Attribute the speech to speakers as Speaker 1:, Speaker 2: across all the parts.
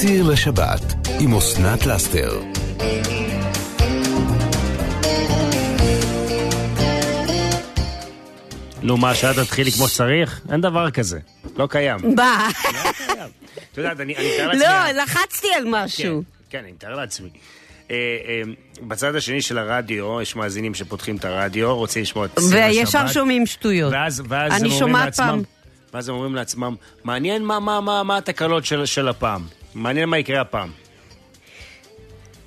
Speaker 1: שיר לשבת עם אסנת לאסתר.
Speaker 2: נו, מה, שאת תתחילי כמו שצריך? אין דבר כזה. לא קיים.
Speaker 3: מה?
Speaker 2: את יודעת, אני אני מתאר לעצמי...
Speaker 3: לא, לחצתי על משהו.
Speaker 2: כן, כן, אני מתאר לעצמי. אה, אה, בצד השני של הרדיו, יש מאזינים שפותחים את הרדיו, רוצים לשמוע את שיר
Speaker 3: וישר
Speaker 2: השבת,
Speaker 3: שומעים שטויות.
Speaker 2: ואז, ואז
Speaker 3: אני
Speaker 2: הם אומרים
Speaker 3: שומעת
Speaker 2: לעצמם,
Speaker 3: פעם.
Speaker 2: ואז הם אומרים לעצמם, מעניין מה, מה, מה, מה התקלות של, של הפעם. מעניין מה יקרה הפעם.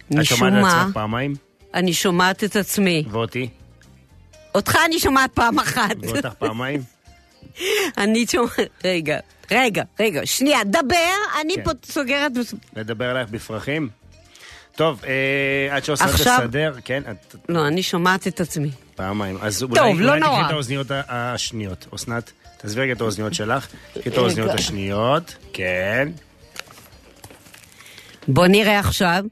Speaker 2: את
Speaker 3: משום
Speaker 2: שומעת את
Speaker 3: מה,
Speaker 2: עצמך פעמיים,
Speaker 3: אני שומעת את עצמי.
Speaker 2: ואותי,
Speaker 3: אותך אני שומעת פעם אחת.
Speaker 2: ואותך פעמיים.
Speaker 3: אני שומעת... רגע, רגע, רגע, שנייה, דבר, אני
Speaker 2: כן.
Speaker 3: פה סוגרת...
Speaker 2: לדבר עלייך בפרחים. טוב, אה, עד שעושה
Speaker 3: עכשיו-
Speaker 2: לסדר, כן, את
Speaker 3: לא, אני שומעת את עצמי.
Speaker 2: פעמיים. אז אולי,
Speaker 3: טוב, לא
Speaker 2: אולי
Speaker 3: נורא.
Speaker 2: תקחי את האוזניות ה- השניות. אסנת, תעזבי רגע את האוזניות שלך. תקחי את
Speaker 3: רגע.
Speaker 2: האוזניות השניות, כן.
Speaker 3: בוא נראה עכשיו.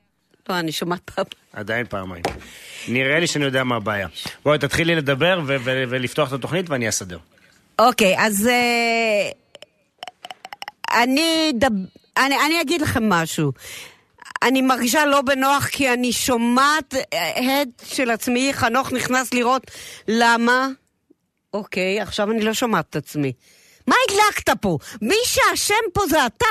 Speaker 3: לא, אני שומעת פעם.
Speaker 2: עדיין פעמיים. נראה לי שאני יודע מה הבעיה. בואי, תתחילי לדבר ו- ו- ולפתוח את התוכנית ואני אסדר.
Speaker 3: אוקיי, אז אה, אני, דב... אני, אני אגיד לכם משהו. אני מרגישה לא בנוח כי אני שומעת אה, הד של עצמי, חנוך נכנס לראות למה. אוקיי, עכשיו אני לא שומעת את עצמי. מה הדלקת פה? מי שאשם פה זה אתה.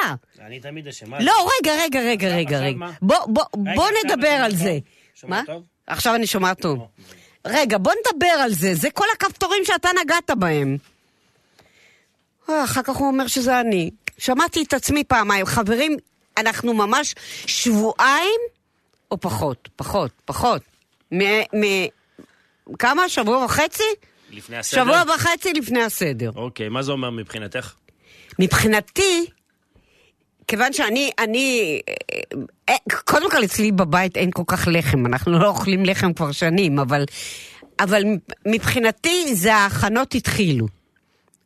Speaker 2: אני תמיד אשמה.
Speaker 3: לא, רגע, רגע, רגע, רגע,
Speaker 2: עכשיו
Speaker 3: רגע.
Speaker 2: מה?
Speaker 3: בוא, בוא,
Speaker 2: רגע,
Speaker 3: בוא
Speaker 2: עכשיו
Speaker 3: נדבר
Speaker 2: אתה
Speaker 3: על
Speaker 2: שומע
Speaker 3: זה.
Speaker 2: טוב? שומע
Speaker 3: מה?
Speaker 2: טוב?
Speaker 3: עכשיו אני שומעת טוב. רגע, בוא נדבר על זה. זה כל הכפתורים שאתה נגעת בהם. אה, אחר כך הוא אומר שזה אני. שמעתי את עצמי פעמיים. חברים, אנחנו ממש שבועיים, או פחות, פחות, פחות. מ... מ- כמה? שבוע וחצי?
Speaker 2: לפני הסדר?
Speaker 3: שבוע וחצי לפני הסדר.
Speaker 2: אוקיי, מה זה אומר מבחינתך?
Speaker 3: מבחינתי, כיוון שאני, אני, אה, אה, קודם כל אצלי בבית אין כל כך לחם, אנחנו לא אוכלים לחם כבר שנים, אבל, אבל מבחינתי זה ההכנות התחילו,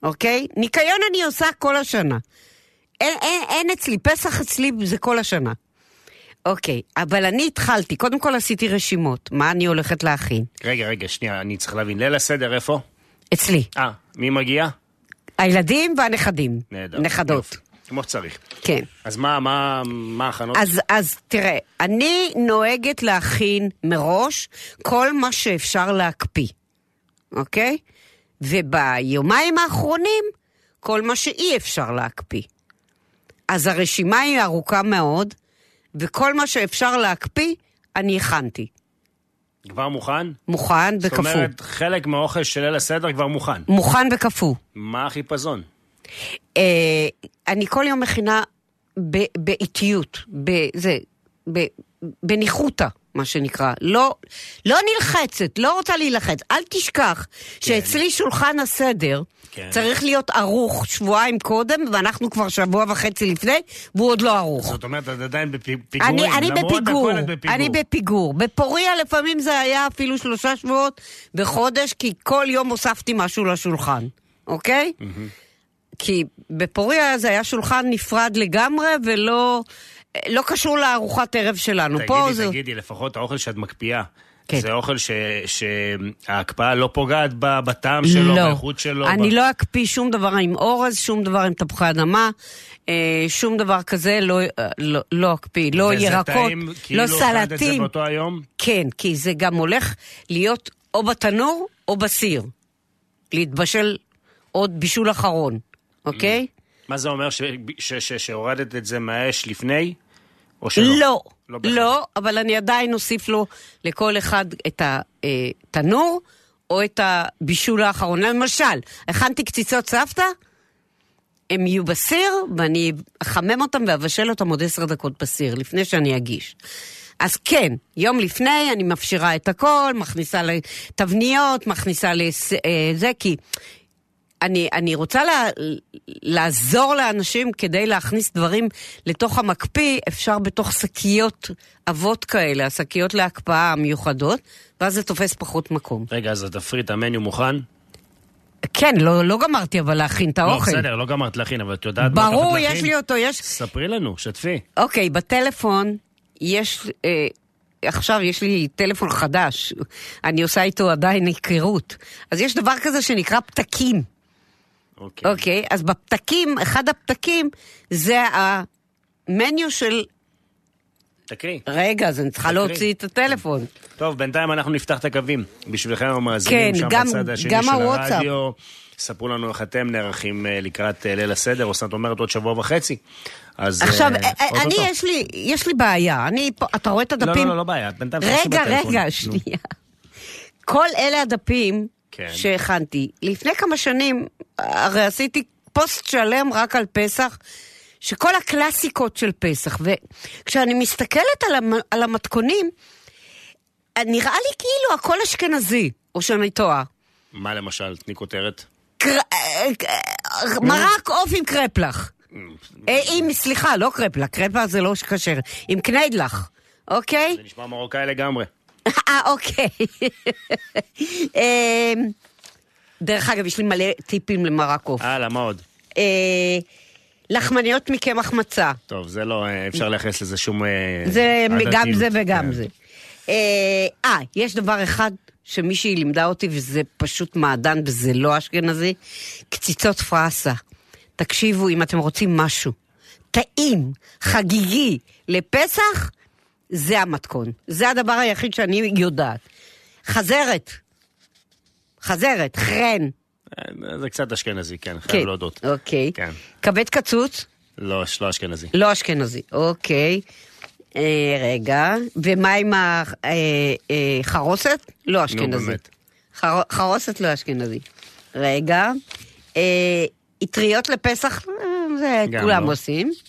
Speaker 3: אוקיי? ניקיון אני עושה כל השנה. אין, אין, אין אצלי, פסח אצלי זה כל השנה. אוקיי, אבל אני התחלתי, קודם כל עשיתי רשימות, מה אני הולכת להכין.
Speaker 2: רגע, רגע, שנייה, אני צריך להבין. ליל הסדר, איפה?
Speaker 3: אצלי,
Speaker 2: אה, מי מגיע?
Speaker 3: הילדים והנכדים.
Speaker 2: נהדר.
Speaker 3: נכדות,
Speaker 2: יופי, כמו שצריך.
Speaker 3: כן.
Speaker 2: אז מה, מה, מה ההכנות?
Speaker 3: אז, אז תראה, אני נוהגת להכין מראש כל מה שאפשר להקפיא, אוקיי? וביומיים האחרונים, כל מה שאי אפשר להקפיא. אז הרשימה היא ארוכה מאוד, וכל מה שאפשר להקפיא, אני הכנתי.
Speaker 2: כבר מוכן?
Speaker 3: מוכן
Speaker 2: זאת
Speaker 3: וקפוא.
Speaker 2: אומרת, חלק מהאוכל של ליל הסדר כבר מוכן.
Speaker 3: מוכן וקפוא.
Speaker 2: מה החיפזון?
Speaker 3: אה, אני כל יום מכינה ב- באיטיות, בזה, ב- בניחותא, מה שנקרא. לא, לא נלחצת, לא רוצה להילחץ. אל תשכח שאצלי שולחן הסדר
Speaker 2: כן.
Speaker 3: צריך להיות ערוך שבועיים קודם, ואנחנו כבר שבוע וחצי לפני, והוא עוד לא ערוך.
Speaker 2: זאת אומרת, את עדיין בפיגורים,
Speaker 3: אני, אני
Speaker 2: למרות
Speaker 3: בפיגור,
Speaker 2: הכל את בפיגור.
Speaker 3: אני בפיגור. בפוריה לפעמים זה היה אפילו שלושה שבועות בחודש, כי כל יום הוספתי משהו לשולחן, אוקיי? כי בפוריה זה היה שולחן נפרד לגמרי ולא לא קשור לארוחת ערב שלנו. פה
Speaker 2: תגידי,
Speaker 3: זה...
Speaker 2: תגידי, לפחות האוכל שאת מקפיאה.
Speaker 3: כן.
Speaker 2: זה אוכל ש- שההקפאה לא פוגעת ב- בטעם שלו, באיכות שלו.
Speaker 3: אני
Speaker 2: ב-
Speaker 3: לא אקפיא שום דבר עם אורז, שום דבר עם תפוחי אדמה, אה, שום דבר כזה לא, אה, לא, לא אקפיא, לא
Speaker 2: וזה
Speaker 3: ירקות,
Speaker 2: טעים,
Speaker 3: לא
Speaker 2: כאילו אכלת את זה
Speaker 3: סלטים.
Speaker 2: באותו היום?
Speaker 3: כן, כי זה גם הולך להיות או בתנור או בסיר. להתבשל עוד בישול אחרון, אוקיי?
Speaker 2: מה זה אומר, ש- ש- ש- שהורדת את זה מהאש לפני? או שלא?
Speaker 3: לא,
Speaker 2: לא בהכרח.
Speaker 3: לא, אבל אני עדיין אוסיף לו לכל אחד את התנור או את הבישול האחרון. למשל, הכנתי קציצות סבתא, הם יהיו בסיר, ואני אחמם אותם ואבשל אותם עוד עשר דקות בסיר, לפני שאני אגיש. אז כן, יום לפני אני מפשירה את הכל, מכניסה לתבניות, מכניסה לזה, כי אני, אני רוצה לה, לעזור לאנשים כדי להכניס דברים לתוך המקפיא, אפשר בתוך שקיות עבות כאלה, השקיות להקפאה המיוחדות, ואז זה תופס פחות מקום.
Speaker 2: רגע, אז תפרי את המניו מוכן?
Speaker 3: כן, לא, לא גמרתי אבל להכין את האוכל.
Speaker 2: לא, בסדר, לא גמרת להכין, אבל את יודעת מה
Speaker 3: ברור,
Speaker 2: את
Speaker 3: יש לי אותו, יש...
Speaker 2: ספרי לנו, שתפי.
Speaker 3: אוקיי, בטלפון יש... אה, עכשיו יש לי טלפון חדש, אני עושה איתו עדיין היכרות. אז יש דבר כזה שנקרא פתקים.
Speaker 2: אוקיי.
Speaker 3: אוקיי, אז בפתקים, אחד הפתקים זה המניו של
Speaker 2: תקריא.
Speaker 3: רגע, אז אני צריכה
Speaker 2: תקריא.
Speaker 3: להוציא את הטלפון.
Speaker 2: טוב, בינתיים אנחנו נפתח את הקווים. בשבילכם המאזינים
Speaker 3: כן,
Speaker 2: שם
Speaker 3: גם-
Speaker 2: בצד השני
Speaker 3: גם
Speaker 2: של
Speaker 3: הוואטסאפ.
Speaker 2: הרדיו. ספרו לנו איך אתם נערכים אה, לקראת אה, ליל הסדר, אסנת אומרת עוד שבוע וחצי. אז אה,
Speaker 3: עכשיו, אה,
Speaker 2: אוטוטו.
Speaker 3: אני, יש לי, יש לי בעיה. אני פה, אתה רואה את
Speaker 2: לא,
Speaker 3: הדפים?
Speaker 2: לא, לא, לא בעיה, בינתיים תעשי
Speaker 3: רגע,
Speaker 2: בטלפון.
Speaker 3: רגע,
Speaker 2: נו.
Speaker 3: שנייה. כל אלה הדפים
Speaker 2: כן.
Speaker 3: שהכנתי. לפני כמה שנים, הרי עשיתי פוסט שלם רק על פסח, שכל הקלאסיקות של פסח, וכשאני מסתכלת על, המ, על המתכונים, נראה לי כאילו הכל אשכנזי, או שאני טועה.
Speaker 2: מה למשל, תני כותרת.
Speaker 3: קר... אה, אה, מרק עוף עם קרפלך. אה, עם, סליחה, לא קרפלך, קרפלך זה לא כשר, עם קניידלך, אוקיי?
Speaker 2: זה נשמע מרוקאי לגמרי.
Speaker 3: אה, אוקיי. אמ, דרך אגב, יש לי מלא טיפים למרק עוף.
Speaker 2: הלאה, מה עוד?
Speaker 3: אה, לחמניות מקמח מצה.
Speaker 2: טוב, זה לא, אה, אפשר לייחס לזה שום... אה,
Speaker 3: זה גם
Speaker 2: עדתיות.
Speaker 3: זה
Speaker 2: כן.
Speaker 3: וגם זה. אה, אה, יש דבר אחד שמישהי לימדה אותי, וזה פשוט מעדן וזה לא אשכנזי, קציצות פרסה. תקשיבו, אם אתם רוצים משהו טעים, חגיגי, לפסח, זה המתכון. זה הדבר היחיד שאני יודעת. חזרת. חזרת, חרן.
Speaker 2: אה, זה קצת אשכנזי, כן, חייב להודות.
Speaker 3: אוקיי.
Speaker 2: כן.
Speaker 3: כבד קצוץ.
Speaker 2: לא, ש- לא אשכנזי.
Speaker 3: לא אשכנזי, אוקיי. אה, רגע, ומה עם החרוסת? לא אשכנזי.
Speaker 2: באמת.
Speaker 3: חר- חרוסת לא אשכנזי. רגע, אה, אטריות לפסח, אה, זה
Speaker 2: גם
Speaker 3: כולם
Speaker 2: לא.
Speaker 3: עושים.
Speaker 2: כי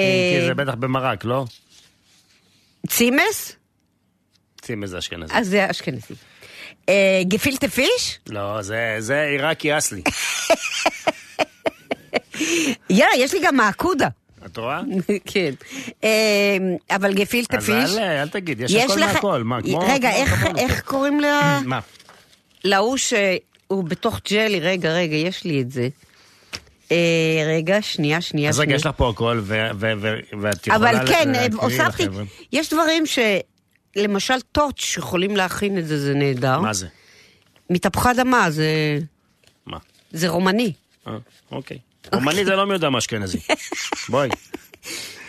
Speaker 3: אה,
Speaker 2: כן, זה בטח במרק, לא?
Speaker 3: צימס,
Speaker 2: שים איזה אשכנזי.
Speaker 3: אז זה אשכנזי. אה, גפילטה פיש?
Speaker 2: לא, זה- זה עיראקי אסלי.
Speaker 3: יאללה, יש לי גם מעקודה.
Speaker 2: את רואה?
Speaker 3: כן. אה, אבל גפילטה
Speaker 2: אז
Speaker 3: פיש?
Speaker 2: אל אל תגיד, יש
Speaker 3: יש
Speaker 2: הכל
Speaker 3: לך-
Speaker 2: מהכל. מה, כמו...
Speaker 3: רגע,
Speaker 2: כמו
Speaker 3: איך-
Speaker 2: כמונו.
Speaker 3: איך קוראים לה?
Speaker 2: מה?
Speaker 3: להוא שהוא בתוך ג'לי, רגע, רגע, יש לי את זה. אה, רגע, שנייה, שנייה,
Speaker 2: אז רגע,
Speaker 3: שנייה.
Speaker 2: יש לך פה הכל, ו- ו- ו- ואת יכולה...
Speaker 3: אבל
Speaker 2: לה-
Speaker 3: כן,
Speaker 2: להקריא
Speaker 3: הוספתי,
Speaker 2: לחבר'ה.
Speaker 3: יש דברים ש... למשל טוץ' שיכולים להכין את זה, זה נהדר.
Speaker 2: מה זה?
Speaker 3: מתפוחי אדמה, זה,
Speaker 2: מה?
Speaker 3: זה רומני.
Speaker 2: אה, אוקיי. רומני זה לא מי יודע מה אשכנזי. בואי.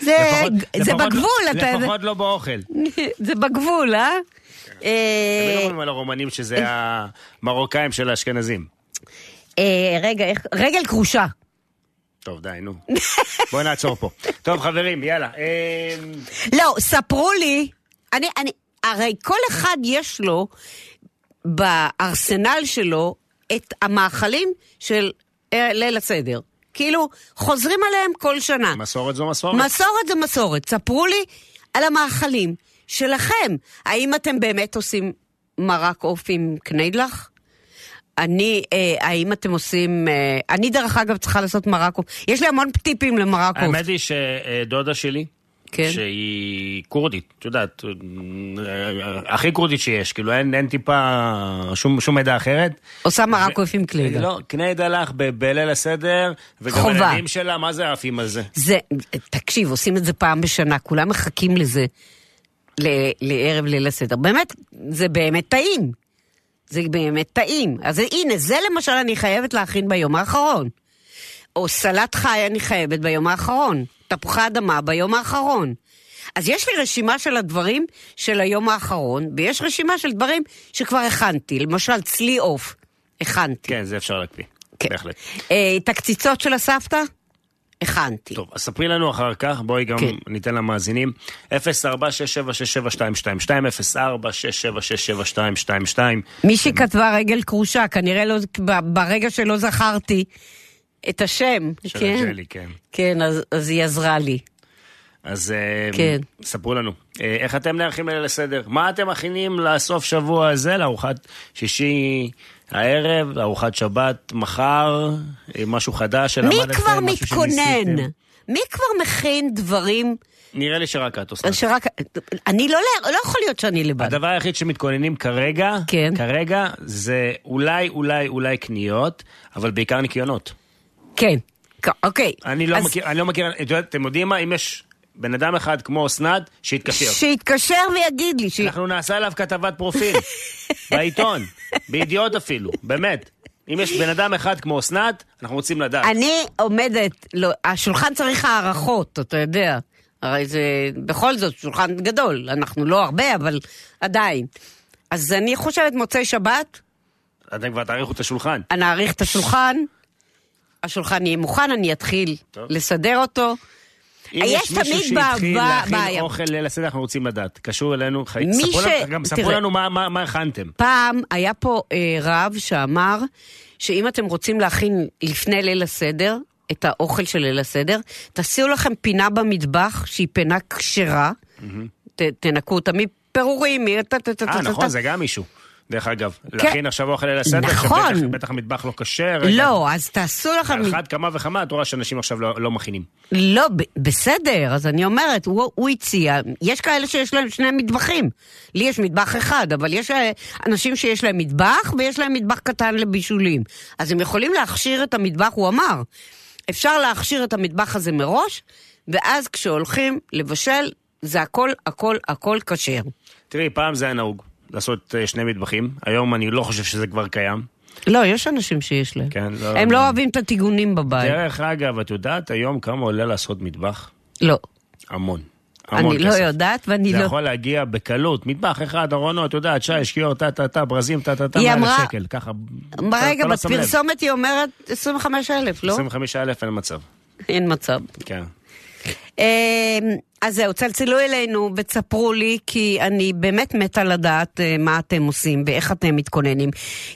Speaker 3: זה,
Speaker 2: לפחות-
Speaker 3: זה
Speaker 2: לפחות לא-
Speaker 3: בגבול, אתה... אה.
Speaker 2: לפחות לא באוכל.
Speaker 3: זה בגבול, אה?
Speaker 2: תמיד
Speaker 3: אה,
Speaker 2: אומרים על הרומנים שזה המרוקאים של האשכנזים.
Speaker 3: אה, רגע, איך... רגל כרושה.
Speaker 2: טוב, די, נו. בואי נעצור פה. טוב, חברים, יאללה. אה,
Speaker 3: לא, ספרו לי, אני, אני, הרי כל אחד יש לו בארסנל שלו את המאכלים של אה, ליל הסדר. כאילו, חוזרים עליהם כל שנה.
Speaker 2: מסורת זו מסורת.
Speaker 3: מסורת זה מסורת. ספרו לי על המאכלים שלכם. האם אתם באמת עושים מרק עוף עם קניידלך? אני, אה, האם אתם עושים... אה, אני, דרך אגב, צריכה לעשות מרק עוף. יש לי המון טיפים למרק עוף.
Speaker 2: האמת היא שדודה שלי,
Speaker 3: כן.
Speaker 2: שהיא כורדית, את יודעת, אה, הכי כורדית שיש, כאילו אין, אין טיפה שום, שום מידע אחרת.
Speaker 3: עושה מרק עוף עם
Speaker 2: היא
Speaker 3: קניידלך.
Speaker 2: לא, קניידה לך ב- בליל הסדר, וגם
Speaker 3: חובה.
Speaker 2: הילדים שלה, מה זה עפים על זה?
Speaker 3: זה, תקשיב, עושים את זה פעם בשנה, כולם מחכים לזה, ל, לערב ליל הסדר. באמת, זה באמת טעים. זה באמת טעים. אז הנה, זה למשל אני חייבת להכין ביום האחרון. או סלט חי אני חייבת ביום האחרון. תפוחי אדמה ביום האחרון. אז יש לי רשימה של הדברים של היום האחרון, ויש רשימה של דברים שכבר הכנתי. למשל, צלי עוף, הכנתי.
Speaker 2: כן, זה אפשר להקפיא.
Speaker 3: כן.
Speaker 2: בהחלט.
Speaker 3: אה, את הקציצות של הסבתא, הכנתי.
Speaker 2: טוב, אז ספרי לנו אחר כך, בואי גם
Speaker 3: כן.
Speaker 2: ניתן למאזינים. 0467672222, 0467672222.
Speaker 3: מישהי כתבה רגל כרושה, כנראה לא, ב- ברגע שלא זכרתי את השם.
Speaker 2: של
Speaker 3: כן?
Speaker 2: הג'לי, כן.
Speaker 3: כן, אז, אז היא עזרה לי.
Speaker 2: אז אה,
Speaker 3: כן.
Speaker 2: ספרו לנו, אה, איך אתם נערכים ליל הסדר? מה אתם מכינים לסוף שבוע הזה, לארוחת שישי הערב, לארוחת שבת, מחר, אה, משהו חדש
Speaker 3: מי
Speaker 2: שלמדתם,
Speaker 3: כבר
Speaker 2: משהו
Speaker 3: מתכונן?
Speaker 2: שניסיתם?
Speaker 3: מי כבר מכין דברים
Speaker 2: נראה לי שרק את עושה.
Speaker 3: שרק... אני לא, לא יכול להיות שאני לבד.
Speaker 2: הדבר היחיד שמתכוננים כרגע,
Speaker 3: כן.
Speaker 2: כרגע, זה אולי, אולי, אולי קניות, אבל בעיקר ניקיונות.
Speaker 3: כן. כ- אוקיי.
Speaker 2: אני לא
Speaker 3: אז
Speaker 2: מכיר, אני לא מכיר, את יודעת, אתם יודעים מה? אם יש בן אדם אחד כמו אסנת, שיתקשר.
Speaker 3: שיתקשר ויגיד לי. ש...
Speaker 2: אנחנו נעשה עליו כתבת פרופיל, בעיתון, בידיעות אפילו, באמת. אם יש בן אדם אחד כמו אסנת, אנחנו רוצים לדעת.
Speaker 3: אני עומדת, לא, השולחן צריך הערכות, אתה יודע. הרי זה בכל זאת שולחן גדול, אנחנו לא הרבה, אבל עדיין. אז אני חושבת מוצאי שבת,
Speaker 2: אתם כבר תאריכו את השולחן.
Speaker 3: נעריך את השולחן, השולחן יהיה מוכן, אני אתחיל
Speaker 2: טוב.
Speaker 3: לסדר אותו.
Speaker 2: אם יש
Speaker 3: יש
Speaker 2: מישהו
Speaker 3: תמיד ב-
Speaker 2: שהתחיל
Speaker 3: ב-
Speaker 2: להכין
Speaker 3: בעיה.
Speaker 2: אוכל ליל הסדר, אנחנו רוצים לדעת. קשור אלינו, חי-
Speaker 3: מי
Speaker 2: ספרו
Speaker 3: ש-
Speaker 2: לנו- גם ספרו
Speaker 3: תראה.
Speaker 2: לנו מה- מה מה הכנתם.
Speaker 3: פעם היה פה אה, רב שאמר שאם אתם רוצים להכין לפני ליל הסדר, את האוכל של ליל הסדר, תעשו לכם פינה במטבח שהיא פינה כשרה, ת- תנקו אותה מפירורים, מ... טה, טה, טה,
Speaker 2: אה,
Speaker 3: טה,
Speaker 2: נכון,
Speaker 3: טה. כן.
Speaker 2: זה גם מישהו. דרך אגב, להכין עכשיו אוכל ליל הסדר,
Speaker 3: נכון.
Speaker 2: שבטח בטח המטבח לא כשר.
Speaker 3: לא, אז תעשו לכם...
Speaker 2: על אחת כמה וכמה, את רואה שאנשים עכשיו לא לא מכינים.
Speaker 3: לא, ב- בסדר, אז אני אומרת, הוא, הוא הציע, יש כאלה שיש להם שני מטבחים. לי יש מטבח אחד, אבל יש אה, אנשים שיש להם מטבח, ויש להם מטבח קטן לבישולים. אז הם יכולים להכשיר את המטבח, הוא אמר. אפשר להכשיר את המטבח הזה מראש, ואז כשהולכים לבשל, זה הכל, הכל, הכל כשר.
Speaker 2: תראי, פעם זה היה נהוג לעשות אה, שני מטבחים, היום אני לא חושב שזה כבר קיים.
Speaker 3: לא, יש אנשים שיש להם.
Speaker 2: כן, לא-
Speaker 3: הם לא אוהבים את הטיגונים בבית.
Speaker 2: דרך אגב, את יודעת היום כמה עולה לעשות מטבח?
Speaker 3: לא.
Speaker 2: המון. המון
Speaker 3: אני לא
Speaker 2: כסף.
Speaker 3: יודעת ואני
Speaker 2: זה
Speaker 3: לא...
Speaker 2: יכול להגיע בקלות, מטבח אחד, ארונות, את יודעת, שיש, כיור, טה-טה-טה, ברזים, טה-טה-טה,
Speaker 3: היא
Speaker 2: 100 אלף
Speaker 3: אמרה-
Speaker 2: שקל, ככה.
Speaker 3: רגע,
Speaker 2: אתה לא שם לב.
Speaker 3: בפרסומת היא אומרת 25,000, לא?
Speaker 2: 25 אלף אין מצב,
Speaker 3: אין מצב.
Speaker 2: כן.
Speaker 3: אה, אז זהו, צלצלו אלינו ותספרו לי, כי אני באמת מתה לדעת אה, מה אתם עושים ואיך אתם מתכוננים.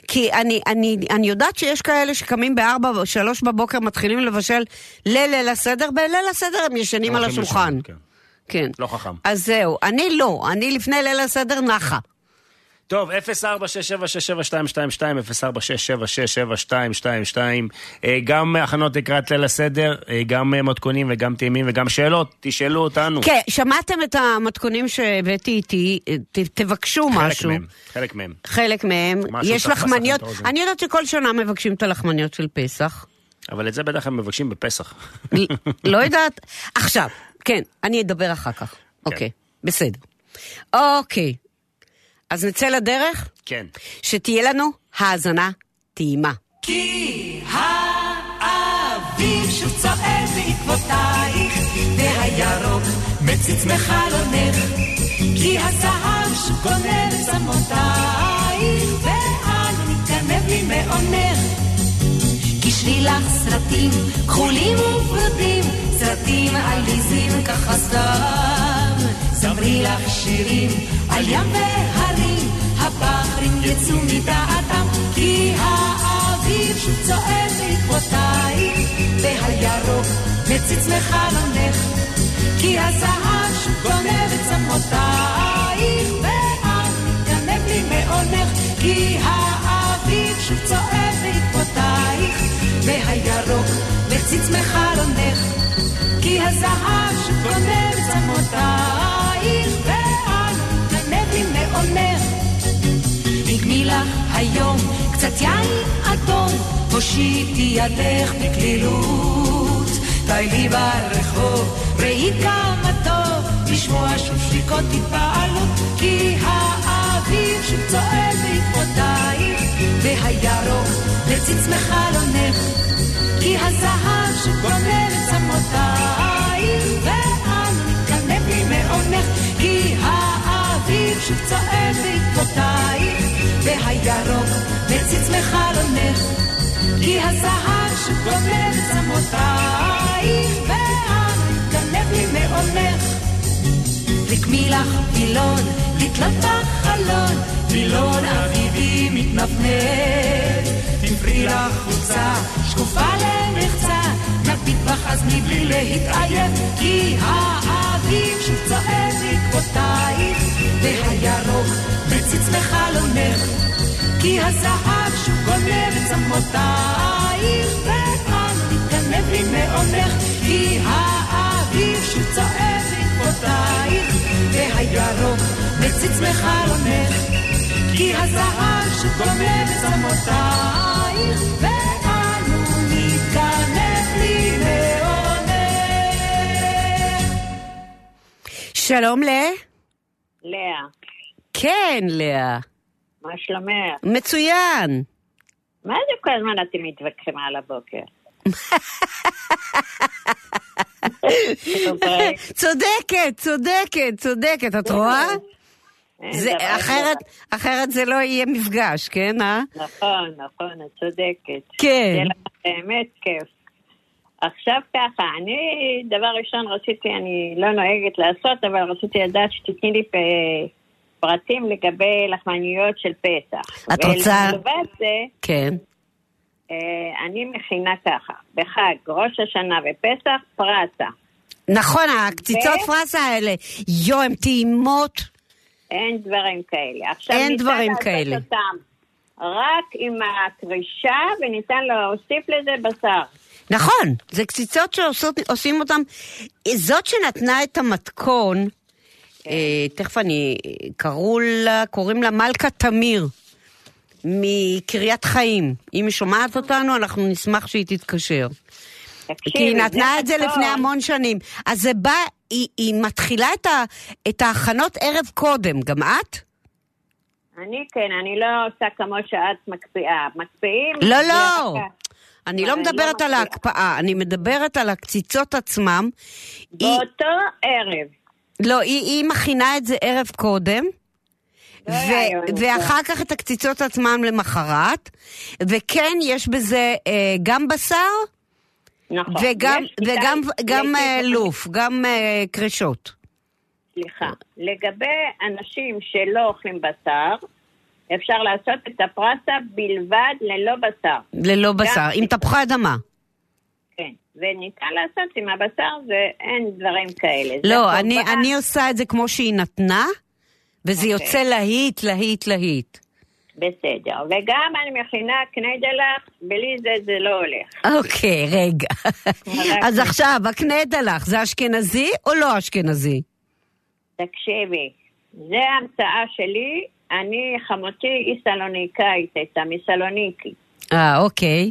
Speaker 3: כי אני, אני, אני יודעת שיש כאלה שקמים בארבע, שלוש בבוקר, מתחילים לבשל לליל הסדר, בליל הסדר הם ישנים על
Speaker 2: הולכים
Speaker 3: השולחן.
Speaker 2: לישון, כן.
Speaker 3: כן.
Speaker 2: לא חכם.
Speaker 3: אז זהו, אני לא, אני לפני ליל הסדר נחה.
Speaker 2: טוב, 0467672222, 0467672222, אה, גם הכנות לקראת ליל הסדר, אה, גם אה, מתכונים וגם טעימים וגם שאלות, תשאלו אותנו.
Speaker 3: כן, שמעתם את המתכונים שהבאתי איתי, אה, ת- תבקשו
Speaker 2: חלק
Speaker 3: משהו.
Speaker 2: מהם, חלק מהם.
Speaker 3: חלק מהם,
Speaker 2: משהו
Speaker 3: יש
Speaker 2: תפס לכם
Speaker 3: לחמניות,
Speaker 2: את האוזן.
Speaker 3: אני יודעת שכל שנה מבקשים את הלחמניות של פסח.
Speaker 2: אבל את זה בטח הם מבקשים בפסח.
Speaker 3: לא יודעת. עכשיו, כן, אני אדבר אחר כך.
Speaker 2: כן.
Speaker 3: אוקיי, בסדר. אוקיי, אז נצא לדרך,
Speaker 2: כן.
Speaker 3: שתהיה לנו האזנה טעימה.
Speaker 4: כי האביב שוב צועד בעקבותייך, והירוק מציץ מחלונך. כי הזהב שוב גונב את צמותייך, ואל מתגנב לי מעונך. כי שלילך סרטים כחולים ופרודים, סרטים עליזים ככה סתם. זמרי לך שירים על ים והרים, הפחרים יצאו מדעתם, כי האביב שוב צועד בעקבותייך, והירוק מציץ מחלונך. כי הזהב שוב גונב את צמותייך, ואת מתגנב לי מעונך, כי האביב שוב צועד בעקבותייך, והירוק מציץ מחלונך, כי הזהב שוב גונב את צמותייך, ואת מתגנב לי מעונך. נגמי לך היום קצת יין אדום, הושיטי ידך בקלילות. די לי ברחוב, ראי כמה טוב, לשמוע שוב שריקות התפעלות, כי האביב שצועד בעקבותייך, והירוק לציץ מחלונך, כי הזהב שגונב את צמותייך, ואת מתגנב לי מעונך, כי האביב שוב צועד בעקבותייך, והירוק מציץ מחלונך, כי הזהב שגונב את צמותייך, ואת מתגנב לי מעונך. רקמי לך וילון, לתלות בחלון, וילון אביבי מתנפנף. תפרי לך חולצה, שקופה למחצה, נביט בך אז מבלי להתעייף, כי האביב שצועד בעקבותייך, והירוק מציץ מחלונך, כי הזהב שוב גונב את צמותייך, ואת מתגנב לי מעונך, כי האביב שוב צועד בעקבותייך, והירוק מציץ מחלונך, כי הזהב שגונב את צמותייך, ואנו מתגנב לי מעונך.
Speaker 3: שלום ל...
Speaker 5: לאה,
Speaker 3: כן, לאה.
Speaker 5: מה שלומך?
Speaker 3: מצוין.
Speaker 5: מה זה כל הזמן אתם מתווכחים על הבוקר? אוקיי.
Speaker 3: צודקת, צודקת, צודקת, את רואה?
Speaker 5: אין
Speaker 3: זה,
Speaker 5: דבר
Speaker 3: אחרת,
Speaker 5: כזה.
Speaker 3: אחרת זה לא יהיה מפגש, כן, אה?
Speaker 5: נכון, נכון, את צודקת.
Speaker 3: כן.
Speaker 5: זה לך באמת כיף. עכשיו ככה, אני, דבר ראשון רציתי, אני לא נוהגת לעשות, אבל רציתי לדעת שתתני לי פ- פרטים לגבי לחמניות של פסח.
Speaker 3: את רוצה-
Speaker 5: ולבד זה,
Speaker 3: כן.
Speaker 5: אה, אני מכינה ככה, בחג, ראש השנה ופסח, פרסה.
Speaker 3: נכון, הקציצות
Speaker 5: ו-
Speaker 3: פרסה האלה, יו, הן טעימות.
Speaker 5: אין דברים כאלה. עכשיו
Speaker 3: אין
Speaker 5: ניתן
Speaker 3: דברים
Speaker 5: לעשות
Speaker 3: כאלה.
Speaker 5: אותם רק עם הקרישה, וניתן להוסיף לזה בשר.
Speaker 3: נכון, זה קציצות שעושים אותן. זאת שנתנה את המתכון, אה, תכף אני, קראו לה, קוראים לה מלכה תמיר, מקריית חיים. אם היא שומעת אותנו, אנחנו נשמח שהיא תתקשר. כי היא
Speaker 5: תקשיבי,
Speaker 3: נתנה את זה
Speaker 5: מתכון.
Speaker 3: לפני המון שנים. אז זה בא, היא, היא מתחילה את, ה, את ההכנות ערב קודם, גם את?
Speaker 5: אני כן, אני לא עושה כמו שאת מקפיאה. מקפיאים...
Speaker 3: לא,
Speaker 5: זה
Speaker 3: לא.
Speaker 5: אחר כך.
Speaker 3: אני
Speaker 5: אבל
Speaker 3: לא
Speaker 5: אני
Speaker 3: מדברת
Speaker 5: לא
Speaker 3: על
Speaker 5: מפתיעה.
Speaker 3: ההקפאה, אני מדברת על הקציצות עצמם. היא-
Speaker 5: באותו ערב.
Speaker 3: לא, היא, היא מכינה את זה ערב קודם.
Speaker 5: לא היה יום
Speaker 3: ו- ואחר כך את הקציצות עצמן למחרת, וכן, יש בזה אה, גם בשר
Speaker 5: נכון.
Speaker 3: וגם,
Speaker 5: יש שיטה-
Speaker 3: וגם גם,
Speaker 5: יש-
Speaker 3: אה, לוף, גם אה, קרשות.
Speaker 5: סליחה. לגבי אנשים שלא אוכלים בשר, אפשר לעשות את הפרסה בלבד ללא בשר.
Speaker 3: ללא בשר, עם תפוחי אדמה.
Speaker 5: כן. וניתן לעשות עם הבשר, ואין דברים כאלה. זה
Speaker 3: לא, אני,
Speaker 5: קורבן.
Speaker 3: אני עושה את זה כמו שהיא נתנה, וזה
Speaker 5: אוקיי.
Speaker 3: יוצא להיט, להיט, להיט.
Speaker 5: בסדר. וגם אני מכינה קניידלך, בלי זה זה לא הולך.
Speaker 3: אוקיי, רגע. אז עכשיו, הקנדה לך, זה אשכנזי או לא אשכנזי?
Speaker 5: תקשיבי, זה ההמצאה שלי. אני, חמותי היא סלוניקאית הייתה, מסלוניקי.
Speaker 3: אה, אוקיי.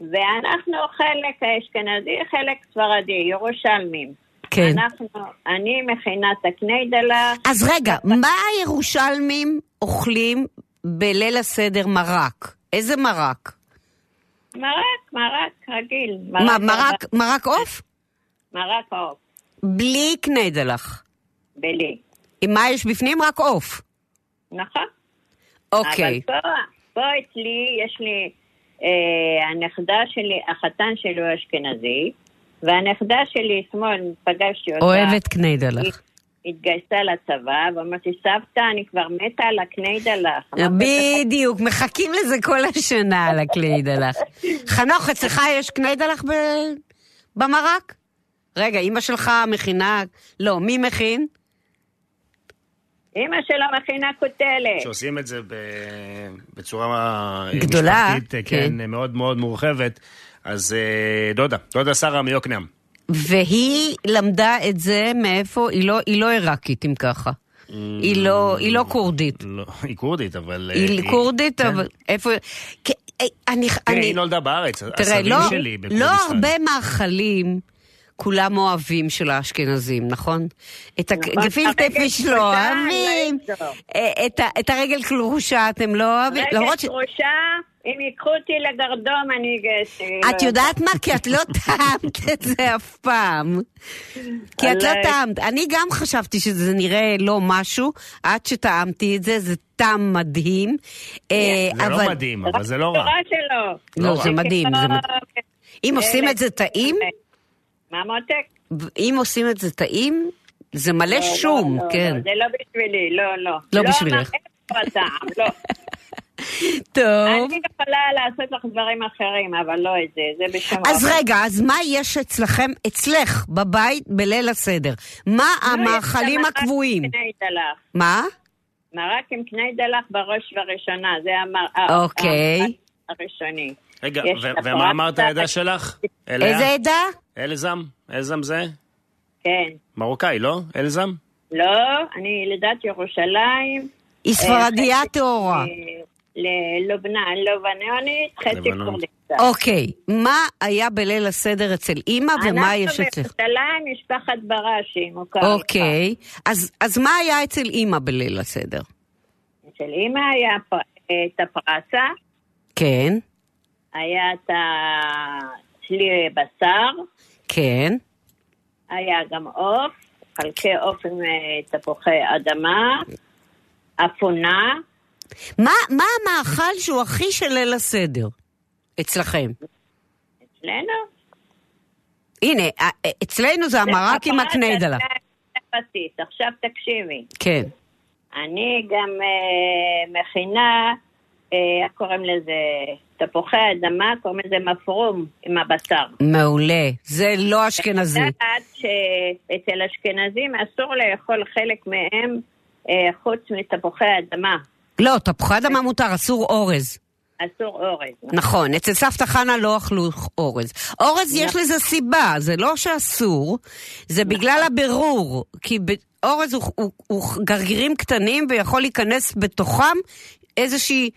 Speaker 5: ואנחנו חלק אשכנזי, חלק ספרדי, ירושלמים.
Speaker 3: כן.
Speaker 5: אנחנו, אני מכינה את הקניידלה,
Speaker 3: אז רגע, מה הירושלמים אוכלים בליל הסדר מרק? איזה מרק?
Speaker 5: מרק, מרק רגיל.
Speaker 3: מה, מרק, מרק עוף?
Speaker 5: מרק עוף,
Speaker 3: בלי קנדה לך.
Speaker 5: בלי.
Speaker 3: עם מה יש בפנים? רק עוף.
Speaker 5: נכון.
Speaker 3: אוקיי.
Speaker 5: אבל פה, פה אצלי, יש לי, אה, הנכדה שלי, החתן שלי הוא אשכנזי, והנכדה שלי, אתמול פגשתי אותה.
Speaker 3: אוהבת קנדה
Speaker 5: היא
Speaker 3: לך.
Speaker 5: התגייסה לצבא, ואמרתי, סבתא, אני כבר מתה על הקניידה לך.
Speaker 3: אה. בדיוק, מחכים לזה כל השנה על הקניידלח. חנוך, אצלך יש קניידלח ב... במרק? רגע, אימא שלך מכינה... לא, מי מכין?
Speaker 5: אמא שלו מכינה
Speaker 3: כן.
Speaker 5: כותלת.
Speaker 2: שעושים את זה ב- בצורה
Speaker 3: גדולה,
Speaker 2: משפחתית, כן,
Speaker 3: כן.
Speaker 2: מאוד מאוד מורחבת. אז אה, דודה, דודה שרה מיוקנעם.
Speaker 3: והיא למדה את זה מאיפה? היא לא, היא לא עיראקית, אם ככה. היא לא, היא לא כורדית.
Speaker 2: לא, היא כורדית, אבל... אה,
Speaker 3: היא כורדית,
Speaker 2: כן.
Speaker 3: אבל איפה... כי- אה, אני...
Speaker 2: תראי,
Speaker 3: אני-
Speaker 2: היא נולדה בארץ,
Speaker 3: תראה,
Speaker 2: הסבים
Speaker 3: לא,
Speaker 2: שלי
Speaker 3: לא
Speaker 2: בכורדיסטן.
Speaker 3: הרבה מאכלים כולם אוהבים של האשכנזים, נכון? את
Speaker 5: נכון,
Speaker 3: הגפילטה
Speaker 5: הרגל
Speaker 3: פיש
Speaker 5: כרושה,
Speaker 3: לא אוהבים,
Speaker 5: לא יעזור.
Speaker 3: אה, את ה- את הרגל כרושה אתם לא אוהבים,
Speaker 5: רגע
Speaker 3: למרות ש...
Speaker 5: תרושה, אם ייקחו אותי לגרדום, אני אגייס. אה,
Speaker 3: את יודעת מה? כי את לא טעמת את זה אף פעם. כי את לא
Speaker 5: עליי.
Speaker 3: טעמת. אני גם חשבתי שזה נראה לא משהו, עד שטעמתי את זה, זה טעם מדהים. אה,
Speaker 2: זה
Speaker 3: אבל-
Speaker 2: לא מדהים, אבל זה לא רע.
Speaker 5: התורה שלו.
Speaker 3: לא, זה מדהים, זה מדהים. אם עושים את זה טעים,
Speaker 5: מה מותק?
Speaker 3: אם עושים את זה טעים, זה מלא
Speaker 5: לא,
Speaker 3: שום,
Speaker 5: לא, לא,
Speaker 3: כן.
Speaker 5: לא, זה לא בשבילי, לא, לא.
Speaker 3: לא בשבילך.
Speaker 5: לא, אמר, איפה הטעם, לא.
Speaker 3: טוב.
Speaker 5: אני יכולה לעשות לך דברים אחרים, אבל לא את זה, זה בשום
Speaker 3: אז
Speaker 5: אופן.
Speaker 3: רגע, אז מה יש אצלכם, אצלך, בבית, בליל הסדר? מה אה, המאכלים
Speaker 5: לא, יש את
Speaker 3: הקבועים?
Speaker 5: מרק עם קני דלח.
Speaker 3: מה?
Speaker 5: מרק עם קני דלח בראש ובראשונה, זה המר...
Speaker 3: אוקיי.
Speaker 5: המרק הראשוני.
Speaker 2: רגע,
Speaker 5: יש
Speaker 2: ו-
Speaker 5: את הפרסה.
Speaker 2: ומה אמרת העדה שלך? אליה?
Speaker 3: איזה עדה?
Speaker 2: אלזם? אלזם זה?
Speaker 5: כן.
Speaker 2: מרוקאי, לא? אלזם?
Speaker 5: לא, אני ילידת ירושלים. אה,
Speaker 3: היא ספרדיה
Speaker 5: חצי-
Speaker 3: טהורה.
Speaker 5: אה, ללובנה, לובנונית, חצי
Speaker 2: לבנונית.
Speaker 5: קורדיסטן.
Speaker 3: אוקיי, מה היה בליל הסדר אצל אימא אה, ומה יש
Speaker 5: אנחנו
Speaker 3: אצלך?
Speaker 5: בירושלים, משפחת בראשי, מוכר. לך.
Speaker 3: אוקיי, אז- אז מה היה אצל אימא בליל הסדר?
Speaker 5: אצל אימא היה פ- את הפרסה,
Speaker 3: כן,
Speaker 5: היה את הצלי בשר,
Speaker 3: כן,
Speaker 5: היה גם עוף, חלקי עוף עם אה, תפוחי אדמה, אפונה,
Speaker 3: מה, מה המאכל שהוא הכי של ליל הסדר אצלכם?
Speaker 5: אצלנו.
Speaker 3: הנה, א- א- אצלנו זה המרק עם הקניידלה.
Speaker 5: צפתית. עכשיו תקשיבי,
Speaker 3: כן.
Speaker 5: אני גם אה, מכינה, אה, איך קוראים לזה, תפוחי אדמה, קוראים לזה מפרום עם הבשר.
Speaker 3: מעולה. זה לא אשכנזי.
Speaker 5: יודעת שאצל אשכנזים אסור לאכול חלק מהם אה, חוץ מתפוחי אדמה.
Speaker 3: לא, תפוחי אדמה מותר, אסור אורז.
Speaker 5: אסור אורז.
Speaker 3: נכון, אצל סבתא חנה לא אכלו אורז. אורז יש לזה סיבה, זה לא שאסור, זה בגלל הבירור. כי ב- אורז הוא, הוא, הוא גרגירים קטנים ויכול להיכנס בתוכם איזושהי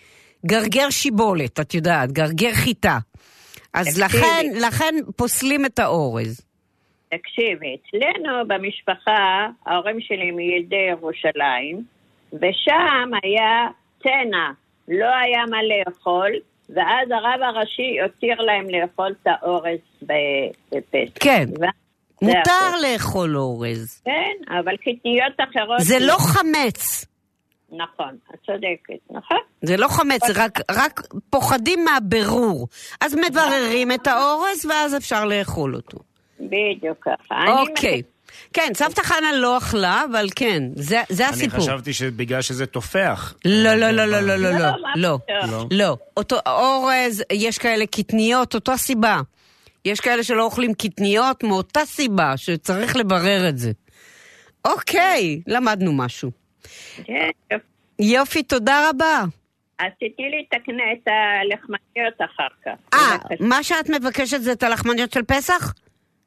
Speaker 3: גרגר שיבולת, את יודעת, גרגר חיטה. אז לכן, לכן פוסלים את האורז.
Speaker 5: תקשיבי, אצלנו במשפחה, ההורים שלי הם ילידי ירושלים, ושם היה צנע, לא היה מה לאכול, ואז הרב הראשי הותיר להם לאכול את האורז ב- בפסח.
Speaker 3: כן.
Speaker 5: ו- זה
Speaker 3: מותר
Speaker 5: הכל.
Speaker 3: לאכול אורז.
Speaker 5: כן, אבל קטניות אחרות...
Speaker 3: זה לא חמץ.
Speaker 5: נכון, את צודקת, נכון?
Speaker 3: זה לא חמץ, זה רק, רק פוחדים מהבירור. אז מבררים את האורז ואז אפשר לאכול אותו.
Speaker 5: בדיוק ככה. אני
Speaker 3: אוקיי. כן, סבתא חנה לא אכלה, אבל כן, זה, זה
Speaker 2: אני
Speaker 3: הסיפור.
Speaker 2: חשבתי שבגלל שזה תופח.
Speaker 3: לא, לא, לא, לא, לא, לא, לא,
Speaker 5: מה
Speaker 3: לא,
Speaker 5: פתאום.
Speaker 3: לא. אותו אורז, יש כאלה קטניות, אותה סיבה. יש כאלה שלא אוכלים קטניות מאותה סיבה, שצריך לברר את זה. אוקיי, למדנו משהו.
Speaker 5: כן, יופי.
Speaker 3: יופי, תודה רבה.
Speaker 5: אז תתני לי את הקנה- את הלחמניות אחר כך.
Speaker 3: אה,
Speaker 5: בבקשה.
Speaker 3: מה שאת מבקשת זה את הלחמניות של פסח?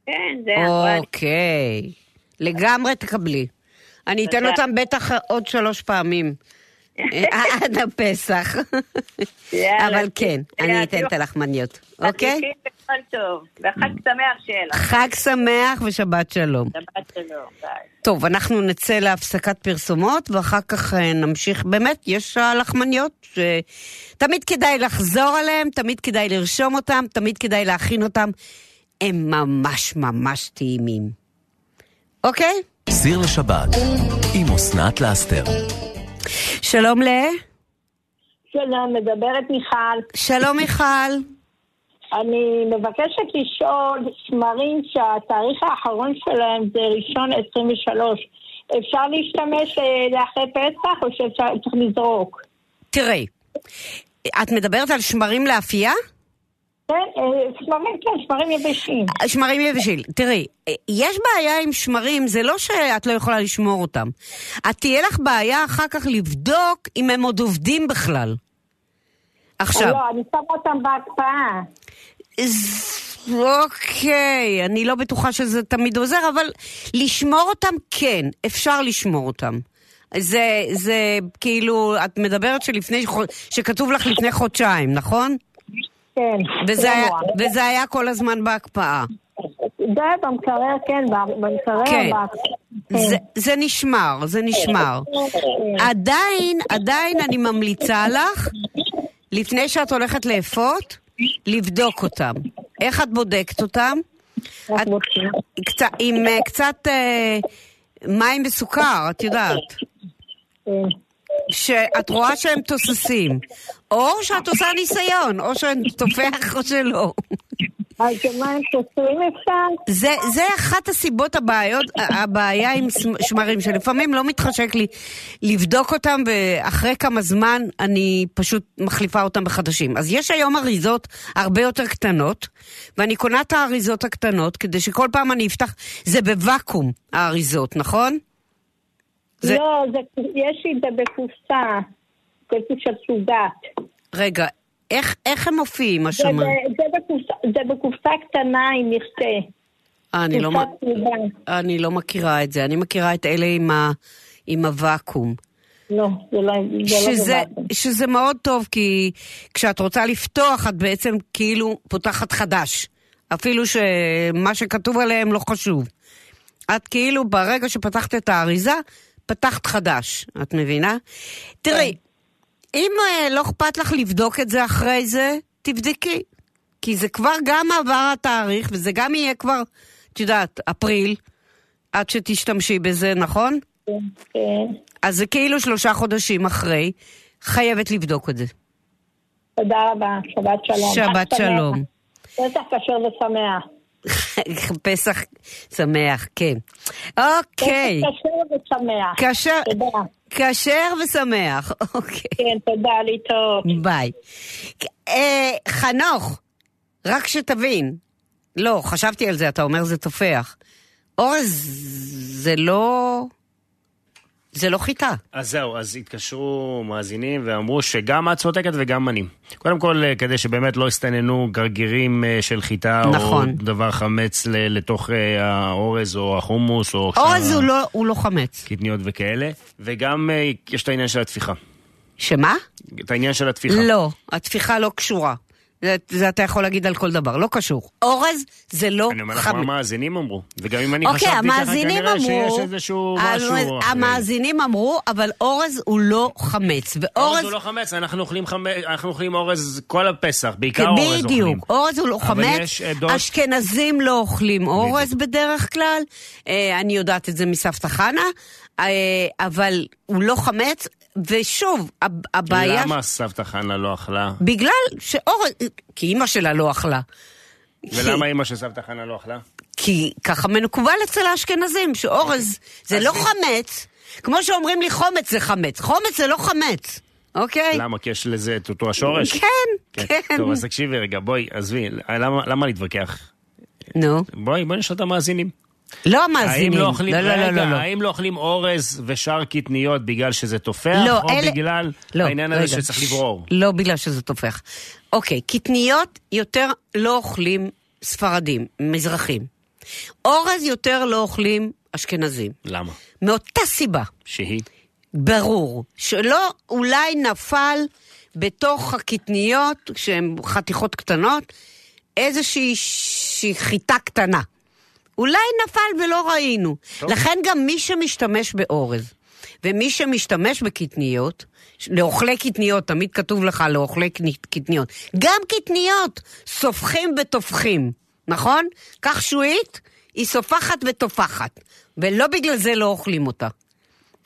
Speaker 5: כן, זה אמרה.
Speaker 3: אוקיי. לגמרי תקבלי. אני אתן
Speaker 5: תודה.
Speaker 3: אותם בטח עוד שלוש פעמים. אה, עד הפסח.
Speaker 5: יאללה, אה,
Speaker 3: אבל כן,
Speaker 5: יאללה,
Speaker 3: אני אתן
Speaker 5: יאללה.
Speaker 3: את הלחמניות, אוקיי?
Speaker 5: מחזיקים בכל טוב, וחג שמח שיהיה לך.
Speaker 3: חג שמח ושבת שלום.
Speaker 5: שבת שלום, ביי.
Speaker 3: טוב, אנחנו נצא להפסקת פרסומות, ואחר כך אה, נמשיך. באמת, יש הלחמניות שתמיד כדאי לחזור עליהן, תמיד כדאי לרשום אותן, תמיד כדאי להכין אותן. הם ממש ממש טעימים. אוקיי?
Speaker 1: סיר לשבת עם אסנת לאסתר.
Speaker 3: שלום ל...
Speaker 6: שלום, מדברת מיכל.
Speaker 3: שלום מיכל.
Speaker 6: אני מבקשת לשאול שמרים שהתאריך האחרון שלהם זה ראשון 23. אפשר להשתמש אה, לאחרי פסח או שצריך לזרוק?
Speaker 3: תראי, את מדברת על שמרים לאפייה?
Speaker 6: כן, אה, שמרים, כן, שמרים יבשים.
Speaker 3: אה, שמרים יבשיל. תראי, אה, יש בעיה עם שמרים, זה לא שאת לא יכולה לשמור אותם. את תהיה לך בעיה אחר כך לבדוק אם הם עוד עובדים בכלל. עכשיו,
Speaker 6: לא, אני שמה אותם בהקפאה.
Speaker 3: ז- אוקיי, אני לא בטוחה שזה תמיד עוזר, אבל לשמור אותם כן, אפשר לשמור אותם. זה, זה כאילו, את מדברת שלפני, חו- שכתוב לך לפני חודשיים, נכון?
Speaker 6: כן.
Speaker 3: וזה היה,
Speaker 6: נורא.
Speaker 3: וזה היה כל הזמן בהקפאה.
Speaker 6: זה היה במקרר, כן, במקרר.
Speaker 3: כן. כן.
Speaker 6: בהקפאה.
Speaker 3: זה, זה נשמר, זה נשמר. עדיין, עדיין אני ממליצה לך, לפני שאת הולכת לאפות, לבדוק אותם. איך את בודקת אותם? את, קצ- עם אה, קצת אה, מים וסוכר, את יודעת.
Speaker 6: כן.
Speaker 3: שאת רואה שהם תוססים. או שאת עושה ניסיון, או שתופח או שלא.
Speaker 6: אז מה הם תוצאים אפשר?
Speaker 3: זה, זה אחת הסיבות הבעיות, הבעיה עם שמ- שמרים, שלפעמים לא מתחשק לי לבדוק אותם, ואחרי כמה זמן אני פשוט מחליפה אותם בחדשים. אז יש היום אריזות הרבה יותר קטנות, ואני קונה את האריזות הקטנות, כדי שכל פעם אני אפתח, זה בוואקום האריזות, נכון? זה-
Speaker 6: לא, זה- יש לי את זה בקופסה. כתוב אה, של סוגת.
Speaker 3: רגע, איך, איך הם מופיעים,
Speaker 6: זה
Speaker 3: השמרים?
Speaker 6: ב- זה בקופסה- זה בקופסה קטנה עם מכסה.
Speaker 3: אה, אני לא... מ-
Speaker 6: קופסה צהובה.
Speaker 3: אני לא מכירה את זה, אני מכירה את אלה עם, ה... עם הוואקום.
Speaker 6: לא, זה לא... זה לא
Speaker 3: שזה,
Speaker 6: בוואקום.
Speaker 3: שזה מאוד טוב, כי כשאת רוצה לפתוח, את בעצם כאילו פותחת חדש. אפילו שמה שכתוב עליהם לא חשוב. את כאילו, ברגע שפתחת את האריזה, פתחת חדש, את מבינה? תראי,
Speaker 6: כן.
Speaker 3: אם אה, לא אכפת לך לבדוק את זה אחרי זה, תבדקי. כי זה כבר גם עבר התאריך, וזה גם יהיה כבר, את יודעת, אפריל. עד שתשתמשי בזה, נכון?
Speaker 6: כן.
Speaker 3: אז זה כאילו שלושה חודשים אחרי, חייבת לבדוק את זה.
Speaker 6: תודה רבה, שבת שלום.
Speaker 3: שבת
Speaker 6: חג שמח.
Speaker 3: שלום.
Speaker 6: בטח כשר ושמח.
Speaker 3: פסח שמח, כן. אוקיי,
Speaker 6: בטח כשר ושמח.
Speaker 3: כשר-
Speaker 6: תודה.
Speaker 3: כשר ושמח, אוקיי,
Speaker 6: כן, תודה, להתראות.
Speaker 3: ביי. אה, חנוך, רק שתבין, לא, חשבתי על זה, אתה אומר זה תופח. אורז זה לא... זה לא חיטה.
Speaker 2: אז זהו, אז התקשרו מאזינים ואמרו שגם את צודקת וגם אני. קודם כל, אה, כדי שבאמת לא יסתננו גרגירים אה, של חיטה,
Speaker 3: נכון.
Speaker 2: או דבר חמץ ל- לתוך אה, האורז או החומוס, או
Speaker 3: אורז הוא לא- הוא לא חמץ.
Speaker 2: קטניות וכאלה, וגם אה, יש את העניין של התפיחה.
Speaker 3: שמה?
Speaker 2: את העניין של התפיחה.
Speaker 3: לא, התפיחה לא קשורה. זה- זה אתה יכול להגיד על כל דבר, לא קשור. אורז זה לא
Speaker 2: אני אומר לך מה
Speaker 3: חמץ.
Speaker 2: המאזינים אמרו, וגם אם אני
Speaker 3: אוקיי,
Speaker 2: חשבתי ככה,
Speaker 3: המאזינים
Speaker 2: כנראה
Speaker 3: אמרו...
Speaker 2: שיש איזשהו
Speaker 3: המאז-
Speaker 2: משהו. אה, אחרי.
Speaker 3: המאזינים אמרו, אבל אורז הוא לא חמץ.
Speaker 2: אורז
Speaker 3: ואורז...
Speaker 2: הוא לא חמץ, אנחנו אוכלים חמץ- אנחנו אוכלים אורז כל הפסח, בעיקר אורז אוכלים.
Speaker 3: בדיוק, אורז הוא לא
Speaker 2: אבל
Speaker 3: חמץ,
Speaker 2: יש אה, עדות-
Speaker 3: אשכנזים לא אוכלים אורז בדרך כלל, אה, אני יודעת את זה מסבתא חנה, אה, אבל הוא לא חמץ, ושוב, הב- הבעיה...
Speaker 2: למה סבתא חנה לא אכלה?
Speaker 3: בגלל שאורז... כי אימא שלה לא אכלה.
Speaker 2: ולמה אימא של סבתא חנה לא אכלה?
Speaker 3: כי ככה מקובל אצל האשכנזים, שאורז
Speaker 2: אוקיי.
Speaker 3: זה לא חמץ, כמו שאומרים לי חומץ זה חמץ. חומץ זה לא חמץ, אוקיי?
Speaker 2: למה? כי יש לזה את אותו השורש?
Speaker 3: כן, כן.
Speaker 2: טוב, אז תקשיבי רגע, בואי, עזבי, למה למה להתווכח?
Speaker 3: נו.
Speaker 2: בואי, בואי נשאל את המאזינים.
Speaker 3: לא
Speaker 2: האם
Speaker 3: המאזינים.
Speaker 2: לא אוכלים,
Speaker 3: לא, לא, לא,
Speaker 2: רגע,
Speaker 3: לא, לא.
Speaker 2: האם לא אוכלים אורז ושאר קטניות בגלל שזה תופח,
Speaker 3: לא,
Speaker 2: או
Speaker 3: אלה-
Speaker 2: בגלל
Speaker 3: לא,
Speaker 2: העניין הזה
Speaker 3: רגע.
Speaker 2: שצריך לברור?
Speaker 3: ש- לא בגלל שזה תופח. אוקיי, קטניות יותר לא אוכלים ספרדים, מזרחים. אורז יותר לא אוכלים אשכנזים.
Speaker 2: למה?
Speaker 3: מאותה סיבה.
Speaker 2: שהיא?
Speaker 3: ברור, שלא אולי נפל בתוך הקטניות, שהן חתיכות קטנות, איזושהי ש- חיטה קטנה. אולי נפל ולא ראינו. טוב. לכן גם מי שמשתמש באורז, ומי שמשתמש בקטניות, ש- לאוכלי קטניות, תמיד כתוב לך לאוכלי קני- קטניות, גם קטניות סופחים וטופחים, נכון? כך שועית, היא סופחת וטופחת, ולא בגלל זה לא אוכלים אותה.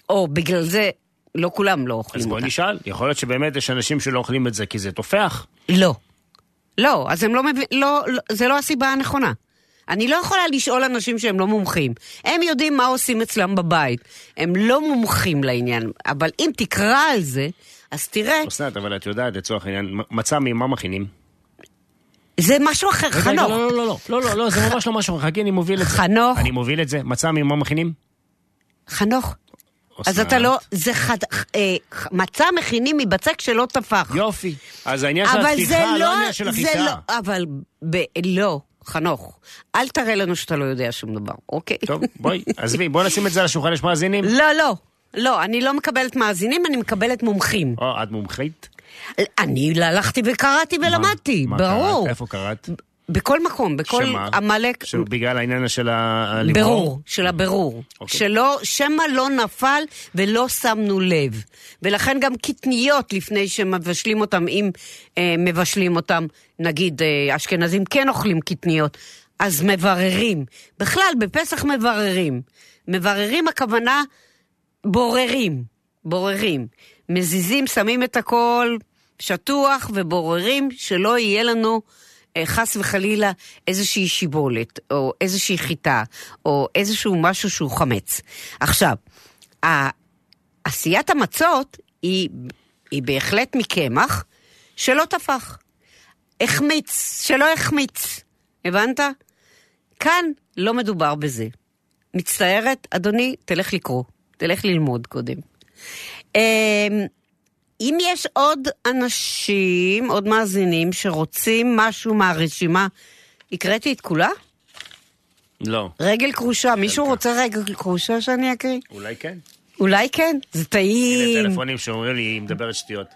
Speaker 3: או בגלל זה לא כולם לא
Speaker 2: אז
Speaker 3: אוכלים
Speaker 2: בואי
Speaker 3: אותה.
Speaker 2: נשאל, יכול להיות שבאמת יש אנשים שלא אוכלים את זה כי זה תופח.
Speaker 3: לא. לא, אז הם לא מבינים, לא, לא, זה לא הסיבה הנכונה. אני לא יכולה לשאול אנשים שהם לא מומחים. הם יודעים מה עושים אצלם בבית. הם לא מומחים לעניין, אבל אם תקרא על זה, אז תראה,
Speaker 2: אסנת, אבל את יודעת, לצורך העניין, מ- מצה ממה מכינים?
Speaker 3: זה משהו אחר.
Speaker 2: רגע,
Speaker 3: חנוך,
Speaker 2: לא, לא, לא, לא, לא, לא, זה ממש לא משהו, חכי, אני מוביל את זה.
Speaker 3: חנוך.
Speaker 2: אני מוביל את זה. מצה ממה מכינים?
Speaker 3: חנוך, אז
Speaker 2: אסנת.
Speaker 3: אתה לא, זה חד... אה, ח- מצה מכינים מבצק שלא טפח.
Speaker 2: יופי. אז העניין של
Speaker 3: אבל זה
Speaker 2: הפתיחה, לא
Speaker 3: לא,
Speaker 2: העניין של
Speaker 3: זה
Speaker 2: החיטה.
Speaker 3: לא, אבל ב, לא, חנוך, אל תראה לנו שאתה לא יודע שום דבר, אוקיי?
Speaker 2: טוב, בואי, עזבי, בואי נשים את זה על השולחן, יש מאזינים.
Speaker 3: לא, לא. לא, אני לא מקבלת מאזינים, אני מקבלת מומחים.
Speaker 2: או, את מומחית?
Speaker 3: אני הלכתי וקראתי ולמדתי,
Speaker 2: מה
Speaker 3: ברור.
Speaker 2: קראת? איפה קראת?
Speaker 3: בכל מקום, בכל
Speaker 2: שמה?
Speaker 3: עמלק...
Speaker 2: שבגלל העניין של ה...
Speaker 3: ברור, של הבירור.
Speaker 2: אוקיי.
Speaker 3: שלא, שמא לא נפל ולא שמנו לב. ולכן גם קטניות לפני שמבשלים אותם, אם אה, מבשלים אותם, נגיד אה, אשכנזים כן אוכלים קטניות, אז מבררים. בכלל, בפסח מבררים. מבררים הכוונה בוררים. בוררים. מזיזים, שמים את הכל שטוח ובוררים, שלא יהיה לנו אה, חס וחלילה איזושהי שיבולת, או איזושהי חיטה, או איזשהו משהו שהוא חמץ. עכשיו, ה- עשיית המצות היא, היא בהחלט מקמח שלא טפח. החמיץ, שלא החמיץ. הבנת? כאן לא מדובר בזה. מצטערת, אדוני, תלך לקרוא. תלך ללמוד קודם. אמ, אם יש עוד אנשים, עוד מאזינים, שרוצים משהו מהרשימה, הקראתי את כולה?
Speaker 2: לא.
Speaker 3: רגל כרושה, מישהו רוצה רגל כרושה שאני אקריא?
Speaker 2: אולי כן.
Speaker 3: אולי כן, זה
Speaker 2: הנה
Speaker 3: טעים.
Speaker 2: טלפונים שאומרים לי, היא מדברת שטויות.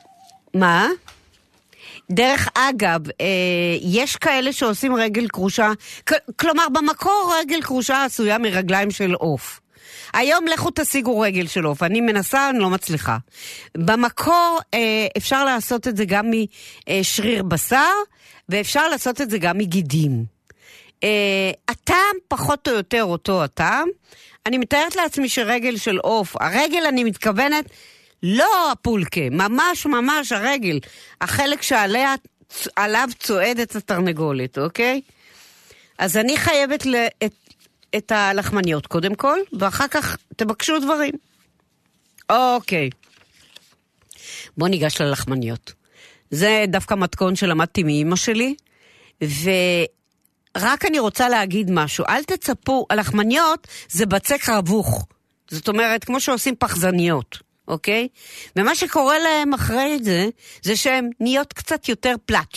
Speaker 3: מה? דרך אגב, אה, יש כאלה שעושים רגל כרושה, כל- כלומר במקור רגל כרושה עשויה מרגליים של עוף. היום לכו תשיגו רגל של עוף, אני מנסה, אני לא מצליחה. במקור אה, אפשר לעשות את זה גם משריר בשר, ואפשר לעשות את זה גם מגידים. אה, הטעם פחות או יותר אותו הטעם. אני מתארת לעצמי שרגל של עוף, הרגל אני מתכוונת, לא הפולקה, ממש ממש הרגל, החלק שעליה, עליו צועדת התרנגולת, אוקיי? אז אני חייבת ל, את, את הלחמניות קודם כל, ואחר כך תבקשו דברים. אוקיי. בוא ניגש ללחמניות. זה דווקא מתכון שלמדתי מאימא שלי, ורק אני רוצה להגיד משהו. אל תצפו, הלחמניות זה בצק רבוך. זאת אומרת, כמו שעושים פחזניות, אוקיי? ומה שקורה להם אחרי זה, זה שהן נהיות קצת יותר פלאץ'.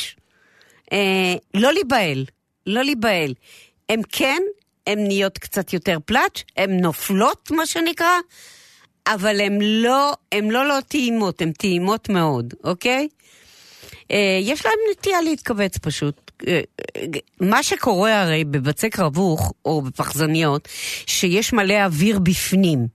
Speaker 3: אה, לא להיבהל, לא להיבהל. הן כן, הן נהיות קצת יותר פלאץ', הן נופלות, מה שנקרא, אבל הן לא, הן לא לא טעימות, הן טעימות מאוד, אוקיי? אה, יש להם נטייה להתכווץ פשוט. אה, אה, מה שקורה הרי בבצק רבוך או בפחזניות, שיש מלא אוויר בפנים.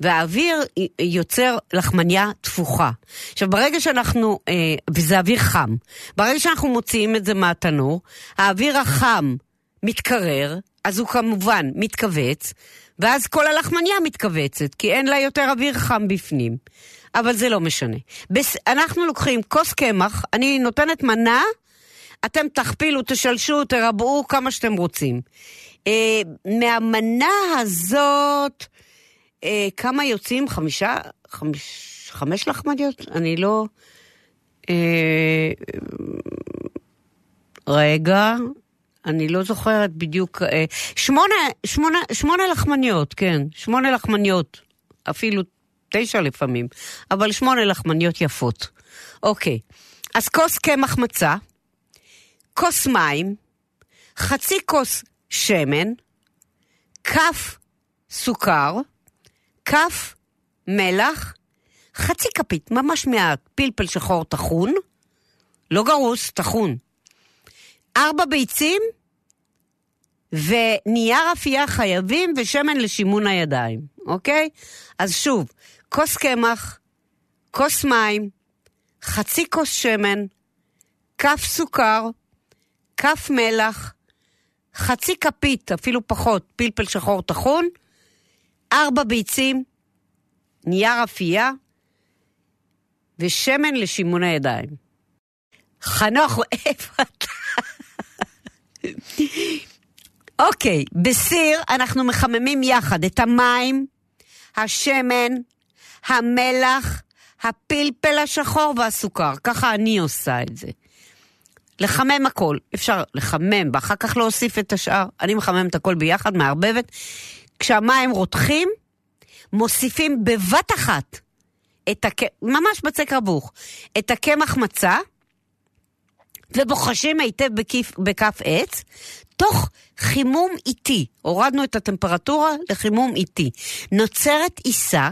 Speaker 3: והאוויר י- יוצר לחמניה תפוחה. עכשיו, ברגע שאנחנו, אה, וזה אוויר חם, ברגע שאנחנו מוציאים את זה מהתנור, האוויר החם מתקרר, אז הוא כמובן מתכווץ, ואז כל הלחמניה מתכווצת, כי אין לה יותר אוויר חם בפנים. אבל זה לא משנה. בס... אנחנו לוקחים כוס קמח, אני נותנת מנה, אתם תכפילו, תשלשו, תרבעו כמה שאתם רוצים. אה, מהמנה הזאת, אה, כמה יוצאים? חמישה? חמיש, חמש לחמניות? אני לא... אה, רגע, אני לא זוכרת בדיוק. אה, שמונה, שמונה, שמונה לחמניות, כן. שמונה לחמניות. אפילו תשע לפעמים. אבל שמונה לחמניות יפות. אוקיי. אז כוס קמח מצה, כוס מים, חצי כוס שמן, כף סוכר, כף מלח, חצי כפית, ממש מעט, פלפל שחור טחון, לא גרוס, טחון. ארבע ביצים ונייר אפייה חייבים ושמן לשימון הידיים, אוקיי? אז שוב, כוס קמח, כוס מים, חצי כוס שמן, כף סוכר, כף מלח, חצי כפית, אפילו פחות, פלפל שחור טחון, ארבע ביצים, נייר אפייה ושמן לשימון הידיים. חנוך, איפה אתה? אוקיי, בסיר אנחנו מחממים יחד את המים, השמן, המלח, הפלפל השחור והסוכר. ככה אני עושה את זה. לחמם הכל. אפשר לחמם ואחר כך להוסיף את השאר. אני מחממת הכל ביחד, מערבבת. כשהמים רותחים, מוסיפים בבת אחת את הק... ממש בצק רבוך, את הקמח מצה, ובוחשים היטב בכיף, בכף עץ, תוך חימום איטי. הורדנו את הטמפרטורה לחימום איטי. נוצרת עיסה.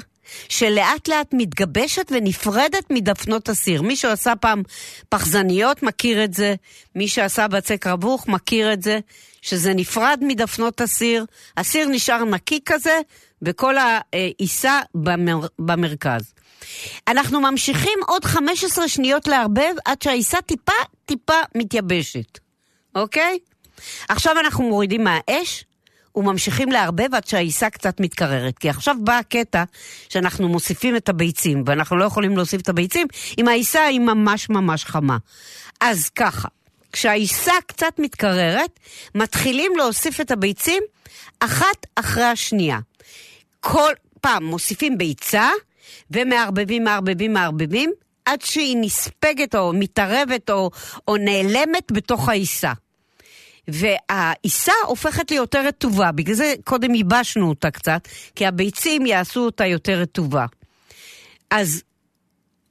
Speaker 3: שלאט לאט מתגבשת ונפרדת מדפנות הסיר. מי שעשה פעם פחזניות מכיר את זה, מי שעשה בצק רבוך מכיר את זה, שזה נפרד מדפנות הסיר, הסיר נשאר נקי כזה, וכל העיסה במר... במרכז. אנחנו ממשיכים עוד 15 שניות לערבב עד שהעיסה טיפה טיפה מתייבשת, אוקיי? עכשיו אנחנו מורידים מהאש וממשיכים לערבב עד שהעיסה קצת מתקררת. כי עכשיו בא הקטע שאנחנו מוסיפים את הביצים, ואנחנו לא יכולים להוסיף את הביצים אם העיסה היא ממש ממש חמה. אז ככה, כשהעיסה קצת מתקררת, מתחילים להוסיף את הביצים אחת אחרי השנייה. כל פעם מוסיפים ביצה, ומערבבים, מערבבים, מערבבים, עד שהיא נספגת או מתערבת או, או נעלמת בתוך העיסה. והעיסה הופכת ליותר רטובה, בגלל זה קודם ייבשנו אותה קצת, כי הביצים יעשו אותה יותר רטובה. אז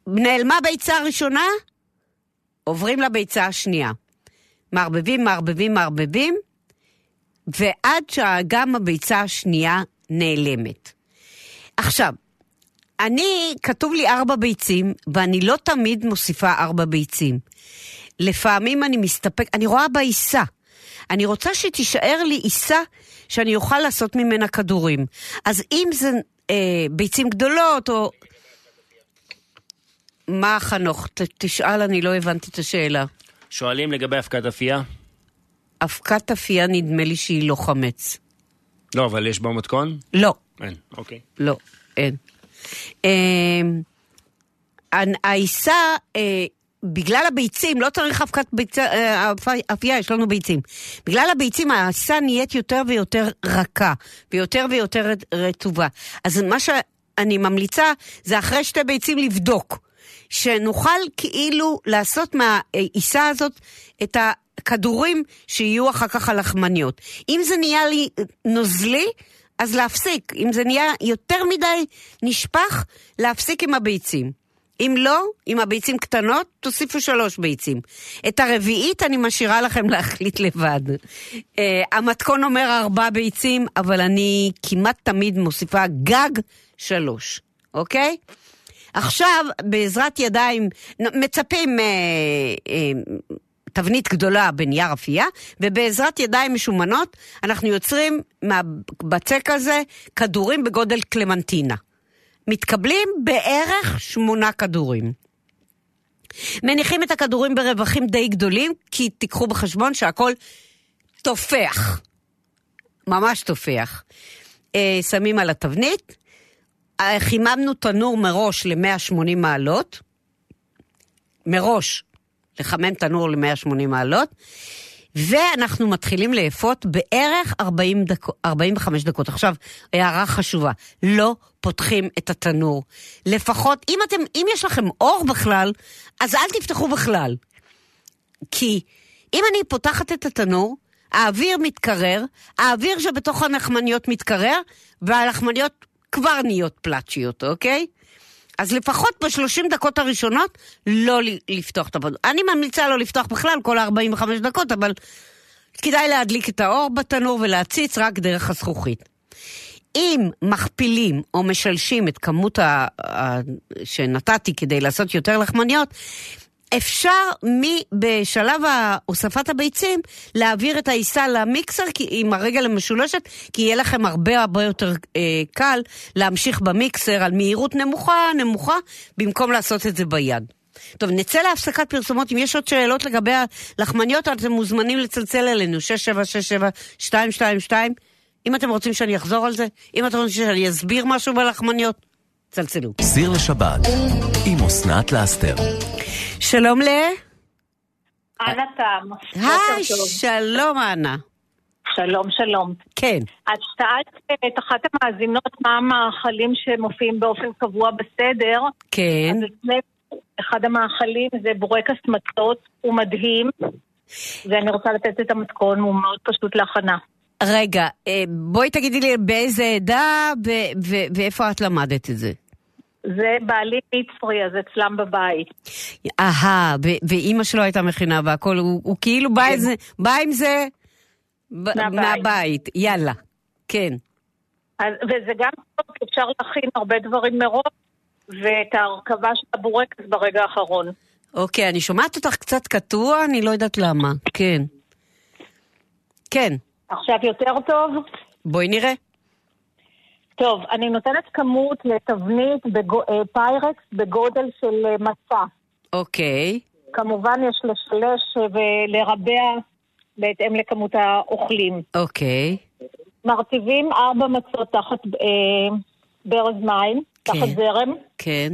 Speaker 3: נעלמה ביצה הראשונה, עוברים לביצה השנייה. מערבבים, מערבבים, מערבבים, ועד שגם הביצה השנייה נעלמת. עכשיו, אני, כתוב לי ארבע ביצים, ואני לא תמיד מוסיפה ארבע ביצים. לפעמים אני מסתפק, אני רואה בעיסה. אני רוצה שתישאר לי עיסה שאני אוכל לעשות ממנה כדורים. אז אם זה אה, ביצים גדולות או... מה חנוך? ת, תשאל, אני לא הבנתי את השאלה.
Speaker 2: שואלים לגבי אבקת אפייה.
Speaker 3: אבקת אפייה נדמה לי שהיא לא חמץ.
Speaker 2: לא, אבל יש במתכון?
Speaker 3: לא,
Speaker 2: אין. אוקיי.
Speaker 3: לא, אין. אמ, הנ- העיסה, אה, בגלל הביצים, לא צריך אבקת ביצה, אה, אפ- אפייה, יש לנו ביצים. בגלל הביצים העיסה נהיית יותר ויותר רכה, ויותר ויותר רט- רטובה. אז מה שאני ממליצה, זה אחרי שתי ביצים לבדוק. שנוכל כאילו לעשות מהעיסה הזאת את הכדורים שיהיו אחר כך הלחמניות. אם זה נהיה לי נוזלי, אז להפסיק. אם זה נהיה יותר מדי נשפך, להפסיק עם הביצים. אם לא, אם הביצים קטנות, תוסיפו שלוש ביצים. את הרביעית אני משאירה לכם להחליט לבד. Uh, המתכון אומר ארבע ביצים, אבל אני כמעט תמיד מוסיפה גג שלוש, אוקיי? עכשיו, בעזרת ידיים, נ- מצפים אה, אה, תבנית גדולה בנייר אפייה, ובעזרת ידיים משומנות אנחנו יוצרים מהבצק הזה כדורים בגודל קלמנטינה. מתקבלים בערך שמונה כדורים. מניחים את הכדורים ברווחים די גדולים, כי תיקחו בחשבון שהכל תופח. ממש תופח. אה, שמים על התבנית, אה, חיממנו תנור מראש ל-180 מעלות, מראש, לחמם תנור ל-180 מעלות, ואנחנו מתחילים לאפות בערך 40 דקו, 45 דקות. עכשיו, הערה חשובה, לא פותחים את התנור. לפחות, אם, אתם, אם יש לכם אור בכלל, אז אל תפתחו בכלל. כי אם אני פותחת את התנור, האוויר מתקרר, האוויר שבתוך הלחמניות מתקרר, והלחמניות כבר נהיות פלאצ'יות, אוקיי? אז לפחות ב-30 דקות הראשונות לא ל- לפתוח את הפתח. אני ממליצה לא לפתוח בכלל כל 45 דקות, אבל כדאי להדליק את האור בתנור ולהציץ רק דרך הזכוכית. אם מכפילים או משלשים את כמות ה... ה... שנתתי כדי לעשות יותר לחמניות, אפשר מ... בשלב הוספת הביצים להעביר את העיסה למיקסר כי... עם הרגל המשולשת, כי יהיה לכם הרבה הרבה יותר אה, קל להמשיך במיקסר על מהירות נמוכה, נמוכה, במקום לעשות את זה ביד. טוב, נצא להפסקת פרסומות. אם יש עוד שאלות לגבי הלחמניות, אתם מוזמנים לצלצל אלינו, 6767-222. אם אתם רוצים שאני אחזור על זה, אם אתם רוצים שאני אסביר משהו בלחמניות, צלצלו.
Speaker 1: סיר לשבת עם אסנת לאסתר.
Speaker 3: שלום ל...
Speaker 7: אנה תם.
Speaker 3: היי, שלום אנה.
Speaker 7: שלום, שלום.
Speaker 3: כן.
Speaker 7: את שאלת את אחת המאזינות מה המאכלים שמופיעים באופן קבוע בסדר.
Speaker 3: כן.
Speaker 7: אז לפני, אחד המאכלים זה בורקס מצות, הוא מדהים. ואני רוצה לתת את המתכון, הוא מאוד פשוט להכנה.
Speaker 3: רגע, אה, בואי תגידי לי באיזה עדה ו- ו- ואיפה את למדת את זה.
Speaker 7: זה בעלי מצרי, אז אצלם בבית.
Speaker 3: אהה, ו- ואימא שלו הייתה מכינה והכל, הוא, הוא כאילו בא, איזה, בא עם זה ב-
Speaker 7: כן. מהבית.
Speaker 3: מהבית, יאללה, כן.
Speaker 7: אז, וזה גם טוב, כי אפשר להכין הרבה דברים מראש, ואת ההרכבה של הבורקס ברגע האחרון.
Speaker 3: אוקיי, אני שומעת אותך קצת קטוע, אני לא יודעת למה, כן. כן,
Speaker 7: עכשיו יותר טוב?
Speaker 3: בואי נראה.
Speaker 7: טוב, אני נותנת כמות לתבנית בגו- אה, פיירקס בגודל של אה, מצע.
Speaker 3: אוקיי,
Speaker 7: כמובן יש לשלש אה, ולרבע בהתאם לכמות האוכלים.
Speaker 3: אוקיי,
Speaker 7: מרטיבים ארבע מצות תחת אה, ברז מים,
Speaker 3: כן.
Speaker 7: תחת זרם.
Speaker 3: כן,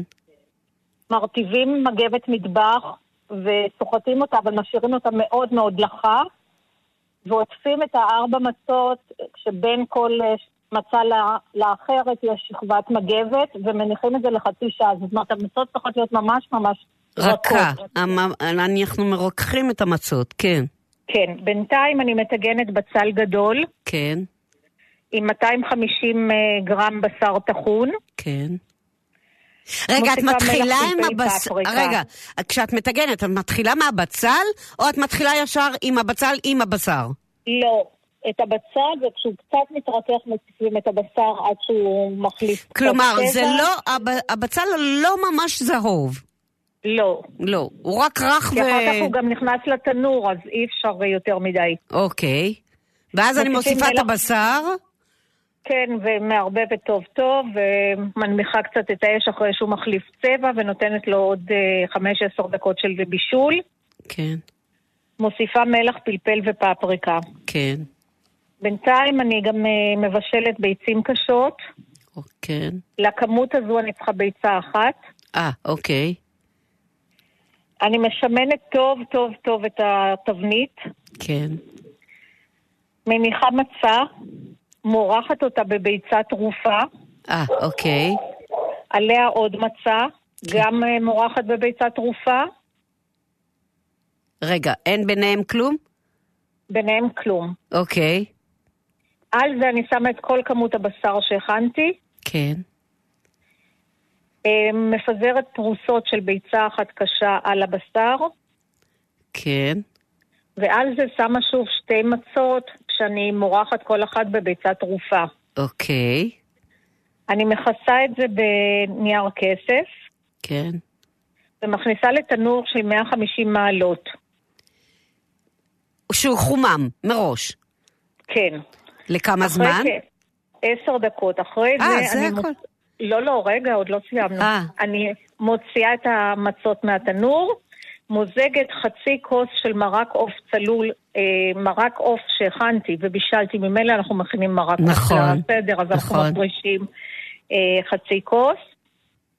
Speaker 7: מרטיבים מגבת מטבח וסוחטים אותה, אבל משאירים אותה מאוד מאוד לחה. ועוטפים את הארבע מצות, כשבין כל אה, מצה לה- לאחרת יש שכבת מגבת, ומניחים את זה לחצי שעה. זאת אומרת, המצות צריכות להיות ממש ממש
Speaker 3: רכה.
Speaker 7: רכות.
Speaker 3: המ- אנחנו מרוקחים את המצות, כן,
Speaker 7: כן, בינתיים אני מטגנת בצל גדול,
Speaker 3: כן,
Speaker 7: עם 250 אה, גרם בשר טחון.
Speaker 3: כן. רגע, את
Speaker 7: מוסיפה
Speaker 3: מתחילה
Speaker 7: מלח
Speaker 3: עם
Speaker 7: וזית,
Speaker 3: הבצל,
Speaker 7: פפריקה.
Speaker 3: רגע, כשאת מטגנת, את מתחילה מהבצל, או את מתחילה ישר עם הבצל עם הבשר?
Speaker 7: לא. את הבצל, וכשהוא קצת מתרכך, מוסיפים את הבשר עד שהוא מחליף קצת
Speaker 3: כלומר, זה
Speaker 7: צבע.
Speaker 3: לא, הב- הבצל לא ממש זהוב.
Speaker 7: לא.
Speaker 3: לא, הוא רק רך ו...
Speaker 7: כי אחר כך הוא גם נכנס לתנור, אז אי אפשר יותר מדי.
Speaker 3: אוקיי. ואז אני
Speaker 7: מוסיפים
Speaker 3: מוסיפה את
Speaker 7: מלח.
Speaker 3: הבשר.
Speaker 7: כן, ומערבבת טוב טוב, ומנמיכה קצת את האש אחרי שהוא מחליף צבע, ונותנת לו עוד אה, 15 דקות של בישול.
Speaker 3: כן,
Speaker 7: מוסיפה מלח, פלפל ופפריקה.
Speaker 3: כן.
Speaker 7: בינתיים אני גם אה, מבשלת ביצים קשות.
Speaker 3: או, כן.
Speaker 7: לכמות הזו אני צריכה ביצה אחת.
Speaker 3: אה, אוקיי.
Speaker 7: אני משמנת טוב טוב טוב את התבנית,
Speaker 3: כן.
Speaker 7: מניחה מצה, מורחת אותה בביצה טרופה,
Speaker 3: אה, אוקיי. כן.
Speaker 7: עליה עוד מצה, גם אה, מורחת בביצה טרופה,
Speaker 3: רגע, אין ביניהם כלום?
Speaker 7: ביניהם כלום.
Speaker 3: אוקיי.
Speaker 7: על זה אני שמה את כל כמות הבשר שהכנתי,
Speaker 3: כן.
Speaker 7: אה, מפזרת פרוסות של ביצה אחת קשה על הבשר,
Speaker 3: כן.
Speaker 7: ועל זה שמה שוב שתי מצות, כשאני מורחת כל אחת בביצה טרופה.
Speaker 3: אוקיי.
Speaker 7: אני מכסה את זה בנייר כסף,
Speaker 3: כן.
Speaker 7: ומכניסה לתנור של 150 מעלות.
Speaker 3: שהוא חומם, מראש.
Speaker 7: כן.
Speaker 3: לכמה זמן?
Speaker 7: אחרי כן. כ- עשר דקות. אחרי
Speaker 3: אה,
Speaker 7: זה
Speaker 3: זה
Speaker 7: אני...
Speaker 3: הכל.
Speaker 7: מוצ- לא, לא, רגע, עוד לא סיימנו.
Speaker 3: אה.
Speaker 7: אני מוציאה את המצות מהתנור, מוזגת חצי כוס של מרק עוף צלול, אה, מרק עוף שהכנתי ובישלתי, ממילא אנחנו מכינים מרק עוף
Speaker 3: נכון,
Speaker 7: בסדר, אז אנחנו
Speaker 3: נכון.
Speaker 7: מפרישים אה, חצי כוס.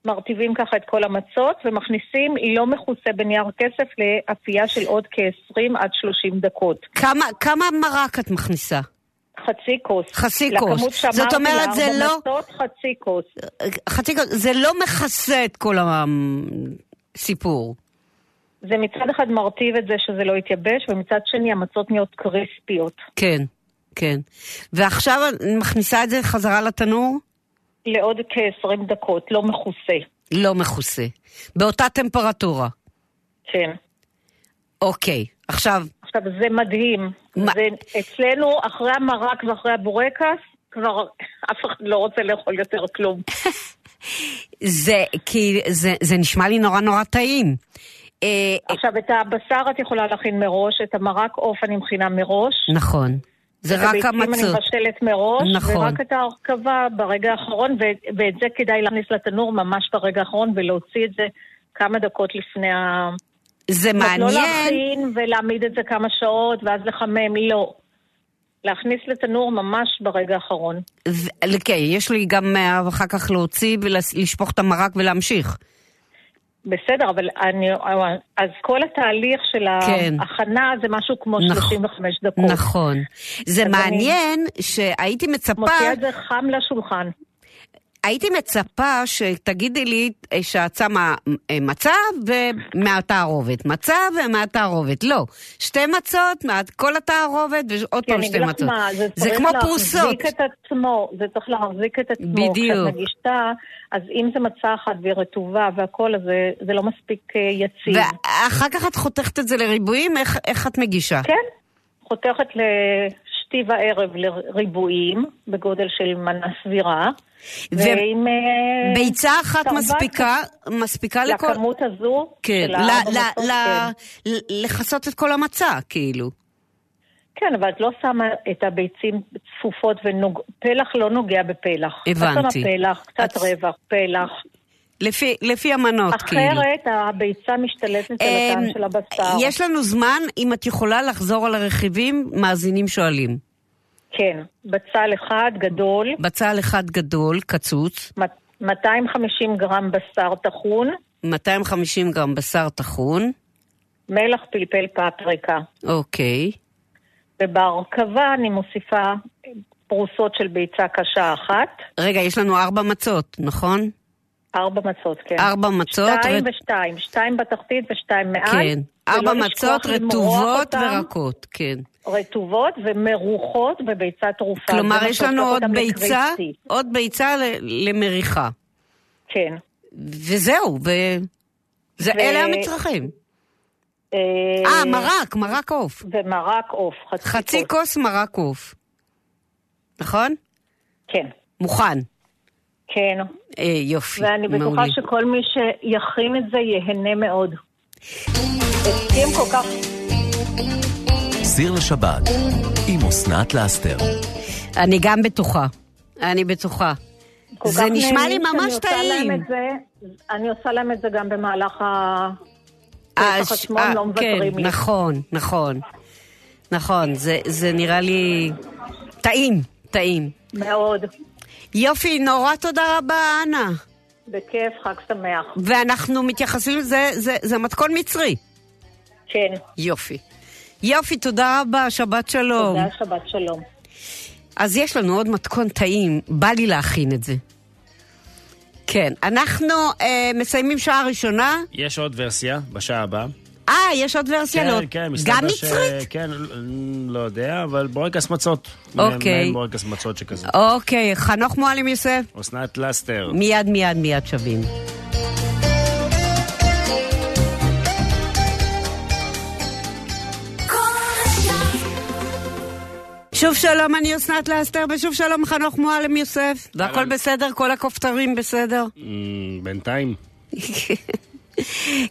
Speaker 7: מרטיבים ככה את כל המצות ומכניסים לא מכוסה בנייר כסף לאפייה של עוד כ-20 עד 30 דקות.
Speaker 3: כמה, כמה מרק את מכניסה?
Speaker 7: חצי כוס.
Speaker 3: חצי כוס.
Speaker 7: לכמות שאמרתי,
Speaker 3: זאת אומרת, זה
Speaker 7: לארבע
Speaker 3: לא- אה,
Speaker 7: מצות, חצי כוס.
Speaker 3: חצי כוס, זה לא מכסה את כל הסיפור.
Speaker 7: זה מצד אחד מרטיב את זה שזה לא יתייבש, ומצד שני המצות נהיות קריספיות.
Speaker 3: כן, כן. ועכשיו את מכניסה את זה חזרה לתנור?
Speaker 7: לעוד כ-20 דקות, לא מכוסה.
Speaker 3: לא מכוסה. באותה טמפרטורה.
Speaker 7: כן.
Speaker 3: אוקיי, עכשיו,
Speaker 7: עכשיו, זה מדהים.
Speaker 3: מה?
Speaker 7: זה אצלנו, אחרי המרק ואחרי הבורקס, כבר אף אחד לא רוצה לאכול יותר כלום.
Speaker 3: זה, כי זה, זה נשמע לי נורא נורא טעים. אה, אה,
Speaker 7: עכשיו, את הבשר את יכולה להכין מראש, את המרק עוף אני מכינה מראש.
Speaker 3: נכון. זה רק
Speaker 7: הביצים אני
Speaker 3: המצות.
Speaker 7: מבשלת מראש,
Speaker 3: נכון.
Speaker 7: ורק את ההרכבה ברגע האחרון, ו- ואת זה כדאי להכניס לתנור ממש ברגע האחרון, ולהוציא את זה כמה דקות לפני ה...
Speaker 3: זה
Speaker 7: לא
Speaker 3: מעניין.
Speaker 7: להכין ולהעמיד את זה כמה שעות, ואז לחמם, לא. להכניס לתנור ממש ברגע האחרון.
Speaker 3: ו- אוקיי, יש לי גם אה, אחר כך להוציא ולשפוך את המרק ולהמשיך.
Speaker 7: בסדר, אבל אני... אה, אז כל התהליך של
Speaker 3: כן.
Speaker 7: ההכנה זה משהו כמו
Speaker 3: נכון.
Speaker 7: 35 דקות.
Speaker 3: נכון. זה
Speaker 7: אז
Speaker 3: מעניין שהייתי מצפה,
Speaker 7: מוציאה את זה חם לשולחן.
Speaker 3: הייתי מצפה שתגידי לי אה, שאת שמה אה, מצה ומהתערובת, מצה ומהתערובת, לא. שתי מצות, מה- כל התערובת ועוד
Speaker 7: כי
Speaker 3: פעם
Speaker 7: כן, אני
Speaker 3: שתי
Speaker 7: אגיד לך
Speaker 3: מצות.
Speaker 7: מה,
Speaker 3: זה
Speaker 7: צריך
Speaker 3: כמו פרוסות.
Speaker 7: להחזיק את עצמו, זה צריך להחזיק את עצמו.
Speaker 3: בדיוק.
Speaker 7: כשאת מגישה, אז אם זה מצה אחת והיא רטובה והכל, אז זה, זה לא מספיק אה, יציב.
Speaker 3: ואחר כך את חותכת את זה לריבועים, איך, איך את מגישה?
Speaker 7: כן, חותכת לשתי וערב לריבועים, בגודל של מנה סבירה.
Speaker 3: ו-
Speaker 7: ועם... אה,
Speaker 3: ביצה אחת
Speaker 7: תרבט
Speaker 3: מספיקה, מספיקה לכל...
Speaker 7: לכמות הזו,
Speaker 3: כן,
Speaker 7: של
Speaker 3: ל-
Speaker 7: הארבע
Speaker 3: ל-
Speaker 7: מצות, כן.
Speaker 3: ל- ל- לכסות את כל המצה, כאילו.
Speaker 7: כן, אבל את לא שמה את הביצים צפופות ונוג... פלח לא נוגע בפלח. את
Speaker 3: הבנתי.
Speaker 7: שמה פלח, קצת
Speaker 3: את-
Speaker 7: רווח, פלח.
Speaker 3: לפי, לפי המנות, כאילו.
Speaker 7: אחרת הביצה משתלטת על
Speaker 3: אמ,
Speaker 7: הטעם של הבשר.
Speaker 3: יש לנו זמן, אם את יכולה לחזור על הרכיבים, מאזינים שואלים.
Speaker 7: כן, בצל אחד גדול,
Speaker 3: בצל אחד גדול, קצוץ,
Speaker 7: מ- 250 גרם בשר טחון,
Speaker 3: 250 גרם בשר טחון,
Speaker 7: מלח פלפל פפריקה.
Speaker 3: אוקיי,
Speaker 7: ובהרכבה אני מוסיפה אה, פרוסות של ביצה קשה אחת,
Speaker 3: רגע, יש לנו ארבע מצות, נכון?
Speaker 7: ארבע מצות, כן.
Speaker 3: ארבע מצות,
Speaker 7: שתיים
Speaker 3: ר-
Speaker 7: ושתיים, שתיים בתחתית ושתיים מעל.
Speaker 3: כן, ארבע
Speaker 7: ולא
Speaker 3: מצות
Speaker 7: לשכוח למרוח
Speaker 3: רטובות
Speaker 7: אותם,
Speaker 3: ורקות, כן.
Speaker 7: רטובות ומרוחות בביצה טרופה.
Speaker 3: כלומר,
Speaker 7: זה מה
Speaker 3: יש
Speaker 7: שהופך
Speaker 3: לנו עוד
Speaker 7: אותם
Speaker 3: ביצה,
Speaker 7: לקריסטי.
Speaker 3: עוד ביצה ל- למריחה.
Speaker 7: כן.
Speaker 3: וזהו, ו... זה
Speaker 7: ו-
Speaker 3: אלה המצרכים. אה, מרק, מרק עוף.
Speaker 7: ומרק עוף, חצי,
Speaker 3: חצי
Speaker 7: כוס.
Speaker 3: כוס מרק עוף. נכון?
Speaker 7: כן,
Speaker 3: מוכן.
Speaker 7: כן.
Speaker 3: אה, יופי,
Speaker 7: ואני בטוחה
Speaker 3: מעולה.
Speaker 7: שכל מי שיכין את זה ייהנה מאוד. עצים כל כך
Speaker 1: סיר לשבת עם אסנת לאסתר.
Speaker 3: אני גם בטוחה. אני בטוחה.
Speaker 7: כל
Speaker 3: זה
Speaker 7: כך
Speaker 3: נשמע לי
Speaker 7: נהנים שאני
Speaker 3: ממש
Speaker 7: עושה
Speaker 3: טעים.
Speaker 7: להם את זה- אני עושה להם את זה גם במהלך ה...
Speaker 3: אה,
Speaker 7: בטח
Speaker 3: ש-
Speaker 7: עצמם
Speaker 3: אה,
Speaker 7: לא מוותרים
Speaker 3: כן,
Speaker 7: לי.
Speaker 3: נכון, נכון. נכון, זה- זה נראה לי טעים, טעים.
Speaker 7: מאוד.
Speaker 3: יופי, נורא תודה רבה, אנה.
Speaker 7: בכיף, חג שמח.
Speaker 3: ואנחנו מתייחסים, זה, זה, זה מתכון מצרי.
Speaker 7: כן.
Speaker 3: יופי. יופי, תודה רבה, שבת שלום.
Speaker 7: תודה, שבת שלום.
Speaker 3: אז יש לנו עוד מתכון טעים, בא לי להכין את זה. כן, אנחנו אה, מסיימים שעה ראשונה.
Speaker 2: יש עוד ורסיה בשעה הבאה.
Speaker 3: אה, יש עוד ורסיה? לא.
Speaker 2: כן, כן, מסתבר
Speaker 3: גם
Speaker 2: ש-
Speaker 3: מצרית?
Speaker 2: כן, לא- לא יודע, אבל בורקס מצות.
Speaker 3: אוקיי.
Speaker 2: מעין בורקס מצות שכזה.
Speaker 3: אוקיי, חנוך מועלים יוסף,
Speaker 2: אסנת לסטר.
Speaker 3: מיד מיד מיד שווים. שוב שלום, אני אסנת לאסתר, ושוב שלום, חנוך מועלם יוסף. והכל
Speaker 2: אהלן.
Speaker 3: בסדר? כל הכופתרים בסדר?
Speaker 2: אמ, בינתיים.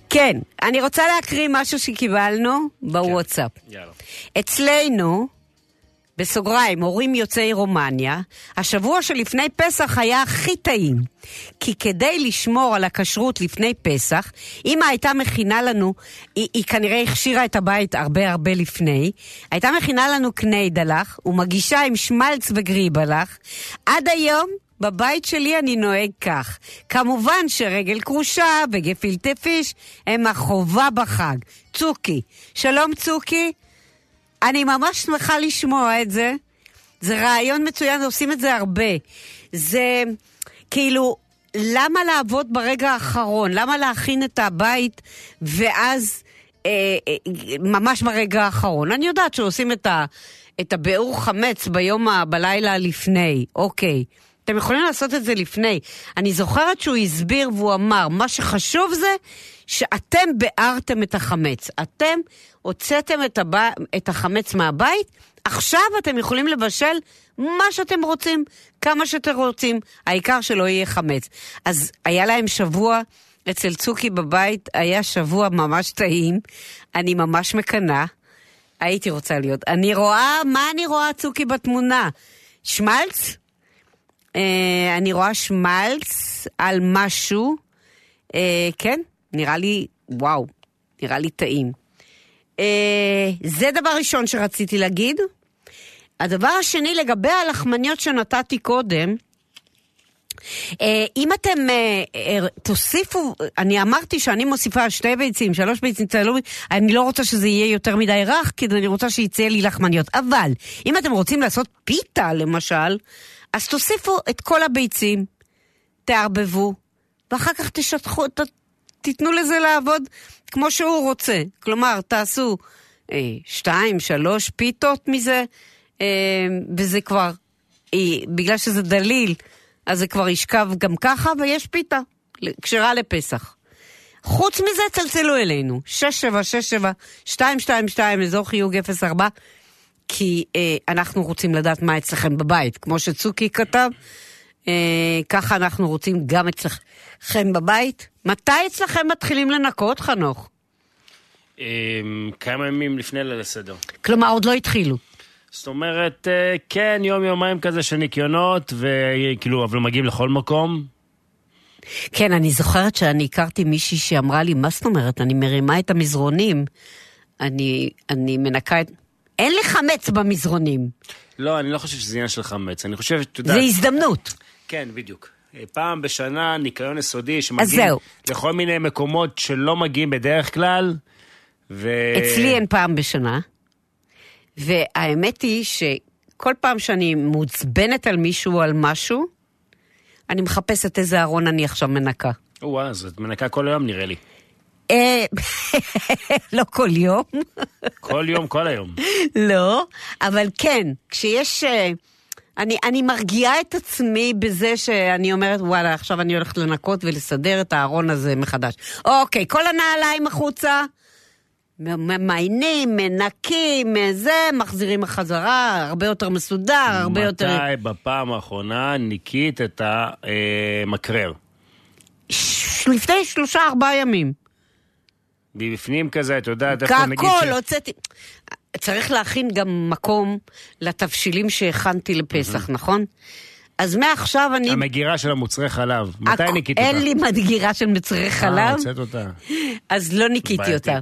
Speaker 3: כן, אני רוצה להקריא משהו שקיבלנו בוואטסאפ.
Speaker 2: כן. יאללה.
Speaker 3: אצלנו, בסוגריים, הורים יוצאי רומניה, השבוע שלפני פסח היה הכי טעים. כי כדי לשמור על הכשרות לפני פסח, אמא הייתה מכינה לנו, היא, היא כנראה הכשירה את הבית הרבה הרבה לפני, הייתה מכינה לנו קניידלח, ומגישה עם שמלץ וגריבלח. עד היום... בבית שלי אני נוהג כך. כמובן שרגל כרושה וגפילטה פיש הם החובה בחג. צוקי. שלום צוקי. אני ממש שמחה לשמוע את זה. זה רעיון מצוין, עושים את זה הרבה. זה כאילו, למה לעבוד ברגע האחרון? למה להכין את הבית ואז אה, אה, ממש ברגע האחרון? אני יודעת שעושים את, ה, את הביעור חמץ ביום, ה- בלילה לפני, אוקיי. אתם יכולים לעשות את זה לפני. אני זוכרת שהוא הסביר והוא אמר, מה שחשוב זה שאתם ביערתם את החמץ. אתם הוצאתם את, הב... את החמץ מהבית, עכשיו אתם יכולים לבשל מה שאתם רוצים, כמה שאתם רוצים, העיקר שלא יהיה חמץ. אז היה להם שבוע אצל צוקי בבית, היה שבוע ממש טעים, אני ממש מקנאה. הייתי רוצה להיות. אני רואה, מה אני רואה צוקי בתמונה? שמלץ? אה, אני רואה שמלץ על משהו. אה, כן, נראה לי, וואו, נראה לי טעים. אה, זה דבר ראשון שרציתי להגיד. הדבר השני, לגבי הלחמניות שנתתי קודם, אה, אם אתם אה, אה, תוסיפו, אני אמרתי שאני מוסיפה שתי ביצים, שלוש ביצים, תלוי, אני לא רוצה שזה יהיה יותר מדי רך, כי אני רוצה שיצא לי לחמניות. אבל, אם אתם רוצים לעשות פיתה, למשל, אז תוסיפו את כל הביצים, תערבבו, ואחר כך תשטחו, ת, תיתנו לזה לעבוד כמו שהוא רוצה. כלומר, תעשו אה, שתיים, שלוש פיתות מזה, אה, וזה כבר, אה, בגלל שזה דליל, אז זה כבר ישכב גם ככה, ויש פיתה, כשרה לפסח. חוץ מזה, צלצלו אלינו, 6767-222, אזור חיוג 04, כי אה, אנחנו רוצים לדעת מה אצלכם בבית. כמו שצוקי כתב, אה, ככה אנחנו רוצים גם אצלכם בבית. מתי אצלכם מתחילים לנקות, חנוך?
Speaker 2: אמ, כמה ימים לפני ליל הסדר.
Speaker 3: כלומר, עוד לא התחילו.
Speaker 2: זאת אומרת, אה, כן, יום-יומיים כזה של ניקיונות, וכאילו, אבל מגיעים לכל מקום.
Speaker 3: כן, אני זוכרת שאני הכרתי מישהי שאמרה לי, מה זאת אומרת? אני מרימה את המזרונים, אני, אני מנקה את... אין לי חמץ במזרונים,
Speaker 2: לא, אני לא חושב שזה עניין של חמץ. אני חושב, אתה יודע...
Speaker 3: זה הזדמנות.
Speaker 2: כן, בדיוק. אה, פעם בשנה ניקיון יסודי שמגיעים
Speaker 3: זהו.
Speaker 2: לכל מיני מקומות שלא מגיעים בדרך כלל. ו...
Speaker 3: אצלי אין פעם בשנה, והאמת היא שכל פעם שאני מעוצבנת על מישהו או על משהו, אני מחפשת איזה ארון אני עכשיו מנקה.
Speaker 2: וואו, אז את מנקה כל היום נראה לי.
Speaker 3: אה, לא כל יום,
Speaker 2: כל יום, כל היום.
Speaker 3: לא, אבל כן, כשיש... אה, אני, אני מרגיעה את עצמי בזה שאני אומרת, וואלה, עכשיו אני הולכת לנקות ולסדר את הארון הזה מחדש. אוקיי, כל הנעליים החוצה, ממיינים, מנקים, אה, זה, מחזירים חזרה, הרבה יותר מסודר, הרבה יותר...
Speaker 2: מתי בפעם האחרונה ניקית את המקרר?
Speaker 3: ש- לפני שלושה, ארבעה ימים.
Speaker 2: מבפנים כזה, את יודעת איפה נגיד...
Speaker 3: הכל
Speaker 2: ש-
Speaker 3: הוצאתי. צריך להכין גם מקום לתבשילים שהכנתי לפסח, נכון? אז מעכשיו אני...
Speaker 2: המגירה של המוצרי חלב. מתי
Speaker 3: הכ-
Speaker 2: ניקית אותה?
Speaker 3: אין לי מדגירה של מצרי
Speaker 2: אה,
Speaker 3: חלב,
Speaker 2: הוצאת אותה.
Speaker 3: אז לא ניקיתי
Speaker 2: בעייתי.
Speaker 3: אותה.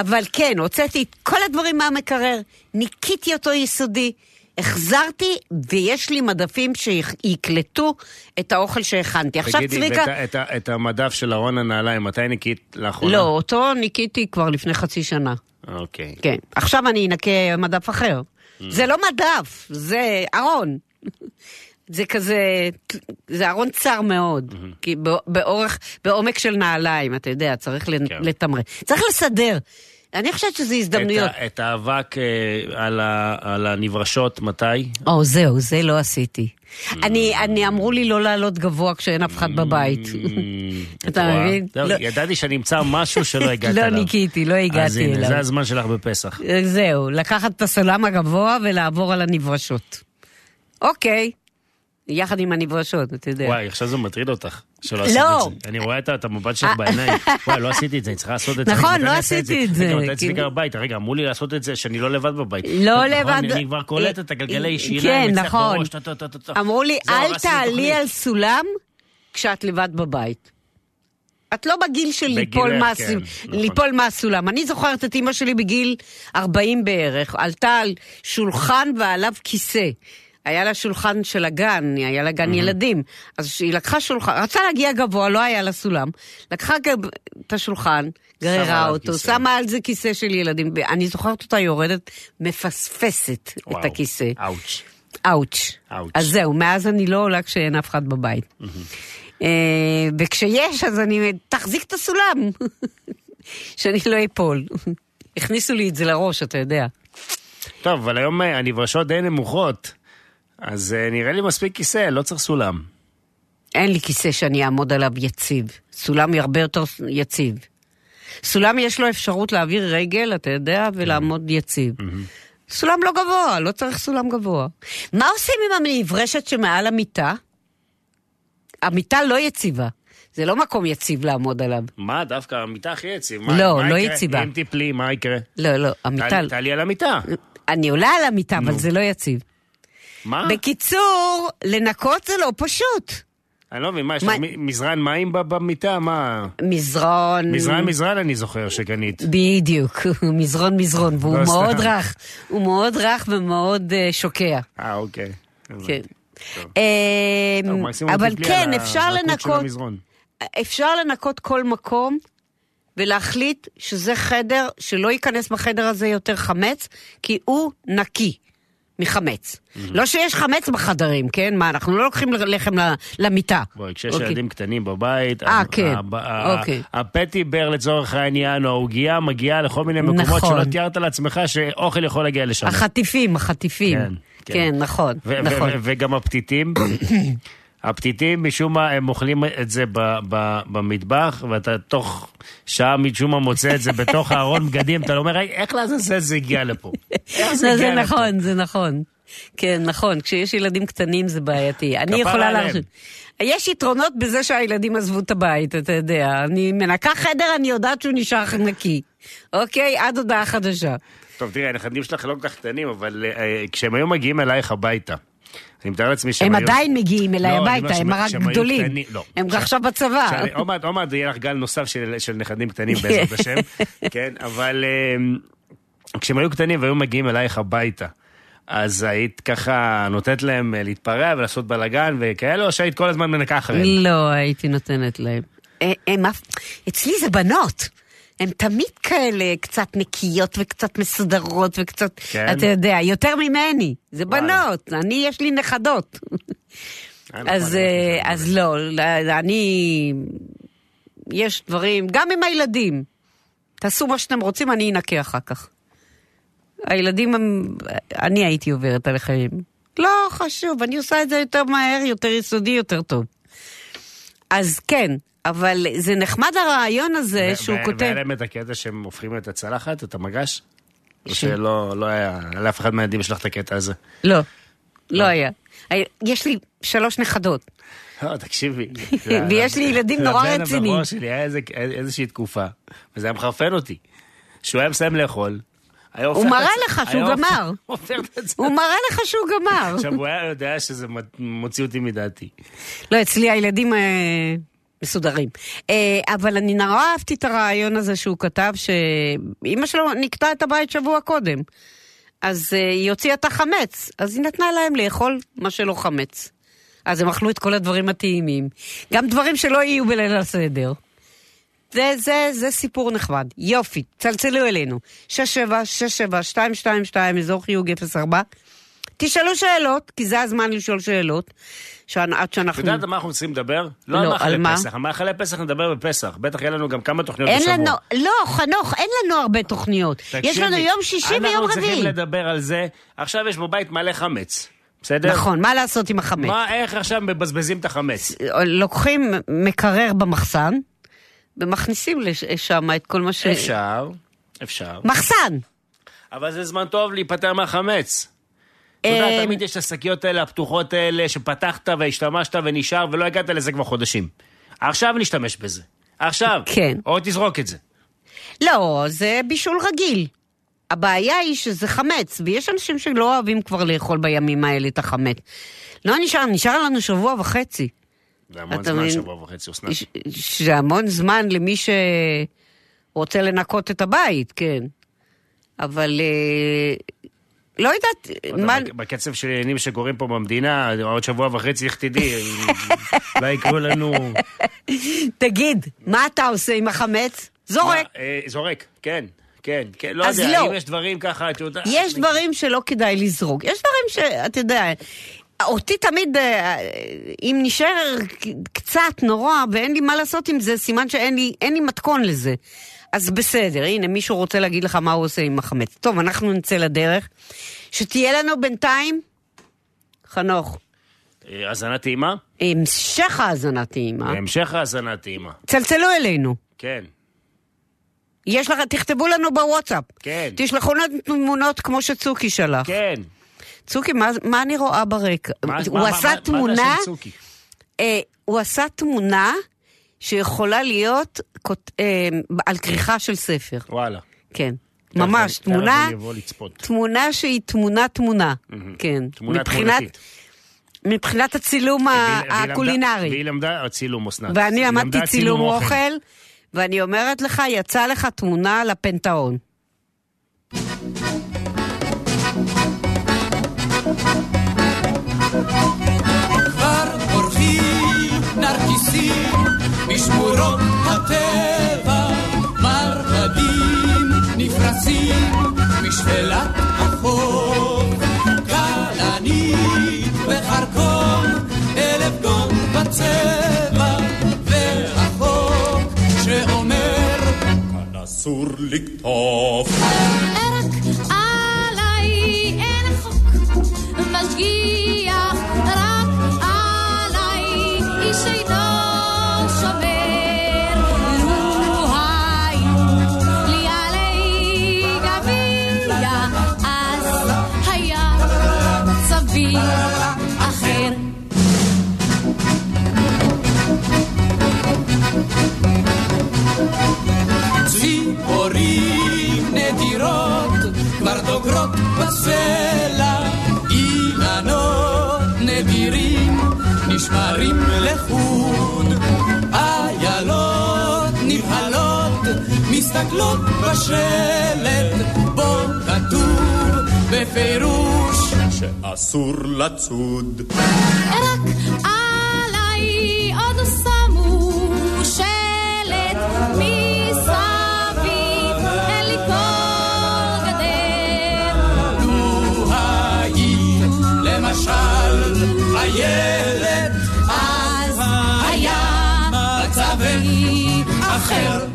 Speaker 3: אבל כן, הוצאתי את כל הדברים מהמקרר, ניקיתי אותו יסודי, החזרתי, ויש לי מדפים שיקלטו את האוכל שהכנתי. עכשיו צביקה...
Speaker 2: ואת ה- את ה- את המדף של ארון הנעליים, מתי ניקית לאחרונה?
Speaker 3: לא, אותו ניקיתי כבר לפני חצי שנה.
Speaker 2: אוקיי. Mm.
Speaker 3: כן. עכשיו אני אנקה מדף אחר. זה לא מדף, זה ארון. זה כזה, זה ארון צר מאוד,
Speaker 2: Mm-hmm.
Speaker 3: כי בא- באורך, בעומק של נעליים, אתה יודע, צריך לנ-
Speaker 2: כן.
Speaker 3: לתמרן. צריך לסדר. אני חושבת שזה הזדמנויות.
Speaker 2: את ה- את האבק אה, על ה- על הנברשות, מתי?
Speaker 3: או, זהו, זה לא עשיתי.
Speaker 2: Mm.
Speaker 3: אני, אני אמרו לי לא לעלות גבוה כשאין אף אחד בבית.
Speaker 2: Mm,
Speaker 3: אתה
Speaker 2: את רואה?
Speaker 3: מבין?
Speaker 2: זהו,
Speaker 3: לא.
Speaker 2: ידעתי שאני אמצא משהו שלא הגעת
Speaker 3: לא
Speaker 2: אליו.
Speaker 3: ניקיתי, לא
Speaker 2: אז
Speaker 3: הגעתי
Speaker 2: הנה,
Speaker 3: אליו.
Speaker 2: זה הזמן שלך בפסח.
Speaker 3: זהו, לקחת את הסולם הגבוה ולעבור על הנברשות. אוקיי. יחד עם הנברשות, אתה יודע.
Speaker 2: וואי, עכשיו זה מטריד אותך, שלא
Speaker 3: לא. אה.
Speaker 2: עשית את זה. אני רואה את ה- את המבט שלך בעיניים. וואי, לא עשיתי את זה, אני צריכה לעשות את זה.
Speaker 3: נכון,
Speaker 2: אני מתי
Speaker 3: לא
Speaker 2: אני אעשה
Speaker 3: עשיתי את זה,
Speaker 2: רגע, מתי
Speaker 3: כאילו-
Speaker 2: צביקה בבית? רגע, אמרו לי לעשות את זה, שאני לא לבד בבית.
Speaker 3: לא
Speaker 2: נכון,
Speaker 3: לבד.
Speaker 2: אני כבר קולט את הגלגלי
Speaker 3: כן,
Speaker 2: שיניים, אצלך
Speaker 3: נכון.
Speaker 2: בראש, טה, טה, טה, טה, טה.
Speaker 3: אמרו לי,
Speaker 2: זהו,
Speaker 3: אל
Speaker 2: הרסתי את
Speaker 3: תעלי
Speaker 2: התוכנית."
Speaker 3: על סולם כשאת לבד בבית. את לא בגיל של
Speaker 2: בגילך,
Speaker 3: ליפול, מה... כן,
Speaker 2: כן, נכון.
Speaker 3: ליפול מהסולם. אני זוכרת את אימא שלי בגיל 40 בערך, עלתה על שולחן ועליו כיסא. היה לה שולחן של הגן, היה לה גן ילדים. אז היא לקחה שולחן, רצתה להגיע גבוה, לא היה לה סולם. לקחה גם את השולחן,
Speaker 2: שמה
Speaker 3: גררה
Speaker 2: עליו
Speaker 3: אותו,
Speaker 2: כיסא.
Speaker 3: שמה על זה כיסא של ילדים. אני זוכרת אותה יורדת, מפספסת את
Speaker 2: וואו,
Speaker 3: הכיסא.
Speaker 2: אאוץ'.
Speaker 3: אאוץ'.
Speaker 2: אאוץ'.
Speaker 3: אז זהו, מאז אני לא עולה כשאין אף אחד בבית. אה, וכשיש, אז אני, תחזיק את הסולם, שאני לא אפול. הכניסו לי את זה לראש, אתה יודע.
Speaker 2: טוב, אבל היום אה, הנברשות די נמוכות, אז אה, נראה לי מספיק כיסא, לא צריך סולם.
Speaker 3: אין לי כיסא שאני אעמוד עליו יציב. סולם היא הרבה יותר יציב. סולם יש לו אפשרות להעביר רגל, אתה יודע, ולעמוד יציב. סולם לא גבוה, לא צריך סולם גבוה. מה עושים עם המברשת שמעל המיטה? המיטה לא יציבה. זה לא מקום יציב לעמוד עליו.
Speaker 2: מה, דווקא המיטה הכי יציב. מה-
Speaker 3: לא,
Speaker 2: מה
Speaker 3: לא
Speaker 2: יקרה?
Speaker 3: יציבה.
Speaker 2: אם תיפלי, מה יקרה?
Speaker 3: לא, לא, המיטה...
Speaker 2: תעלי- תעלי על המיטה.
Speaker 3: אני עולה על המיטה, אבל זה לא יציב.
Speaker 2: מה?
Speaker 3: בקיצור, לנקות זה לא פשוט.
Speaker 2: אני לא מבין, מה, יש לך
Speaker 3: מה-
Speaker 2: מ- מזרן מים ב- במיטה? מה?
Speaker 3: מזרון...
Speaker 2: מזרן מזרן אני זוכר שקנית.
Speaker 3: בדיוק, מזרון מזרון, והוא
Speaker 2: לא, סתם.
Speaker 3: מאוד רך, הוא מאוד רך ומאוד אה, שוקע.
Speaker 2: אה, אוקיי. הבנתי.
Speaker 3: כן.
Speaker 2: טוב.
Speaker 3: אה,
Speaker 2: טוב, מקסימום
Speaker 3: אבל
Speaker 2: תיפלי
Speaker 3: כן,
Speaker 2: על
Speaker 3: אפשר
Speaker 2: הרכות של
Speaker 3: לנקות,
Speaker 2: המזרון.
Speaker 3: אפשר לנקות כל מקום ולהחליט שזה חדר, שלא ייכנס בחדר הזה יותר חמץ, כי הוא נקי. מחמץ. לא שיש חמץ בחדרים, כן? מה, אנחנו לא לוקחים לחם ל- למיטה.
Speaker 2: בואי, כשיש
Speaker 3: אוקיי.
Speaker 2: ילדים קטנים בבית,
Speaker 3: אה,
Speaker 2: הב-
Speaker 3: כן.
Speaker 2: הב- ה-
Speaker 3: אוקיי.
Speaker 2: הפטי בר לצורך העניין, או העוגייה, מגיעה לכל מיני מקומות
Speaker 3: נכון.
Speaker 2: שלא תיארת לעצמך שאוכל יכול להגיע לשם.
Speaker 3: החטיפים, החטיפים.
Speaker 2: כן,
Speaker 3: כן,
Speaker 2: כן.
Speaker 3: נכון,
Speaker 2: ו- ו-
Speaker 3: נכון.
Speaker 2: ו- וגם הפתיתים. הפתיתים, משום מה, הם אוכלים את זה ב- ב- במטבח, ואתה תוך שעה משום מה מוצא את זה בתוך הארון בגדים, אתה אומר, "היי, איך לעזאזל זה הגיע לפה? איך
Speaker 3: לא, זה
Speaker 2: הגיע לפה?"
Speaker 3: נכון, זה נכון. כן, נכון, כשיש ילדים קטנים זה בעייתי. אני
Speaker 2: כפרה
Speaker 3: יכולה
Speaker 2: עליהם.
Speaker 3: להרשות. יש יתרונות בזה שהילדים עזבו את הבית, אתה יודע. אני מנקה חדר, אני יודעת שהוא נשאר נקי. אוקיי, עד הודעה חדשה.
Speaker 2: טוב, תראי, הנכדים שלך לא כל כך קטנים, אבל אה, אה, כשהם היו מגיעים אלייך הביתה, אני מתאר לעצמי שהם
Speaker 3: הם
Speaker 2: היו...
Speaker 3: עדיין מגיעים אליי
Speaker 2: לא, אני
Speaker 3: הביתה,
Speaker 2: אומר
Speaker 3: הם
Speaker 2: שהם-
Speaker 3: רק
Speaker 2: שהם היו
Speaker 3: גדולים.
Speaker 2: קטנים, לא.
Speaker 3: הם עכשיו בצבא.
Speaker 2: שאני- עוד מעט- עוד מעט יהיה לך גל נוסף של של נכדים קטנים בעזרת השם, כן, אבל אה, כשהם היו קטנים והיו מגיעים אלייך הביתה, אז היית ככה נותנת להם אה, להתפרע ולעשות בלאגן וכאלה, או שהיית כל הזמן מנקה אחריהם?
Speaker 3: לא הייתי נותנת להם. אה, הם אף... אצלי זה בנות. הן תמיד כאלה קצת נקיות וקצת מסודרות וקצת,
Speaker 2: כן?
Speaker 3: אתה יודע, יותר ממני. זה
Speaker 2: וואלה.
Speaker 3: בנות, אני, יש לי נכדות.
Speaker 2: אה, נכון,
Speaker 3: אז,
Speaker 2: אני
Speaker 3: אה,
Speaker 2: חושב.
Speaker 3: אז לא, לא, אני... יש דברים, גם עם הילדים. תעשו מה שאתם רוצים, אני אנקה אחר כך. הילדים, הם- אני הייתי עוברת על החיים. לא חשוב, אני עושה את זה יותר מהר, יותר יסודי, יותר טוב. אז כן, אבל זה נחמד הרעיון הזה
Speaker 2: ו-
Speaker 3: שהוא
Speaker 2: ו-
Speaker 3: כותב.
Speaker 2: והיה להם את הקטע שהם הופכים את הצלחת, את המגש? או
Speaker 3: ש-
Speaker 2: שלא לא היה, לאף אחד מהילדים שלך את הקטע הזה.
Speaker 3: לא, לא
Speaker 2: אה.
Speaker 3: היה. היה- יש לי שלוש נכדות.
Speaker 2: לא, תקשיבי.
Speaker 3: ויש לי ילדים נורא
Speaker 2: לבן
Speaker 3: רציניים.
Speaker 2: הבכור שלי היה איזה- איזושהי תקופה, וזה היה מחרפן אותי. שהוא היה מסיים לאכול, היה הופך
Speaker 3: הוא
Speaker 2: את
Speaker 3: מראה
Speaker 2: זה-
Speaker 3: לך שהוא
Speaker 2: היה הופך-
Speaker 3: גמר.
Speaker 2: הופך את זה.
Speaker 3: הוא מראה לך שהוא גמר.
Speaker 2: עכשיו, הוא היה יודע שזה מ- מוציא אותי מדעתי.
Speaker 3: לא, אצלי הילדים אה, מסודרים. אה, אבל אני נורא אהבתי את הרעיון הזה שהוא כתב, שאימא שלו נקטה את הבית שבוע קודם. אז אה, היא הוציאה את החמץ, אז היא נתנה להם לאכול מה שלא חמץ. אז הם אכלו את כל הדברים הטעימים. גם דברים שלא יהיו בליל הסדר. זה, זה, זה סיפור נחמד. יופי, צלצלו אלינו. 6767222, אזור חיוג 04. תשאלו שאלות, כי זה הזמן לשאול שאלות. שעד עד
Speaker 2: את
Speaker 3: שאנחנו...
Speaker 2: יודעת על מה אנחנו צריכים לדבר? לא
Speaker 3: לא,
Speaker 2: על
Speaker 3: על מה?
Speaker 2: מאכלי פסח, על מאכלי פסח נדבר בפסח. בטח יהיה לנו גם כמה תוכניות
Speaker 3: אין
Speaker 2: בשבוע.
Speaker 3: לנו, לא, חנוך, אין לנו הרבה תוכניות. יש לנו
Speaker 2: תקשיבי,
Speaker 3: יום שישי ויום
Speaker 2: אנחנו
Speaker 3: רביעי.
Speaker 2: צריכים לדבר על זה. עכשיו יש בבית מלא חמץ, בסדר?
Speaker 3: נכון, מה לעשות עם החמץ?
Speaker 2: מה, איך עכשיו מבזבזים את החמץ?
Speaker 3: לוקחים מקרר במחסן, ומכניסים לשם את כל מה ש...
Speaker 2: אפשר, אפשר,
Speaker 3: מחסן!
Speaker 2: אבל זה זמן טוב להיפטר מהחמץ. אתה
Speaker 3: אמ,
Speaker 2: יודע, תמיד יש את השקיות האלה, הפתוחות האלה, שפתחת והשתמשת ונשאר ולא הגעת לזה כבר חודשים. עכשיו נשתמש בזה. עכשיו.
Speaker 3: כן.
Speaker 2: או תזרוק את זה.
Speaker 3: לא, זה בישול רגיל. הבעיה היא שזה חמץ, ויש אנשים שלא אוהבים כבר לאכול בימים האלה את החמץ. לא נשאר, נשאר לנו שבוע וחצי.
Speaker 2: זה המון
Speaker 3: אתה
Speaker 2: זמן,
Speaker 3: מבין?
Speaker 2: שבוע וחצי, אסנת.
Speaker 3: ש- שזה המון זמן למי שרוצה לנקות את הבית, כן. אבל אה, לא יודעת,
Speaker 2: אתה יודע,
Speaker 3: מה...
Speaker 2: בק- בקצב של עניינים שקורים פה במדינה, עוד שבוע וחצי, איך תדעי, אולי יקראו לנו...
Speaker 3: תגיד, מה אתה עושה עם החמץ? זורק.
Speaker 2: אה, זורק, כן, כן, כן, לא
Speaker 3: אז
Speaker 2: יודע,
Speaker 3: לא.
Speaker 2: אם יש דברים ככה, את יודעת...
Speaker 3: יש דברים שלא כדאי לזרוק. יש דברים שאתה יודע, אותי תמיד, אה, אם נשאר קצת נורא ואין לי מה לעשות עם זה, סימן שאין לי, אין לי מתכון לזה. אז בסדר, הנה מישהו רוצה להגיד לך מה הוא עושה עם החמץ. טוב, אנחנו נצא לדרך. שתהיה לנו בינתיים, חנוך,
Speaker 2: אה, האזנה טעימה?
Speaker 3: המשך האזנה טעימה.
Speaker 2: בהמשך האזנה טעימה,
Speaker 3: צלצלו אלינו.
Speaker 2: כן.
Speaker 3: יש לך, תכתבו לנו בוואטסאפ.
Speaker 2: כן.
Speaker 3: תשלחו לנו תמונות כמו שצוקי שלח.
Speaker 2: כן.
Speaker 3: צוקי, מה, מה אני רואה ברקע?
Speaker 2: מה-
Speaker 3: הוא
Speaker 2: מה-
Speaker 3: עשה
Speaker 2: מה- מה- מה זה
Speaker 3: תמונה,
Speaker 2: השם צוקי?
Speaker 3: אה, הוא עשה תמונה שיכולה להיות כות, אה, על כריכה של ספר.
Speaker 2: וואלה.
Speaker 3: כן.
Speaker 2: תכף
Speaker 3: ממש,
Speaker 2: אני- תכף
Speaker 3: תמונה,
Speaker 2: אני אבוא לצפות.
Speaker 3: תמונה שהיא תמונה תמונה, כן.
Speaker 2: תמונה
Speaker 3: מבחינת,
Speaker 2: תמונתית.
Speaker 3: מבחינת הצילום ה-
Speaker 2: והיא- והיא למדה-
Speaker 3: הקולינרי.
Speaker 2: והיא למדה צילום אסנת.
Speaker 3: ואני
Speaker 2: היא
Speaker 3: למדתי
Speaker 2: למדה
Speaker 3: צילום אוכל, ואני אומרת לך, יצא לך תמונה לפנתאון.
Speaker 8: כבר בורחים נרקיסים משמורות הטבע, מרבדים נפרסים משפלת החוף, כלנית וחרקום, אלף גון בצבע, והחוק שאומר כאן אסור לקטוף
Speaker 9: רק עליי אין חוק משגיח, רק עליי איש אינו שומר. לו היו לי עלי גביע, אז היה מצבי אחר.
Speaker 8: ציפורים נדירות כבר דוגרות בסלע, אילנות נדירים נשמרים לחוד, איילות נבהלות מסתכלות בשלט, בו כתוב בפירוש שאסור לצוד.
Speaker 9: רק עליי עוד שמו שלט מסביב, אין לי כל גדר.
Speaker 8: לו היית למשל איילת
Speaker 9: אז היה
Speaker 8: מצבי אחר.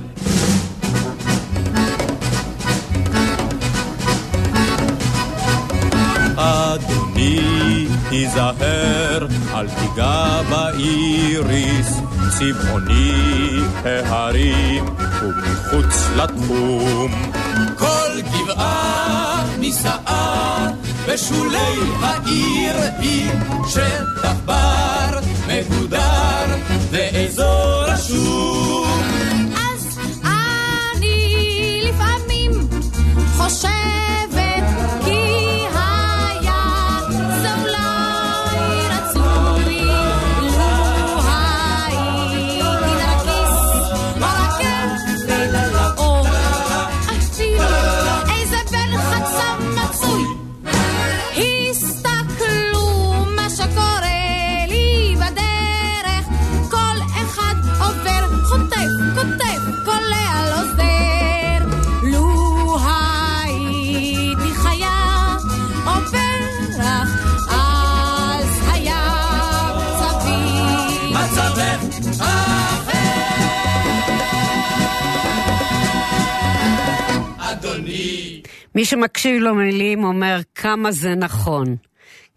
Speaker 8: אדוני, היזהר, אל תיגע באיריס, צבעוני ההרים ומחוץ לתחום. כל גבעה נישאה בשולי העיר היא שטח בר, מהודר ואזור השום.
Speaker 9: אז אני לפעמים חושבת כי היה זה אולי רצוי לו הייתי נרקיס ברקב או אפילו איזה בן חצה מצוי
Speaker 3: מי שמקשיב לו מילים אומר כמה זה נכון.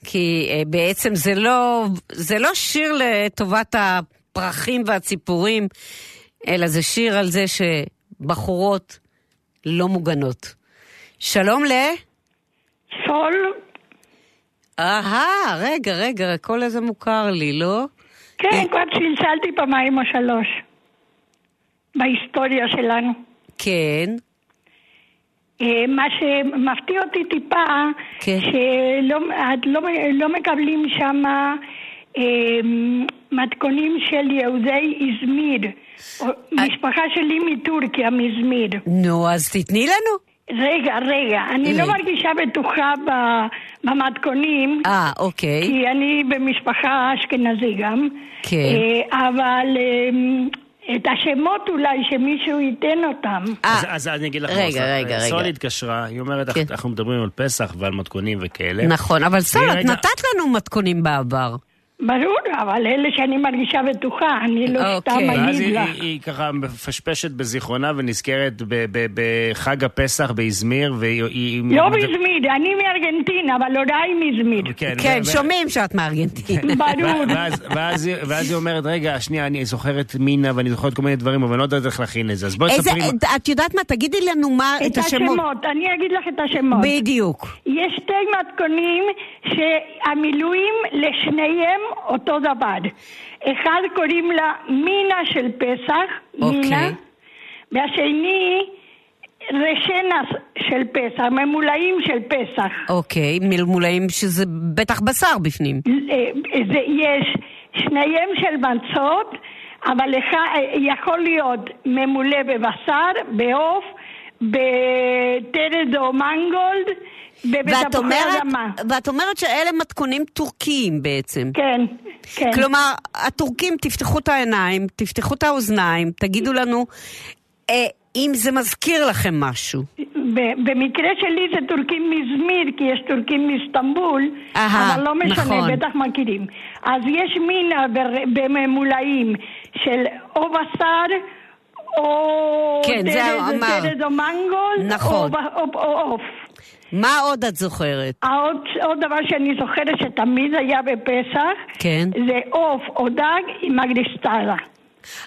Speaker 3: כי אה, בעצם זה לא, זה לא שיר לטובת הפרחים והציפורים, אלא זה שיר על זה שבחורות לא מוגנות. שלום ל...
Speaker 10: סול,
Speaker 3: אהה, רגע, רגע, הקול הזה מוכר לי, לא?
Speaker 10: כן, כבר צלצלתי פעמיים או שלוש. בהיסטוריה שלנו.
Speaker 3: כן.
Speaker 10: אה, מה שמפתיע אותי טיפה,
Speaker 3: כן.
Speaker 10: שלא את לא, לא מקבלים שם אה, מתכונים של יהודי איזמיר. או- משפחה שלי מטורקיה, מאיזמיר.
Speaker 3: אה, נו, אז תתני לנו.
Speaker 10: רגע, רגע, אני לא
Speaker 3: רגע.
Speaker 10: מרגישה בטוחה ב- במתכונים.
Speaker 3: אה, אוקיי.
Speaker 10: כי אני במשפחה אשכנזי גם.
Speaker 3: כן.
Speaker 10: אה, אבל אה, את השמות אולי שמישהו ייתן אותם.
Speaker 3: אה,
Speaker 2: אז, אז אני אגיד לך
Speaker 3: רגע,
Speaker 2: מה עושה.
Speaker 3: רגע, רגע.
Speaker 2: סול התקשרה, היא אומרת,
Speaker 3: כן.
Speaker 2: "אח- אנחנו מדברים על פסח ועל מתכונים וכאלה.
Speaker 3: נכון, אבל סול,
Speaker 2: והיא
Speaker 3: את
Speaker 2: רגע-
Speaker 3: נתת לנו מתכונים בעבר.
Speaker 10: ברור, אבל אלה שאני מרגישה בטוחה, אני לא
Speaker 3: אוקיי.
Speaker 10: סתם
Speaker 2: ואז
Speaker 10: אגיד
Speaker 2: היא,
Speaker 10: לך.
Speaker 2: היא, היא ככה מפשפשת בזיכרונה ונזכרת ב- ב- בחג הפסח באזמיר, והיא... היא-
Speaker 10: לא
Speaker 2: היא-
Speaker 10: מאזמיר, אני מארגנטינה, אבל הוריי מאזמיר.
Speaker 3: כן,
Speaker 2: ו- ו-
Speaker 3: שומעים שאת מארגנטינה.
Speaker 10: ברור.
Speaker 2: ואז- ואז היא- ואז היא אומרת, רגע, שנייה, אני זוכרת מינה ואני זוכרת כל מיני דברים, אבל אני לא יודעת איך להכין את זה, אז בואי
Speaker 3: איזה,
Speaker 2: תספרי. מה-
Speaker 3: את- את יודעת מה? תגידי לנו מה,
Speaker 10: את השמות, אני אגיד לך את השמות.
Speaker 3: בדיוק.
Speaker 10: יש שתי מתכונים שהמילואים לשניהם אותו דבר. אחד קוראים לה מינה של פסח,
Speaker 3: אוקיי.
Speaker 10: מינה, והשני רשנס של פסח, ממולאים של פסח.
Speaker 3: אוקיי, מלמולאים שזה בטח בשר בפנים.
Speaker 10: אה, זה, יש שניהם של מצות, אבל לך, אה, יכול להיות ממולא בבשר, בעוף, בטרד או מנגולד,
Speaker 3: ואת
Speaker 10: ובתפוחי
Speaker 3: אומרת,
Speaker 10: אדמה.
Speaker 3: ואת אומרת שאלה מתכונים טורקיים בעצם.
Speaker 10: כן, כן.
Speaker 3: כלומר, הטורקים, תפתחו את העיניים, תפתחו את האוזניים, תגידו לנו אה, אם זה מזכיר לכם משהו.
Speaker 10: ב- במקרה שלי זה טורקים מאזמיר, כי יש טורקים מאיסטנבול,
Speaker 3: אהה,
Speaker 10: אבל לא משנה,
Speaker 3: נכון.
Speaker 10: בטח מכירים. אז יש מינה בר- בממולאים של או בשר, או
Speaker 3: כן, זה
Speaker 10: טרד
Speaker 3: אמר.
Speaker 10: טרד או מנגול, או
Speaker 3: נכון.
Speaker 10: ב- או- או עוף.
Speaker 3: מה עוד את זוכרת?
Speaker 10: עוד, עוד דבר שאני זוכרת שתמיד היה בפסח,
Speaker 3: כן.
Speaker 10: זה עוף או דג עם אגריסטלה.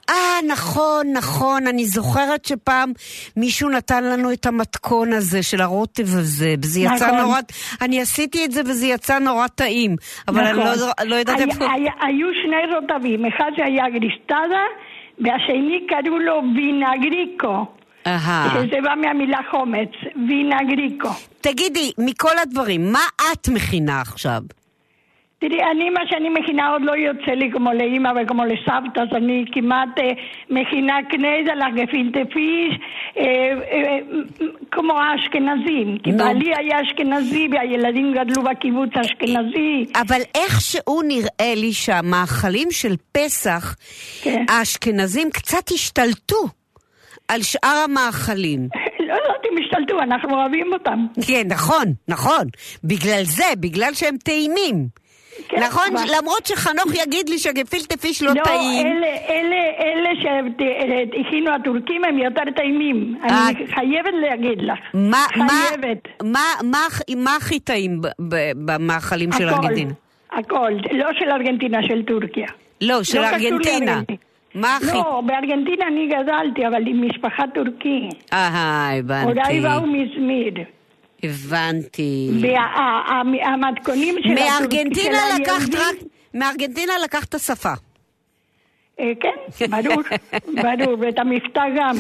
Speaker 3: אה, נכון, נכון, אני זוכרת שפעם מישהו נתן לנו את המתכון הזה של הרוטב הזה, וזה יצא
Speaker 10: נכון.
Speaker 3: נורא... אני עשיתי את זה וזה יצא נורא טעים, אבל אני
Speaker 10: נכון.
Speaker 3: לא, לא יודעת
Speaker 10: היה-
Speaker 3: איפה...
Speaker 10: היה- היו שני רוטבים, אחד שהיה גריסטדה, והשני קראו לו וינגריקו,
Speaker 3: אהה.
Speaker 10: שזה בא מהמילה חומץ, וינגריקו.
Speaker 3: תגידי, מכל הדברים, מה את מכינה עכשיו?
Speaker 10: תראי, אני, מה שאני מכינה עוד לא יוצא לי כמו לאימא וכמו לסבתא, אז אני כמעט אה, מכינה קניידה לגפילטה פיש, אה, אה, כמו האשכנזים. כי
Speaker 3: נו.
Speaker 10: בעלי היה אשכנזי והילדים גדלו בקיבוץ האשכנזי.
Speaker 3: אבל איכשהו נראה לי שהמאכלים של פסח,
Speaker 10: כן.
Speaker 3: האשכנזים קצת השתלטו על שאר המאכלים.
Speaker 10: לא יודעת אם השתלטו, אנחנו אוהבים אותם.
Speaker 3: כן, נכון, נכון. בגלל זה, בגלל שהם טעימים.
Speaker 10: כן,
Speaker 3: נכון?
Speaker 10: אבל-
Speaker 3: למרות שחנוך יגיד לי שגפילטה פיש לא טעים.
Speaker 10: אלה, אלה, אלה שהכינו הטורקים הם יותר טעימים.
Speaker 3: אה.
Speaker 10: אני חייבת להגיד לך.
Speaker 3: מה, מה,
Speaker 10: חייבת.
Speaker 3: מה, מה, הכ- מה הכי טעים ב- ב- במאכלים של
Speaker 10: הכל.
Speaker 3: ארגנטינה?
Speaker 10: הכל. לא של ארגנטינה, של טורקיה.
Speaker 3: לא, של
Speaker 10: לא קשור
Speaker 3: ארגנטינה.
Speaker 10: לארגנטינה.
Speaker 3: מה הכי...
Speaker 10: לא, בארגנטינה אני גדלתי, אבל עם משפחה טורקית.
Speaker 3: אה, הבנתי.
Speaker 10: הוריי באו מאזמיר.
Speaker 3: הבנתי.
Speaker 10: והמתכונים של הטורקים...
Speaker 3: מארגנטינה
Speaker 10: של
Speaker 3: לקחת
Speaker 10: היהודים-
Speaker 3: רק... מארגנטינה לקחת את השפה.
Speaker 10: אה, כן, ברור, ברור, ואת המבטא גם.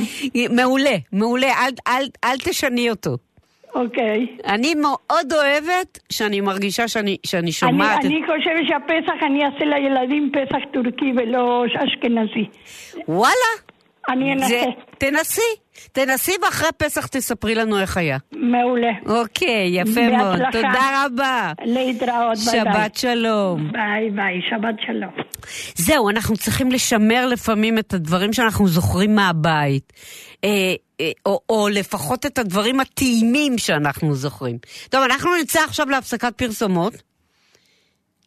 Speaker 3: מעולה, מעולה, אל, אל, אל תשני אותו.
Speaker 10: אוקיי.
Speaker 3: אני מאוד אוהבת שאני מרגישה שאני, שאני שומעת... את-
Speaker 10: אני, אני חושבת שהפסח, אני אעשה לילדים פסח טורקי ולא אשכנזי.
Speaker 3: וואלה,
Speaker 10: אני אנסה.
Speaker 3: זה... תנסי, תנסי ואחרי פסח תספרי לנו איך היה.
Speaker 10: מעולה.
Speaker 3: אוקיי, יפה
Speaker 10: בהצלחה.
Speaker 3: מאוד, תודה רבה.
Speaker 10: להתראות, ביי ביי.
Speaker 3: שבת שלום.
Speaker 10: ביי ביי, שבת שלום.
Speaker 3: זהו, אנחנו צריכים לשמר לפעמים את הדברים שאנחנו זוכרים מהבית. אה, אה, או, או לפחות את הדברים הטעימים שאנחנו זוכרים. טוב, אנחנו נצא עכשיו להפסקת פרסומות.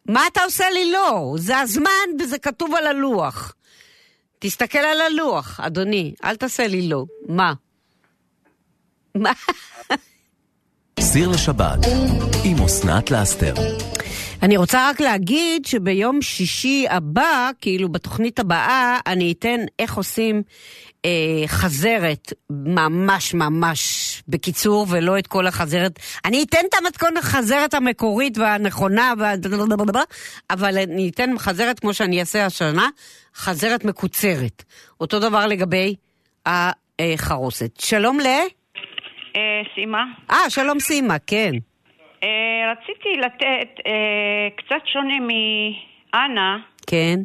Speaker 3: מה אתה עושה לי לא? זה הזמן וזה כתוב על הלוח. תסתכל על הלוח, אדוני, אל תעשה לי לא. מה? מה?
Speaker 1: סיר לשבת עם אסנת לאסתר.
Speaker 3: אני רוצה רק להגיד שביום שישי הבא, כאילו בתוכנית הבאה, אני אתן איך עושים אה, חזרת ממש ממש בקיצור, ולא את כל החזרת. אני אתן את המתכון החזרת המקורית והנכונה, וה... אבל אני אתן חזרת כמו שאני אעשה השנה, חזרת מקוצרת. אותו דבר לגבי החרוסת. שלום ל...
Speaker 11: אה, סימה,
Speaker 3: אה, שלום סימה, כן.
Speaker 11: אה, רציתי לתת אה, קצת שונה מאנה,
Speaker 3: כן.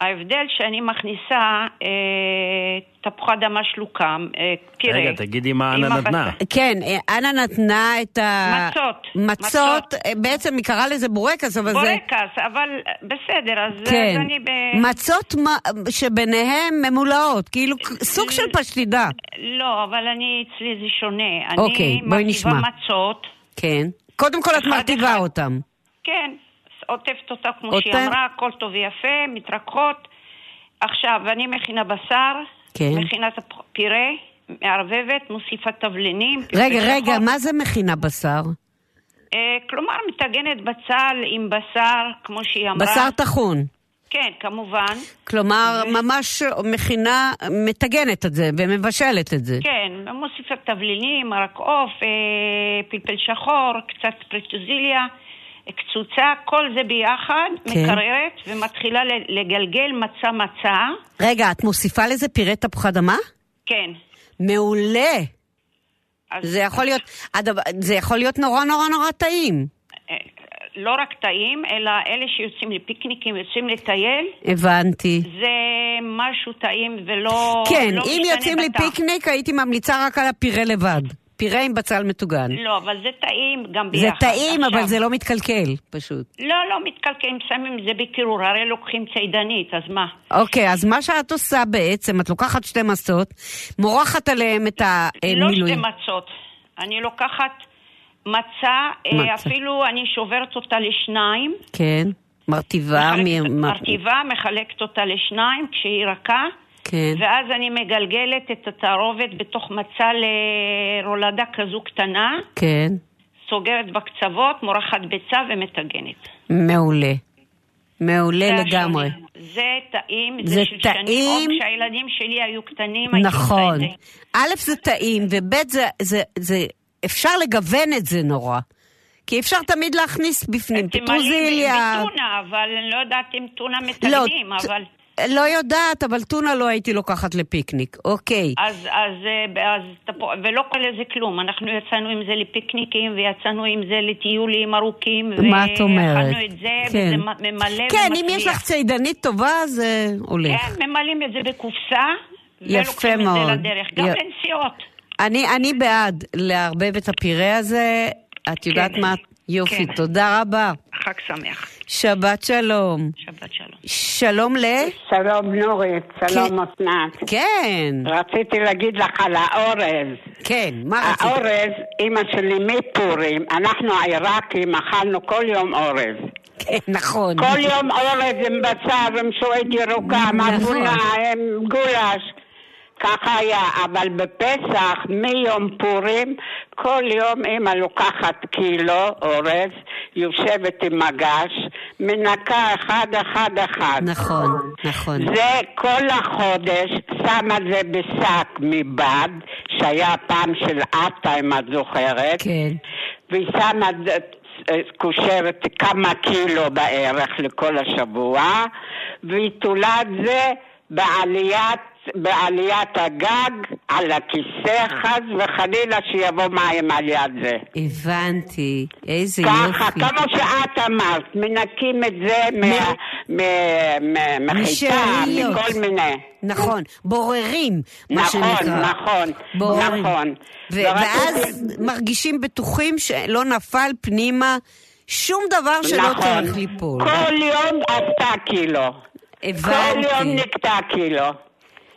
Speaker 11: ההבדל שאני מכניסה אה, תפוחי אדמה שלוקם, אה, פירה.
Speaker 2: רגע, תגידי מה אנה
Speaker 11: עם
Speaker 2: נתנה.
Speaker 11: הבצק.
Speaker 3: כן, אה, אנה נתנה את ה...
Speaker 11: מצות.
Speaker 3: מצות.
Speaker 11: מצות.
Speaker 3: אה, בעצם היא קראה לזה בורקס, אבל זה...
Speaker 11: בורקס, אבל אה, בסדר, אז,
Speaker 3: כן.
Speaker 11: אז אני ב...
Speaker 3: מצות מ- שביניהן ממולאות, כאילו
Speaker 11: אה,
Speaker 3: ק- סוג של פשטידה.
Speaker 11: לא, אבל אני, אצלי זה שונה.
Speaker 3: אוקיי,
Speaker 11: אני
Speaker 3: בואי
Speaker 11: מרכיבה
Speaker 3: נשמע.
Speaker 11: מצות,
Speaker 3: כן. קודם כל את
Speaker 11: אחד,
Speaker 3: מרטיבה
Speaker 11: אחד.
Speaker 3: אותם.
Speaker 11: כן, עוטפת אותה כמו שהיא
Speaker 3: עוטף.
Speaker 11: אמרה, הכל טוב ויפה, מתרככות. עכשיו, אני מכינה בשר,
Speaker 3: כן.
Speaker 11: מכינה את הפירה, מערבבת, מוסיפה תבלינים.
Speaker 3: רגע,
Speaker 11: פרחי
Speaker 3: רגע,
Speaker 11: ירקות.
Speaker 3: מה זה מכינה בשר?
Speaker 11: אה, כלומר, מטגנת בצל עם בשר, כמו שהיא אמרה.
Speaker 3: בשר טחון.
Speaker 11: כן, כמובן.
Speaker 3: כלומר, ממש מכינה, מטגנת את זה ומבשלת את זה.
Speaker 11: כן, מוסיפה תבלינים, מרק עוף, אה, פלפל שחור, קצת פרטוזיליה, קצוצה, כל זה ביחד,
Speaker 3: כן.
Speaker 11: מקררת, ומתחילה ל- לגלגל מצה-מצה.
Speaker 3: רגע, את מוסיפה לזה פירה תפוחי אדמה?
Speaker 11: כן.
Speaker 3: מעולה.
Speaker 11: אז
Speaker 3: זה יכול להיות, הדבר- זה יכול להיות נורא נורא נורא טעים.
Speaker 11: אה, לא רק טעים, אלא אלה שיוצאים לפיקניקים, יוצאים לטייל,
Speaker 3: הבנתי.
Speaker 11: זה משהו טעים ולא
Speaker 3: כן,
Speaker 11: לא
Speaker 3: אם
Speaker 11: משתנה
Speaker 3: יוצאים לי
Speaker 11: בטעם.
Speaker 3: פיקניק, הייתי ממליצה רק על הפירה לבד. פירה עם בצל מטוגן.
Speaker 11: לא, אבל זה טעים גם ביחד.
Speaker 3: זה טעים, אבל
Speaker 11: עכשיו-
Speaker 3: זה לא מתקלקל, פשוט.
Speaker 11: לא, לא מתקלקלים, שמים את זה בקירור, הרי לוקחים צידנית, אז מה?
Speaker 3: אוקיי, אז מה שאת עושה בעצם, את לוקחת שתי מסות, מורחת עליהם את
Speaker 11: לא שתי
Speaker 3: המילואים.
Speaker 11: מצות. אני לוקחת מצה, אה,
Speaker 3: מצה.
Speaker 11: אפילו אני שוברת אותה לשניים.
Speaker 3: כן, מרטיבה.
Speaker 11: מחלקת-
Speaker 3: מ- מ-
Speaker 11: מרטיבה, מחלקת אותה לשניים כשהיא רכה.
Speaker 3: כן.
Speaker 11: ואז אני מגלגלת את התערובת בתוך מצה לרולדה כזו קטנה,
Speaker 3: כן,
Speaker 11: סוגרת בקצוות, מורחת ביצה ומטגנת.
Speaker 3: מעולה. מעולה
Speaker 11: זה
Speaker 3: לגמרי.
Speaker 11: השונה. זה טעים,
Speaker 3: זה
Speaker 11: זה של שנים, עוד
Speaker 3: טעים.
Speaker 11: כשהילדים שלי היו קטנים, הייתי
Speaker 3: נכון.
Speaker 11: עושה את זה.
Speaker 3: א', זה טעים, וב', זה, זה, זה, אפשר לגוון את זה נורא. כי אפשר תמיד להכניס בפנים
Speaker 11: תמלאי
Speaker 3: פטרוזיליה.
Speaker 11: בטונה, אבל אני לא יודעת אם טונה
Speaker 3: לא,
Speaker 11: מתגנים,
Speaker 3: ט-
Speaker 11: אבל...
Speaker 3: לא יודעת, אבל טונה לא הייתי לוקחת לפיקניק. אוקיי.
Speaker 11: אז, אז, אה, אז, תפו- ולא כל איזה כלום, אנחנו יצאנו עם זה לפיקניקים ויצאנו עם זה לטיולים ארוכים.
Speaker 3: מה את אומרת?
Speaker 11: ואכלנו את זה,
Speaker 3: כן.
Speaker 11: וזה מ- ממלא
Speaker 3: כן,
Speaker 11: ומצליח.
Speaker 3: אם יש לך צידנית טובה, זה הולך.
Speaker 11: כן, ממלאים את זה בקופסה,
Speaker 3: יפה
Speaker 11: ולוקחים את
Speaker 3: מאוד.
Speaker 11: זה לדרך, גם
Speaker 3: י-
Speaker 11: לנסיעות.
Speaker 3: אני, אני בעד לערבב את הפירה הזה. את יודעת
Speaker 11: כן.
Speaker 3: מה? יופי,
Speaker 11: כן.
Speaker 3: תודה רבה.
Speaker 11: חג שמח,
Speaker 3: שבת שלום.
Speaker 11: שבת שלום.
Speaker 3: שלום ל...
Speaker 12: שלום נורית,
Speaker 3: כן.
Speaker 12: שלום אסנת.
Speaker 3: כן,
Speaker 12: רציתי להגיד לך על האורז.
Speaker 3: כן, מה רצית?
Speaker 12: האורז, אימא שלי מפורים, אנחנו העיראקים אכלנו כל יום אורז.
Speaker 3: כן, נכון.
Speaker 12: כל יום אורז עם בשר, עם שועית ירוקה, עם
Speaker 3: נכון.
Speaker 12: עגונה, עם גולש. ככה היה, אבל בפסח, מיום פורים, כל יום אמא לוקחת קילו אורז, יושבת עם מגש, מנקה אחד אחד אחד.
Speaker 3: נכון, נכון.
Speaker 12: זה כל החודש, שמה זה בשק מבד, שהיה פעם של עטה, אם את זוכרת.
Speaker 3: כן.
Speaker 12: והיא שמה אה, קושרת כמה קילו בערך לכל השבוע, והיא תולה את זה בעליית, בעליית הגג, על הכיסא, חס וחלילה שיבוא מים על יד זה.
Speaker 3: הבנתי, איזה
Speaker 12: ככה,
Speaker 3: יופי.
Speaker 12: כמו שאת אמרת, מנקים את זה מה- מ- מ- מחיטה,
Speaker 3: משאריות.
Speaker 12: מכל מיני.
Speaker 3: נכון, בוררים, מה
Speaker 12: נכון,
Speaker 3: שנקרא.
Speaker 12: נכון,
Speaker 3: בוררים.
Speaker 12: נכון.
Speaker 3: ו-
Speaker 12: ורציתי-
Speaker 3: ואז מרגישים בטוחים שלא נפל פנימה שום דבר שלא
Speaker 12: נכון.
Speaker 3: צריך ליפול.
Speaker 12: כל יום עשתה קילו. כל יום
Speaker 3: הבנתי.
Speaker 12: נקטע קילו.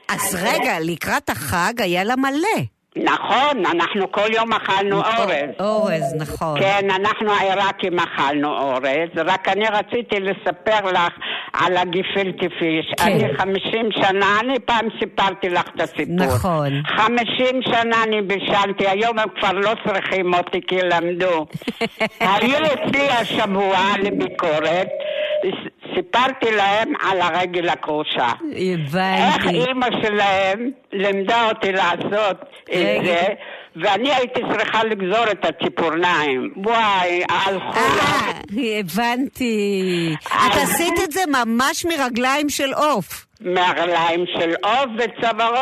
Speaker 3: אז רגע, לקראת החג היה לה מלא.
Speaker 12: נכון, אנחנו כל יום אכלנו אורז.
Speaker 3: נכון, אורז, נכון.
Speaker 12: כן, אנחנו העיראקים אכלנו אורז, רק אני רציתי לספר לך על הגפילטע פיש.
Speaker 3: כן.
Speaker 12: אני 50 שנה, אני פעם סיפרתי לך את הסיפור.
Speaker 3: נכון.
Speaker 12: 50 שנה אני בישלתי, היום הם כבר לא צריכים אותי כי למדו. היו אצלי השבוע לביקורת, ס- סיפרתי להם על הרגל הכרושה. איך
Speaker 3: הבנתי.
Speaker 12: אה, אימא שלהם לימדה אותי לעשות את
Speaker 3: רגע.
Speaker 12: זה, ואני הייתי צריכה לגזור את הציפורניים. וואי, הלכו...
Speaker 3: אה, הבנתי. את עשית את זה ממש מרגליים של עוף.
Speaker 12: מהרגליים של עוף וצווארו,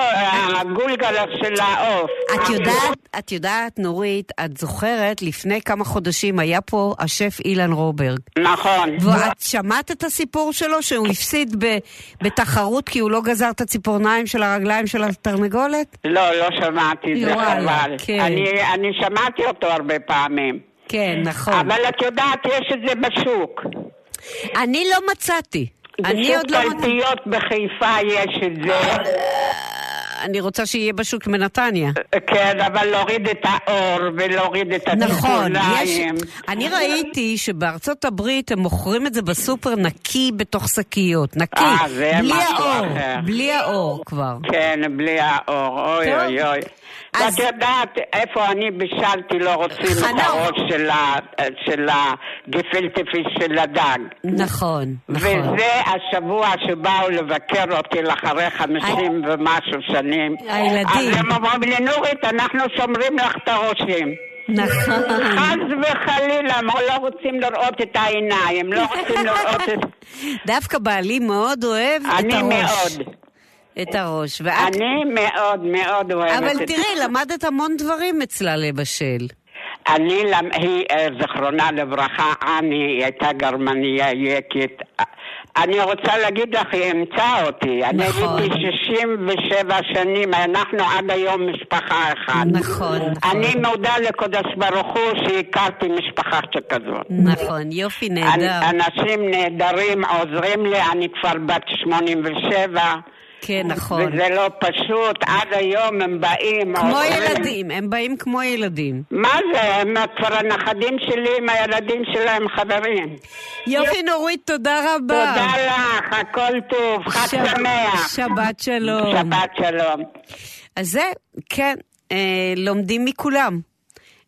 Speaker 12: הגולגלה של העוף.
Speaker 3: את יודעת, את יודעת, נורית, את זוכרת, לפני כמה חודשים היה פה השף אילן רוברג.
Speaker 12: נכון.
Speaker 3: ואת שמעת את הסיפור שלו שהוא הפסיד ב- בתחרות כי הוא לא גזר את הציפורניים של הרגליים של התרנגולת?
Speaker 12: לא, לא שמעתי, זה
Speaker 3: וואלה,
Speaker 12: חבל.
Speaker 3: כן.
Speaker 12: אני, אני שמעתי אותו הרבה פעמים.
Speaker 3: כן, נכון.
Speaker 12: אבל את יודעת, יש את זה בשוק.
Speaker 3: אני לא מצאתי. אני
Speaker 12: בשוק
Speaker 3: עוד לא מצאתי.
Speaker 12: תלפיות בחיפה יש את זה.
Speaker 3: אני רוצה שיהיה בשוק בנתניה.
Speaker 12: כן, אבל להוריד את האור ולהוריד את אה,
Speaker 3: נכון, יש...
Speaker 12: הציפורניים.
Speaker 3: אני ראיתי שבארצות הברית הם מוכרים את זה בסופר נקי בתוך שקיות. נקי.
Speaker 12: אה, זה
Speaker 3: בלי
Speaker 12: משהו
Speaker 3: האור.
Speaker 12: אחר.
Speaker 3: בלי האור כבר.
Speaker 12: כן, בלי האור, אוי
Speaker 3: טוב.
Speaker 12: אוי אוי.
Speaker 3: אז-
Speaker 12: את יודעת איפה אני בישלתי, לא רוצים את
Speaker 3: חנוך.
Speaker 12: הראש של ה- של הגפילטפיס של הדג.
Speaker 3: נכון, נכון.
Speaker 12: וזה השבוע שבאו לבקר אותי לאחרי חמישים
Speaker 3: אה.
Speaker 12: ומשהו שנים.
Speaker 3: הילדים.
Speaker 12: אז הם אמרו לי, נורית, אנחנו שומרים לך את הראשים.
Speaker 3: נכון.
Speaker 12: חס וחלילה, הם לא רוצים לראות את העיניים, לא רוצים לראות את...
Speaker 3: דווקא בעלי מאוד אוהב את
Speaker 12: אני
Speaker 3: הראש.
Speaker 12: מאוד.
Speaker 3: את הראש. ואת...
Speaker 12: אני מאוד מאוד אוהבת את
Speaker 3: אבל תראי, למדת המון דברים אצלה לבשל.
Speaker 12: אני, למ- היא, אה, זיכרונה לברכה, אני, היא הייתה גרמניה יקית. אה, אני רוצה להגיד לך, היא אימצה אותי. אני
Speaker 3: נכון.
Speaker 12: הייתי 67 שנים, אנחנו עד היום משפחה אחת.
Speaker 3: נכון, נכון.
Speaker 12: אני מודה לקדוש ברוך הוא שהכרתי משפחה שכזאת.
Speaker 3: נכון, יופי, נהדר.
Speaker 12: אנ- אנשים נהדרים עוזרים לי, אני כבר בת 87.
Speaker 3: כן, נכון.
Speaker 12: וזה לא פשוט, עד היום הם באים,
Speaker 3: כמו
Speaker 12: עוזרים.
Speaker 3: ילדים, הם באים כמו ילדים.
Speaker 12: מה זה, הם כבר הנכדים שלי עם הילדים שלהם חברים.
Speaker 3: יופי, נורית, תודה רבה.
Speaker 12: תודה לך, הכל טוב, חג
Speaker 3: ש-
Speaker 12: שמח.
Speaker 3: שבת שלום.
Speaker 12: שבת שלום.
Speaker 3: אז זה, כן, אה, לומדים מכולם.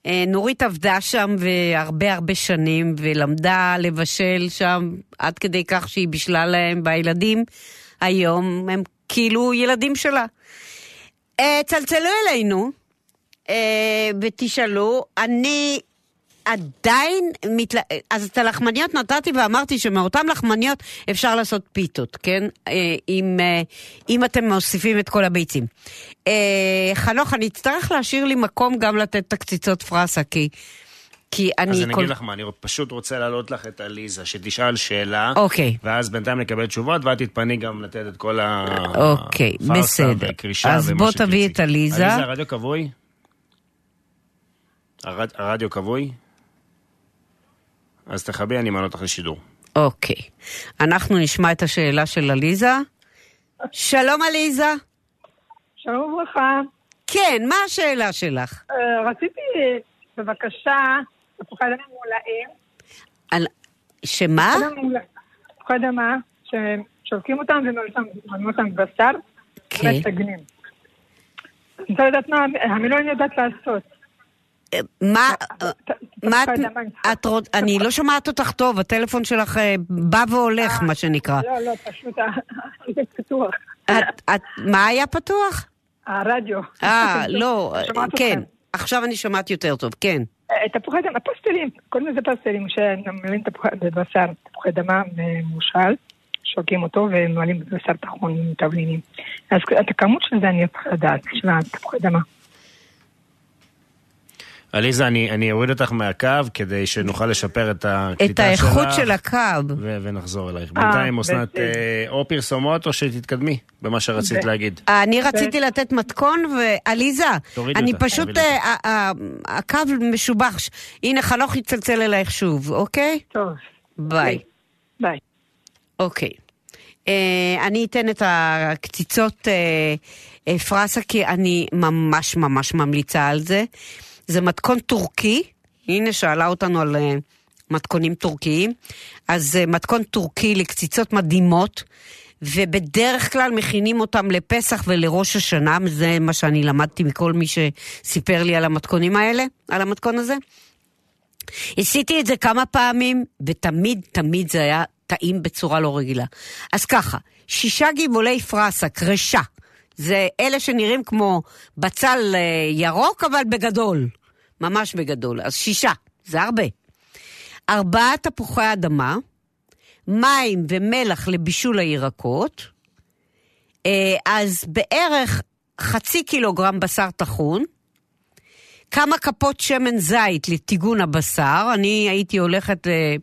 Speaker 3: אה, נורית עבדה שם והרבה הרבה שנים, ולמדה לבשל שם עד כדי כך שהיא בישלה להם בילדים. היום הם כאילו ילדים שלה. אה, צלצלו אלינו אה, ותשאלו, אני עדיין מתל... אז את הלחמניות נתתי ואמרתי שמאותן לחמניות אפשר לעשות פיתות, כן? אה, אם, אה, אם אתם מוסיפים את כל הביצים. אה, חנוך, אני אצטרך להשאיר לי מקום גם לתת את הקציצות פרסה, כי, כי אני...
Speaker 2: אז אני אגיד לך מה, אני פשוט רוצה להעלות לך את עליזה, שתשאל שאלה,
Speaker 3: אוקיי.
Speaker 2: ואז בינתיים נקבל תשובות, ואת תתפני גם לתת את כל הפארסה
Speaker 3: אוקיי, בסדר.
Speaker 2: והקרישה
Speaker 3: אז
Speaker 2: ומה
Speaker 3: בוא
Speaker 2: שתרצי.
Speaker 3: תביא את עליזה.
Speaker 2: עליזה, הרדיו כבוי? הרד- הרדיו כבוי? אז תכבי, אני מעלה אותך לשידור.
Speaker 3: אוקיי. אנחנו נשמע את השאלה של עליזה. שלום, עליזה.
Speaker 13: שלום וברכה.
Speaker 3: כן, מה השאלה שלך?
Speaker 13: אה, רציתי, אה, בבקשה, הפחד הממולאים.
Speaker 3: על... שמה?
Speaker 13: הפחד המה, ששולקים אותם וממלאים אותם בבשר,
Speaker 3: כן.
Speaker 13: ומסגנים. אני רוצה לדעת מה, המילואים יודעת לעשות.
Speaker 3: מה, מה את,
Speaker 13: תפוחי אדמה.
Speaker 3: את רוצ... אני לא שומעת אותך טוב, הטלפון שלך אה, בא והולך, מה שנקרא.
Speaker 13: לא, לא, פשוט ה- זה פתוח.
Speaker 3: את, את, מה היה פתוח?
Speaker 13: הרדיו.
Speaker 3: אה, לא,
Speaker 13: אני שומעת
Speaker 3: כן.
Speaker 13: אתכם.
Speaker 3: עכשיו אני שומעת יותר טוב, כן.
Speaker 13: אה, תפוחי אדמה, פסטלים, קוראים לזה פסטלים, שממלאים לא תפוחי בבשר, תפוחי אדמה אה, מושל, שורקים אותו וממלאים בבשר טחון עם תבלינים. אז את הכמות של זה אני אוכל לדעת, של התפוחי אדמה.
Speaker 2: עליזה, אני אני אוריד אותך מהקו כדי שנוכל לשפר את הקליטה שלך.
Speaker 3: את האיכות של הקו.
Speaker 2: ו- ונחזור אלייך. בינתיים, אסנת,
Speaker 13: אה, בסדר.
Speaker 2: אה, או פרסומות או שתתקדמי במה שרצית להגיד.
Speaker 3: אני רציתי לתת מתכון, ועליזה,
Speaker 2: תורידי
Speaker 3: אני
Speaker 2: אותה,
Speaker 3: פשוט,
Speaker 2: תורידי
Speaker 3: אה, ה- ה- הקו משובח. הנה, חנוך יצלצל אלייך שוב, אוקיי?
Speaker 13: טוב,
Speaker 3: ביי.
Speaker 13: ביי.
Speaker 3: אוקיי. אה, אני אתן את הקציצות אה, אה, פרסה, כי אני ממש ממש ממליצה על זה. זה מתכון טורקי. הנה, שאלה אותנו על, אה, מתכונים טורקיים. אז אה, מתכון טורקי לקציצות מדהימות, ובדרך כלל מכינים אותם לפסח ולראש השנה, זה מה שאני למדתי מכל מי שסיפר לי על המתכונים האלה, על המתכון הזה. עשיתי את זה כמה פעמים, ותמיד תמיד זה היה טעים בצורה לא רגילה. אז ככה, שישה גיבולי פרסה, קרשה. זה אלה שנראים כמו בצל אה, ירוק, אבל בגדול. ממש בגדול. אז שישה, זה הרבה. ארבעה תפוחי אדמה, מים ומלח לבישול הירקות, אה, אז בערך חצי קילוגרם בשר טחון, כמה כפות שמן זית לטיגון הבשר, אני הייתי הולכת אה,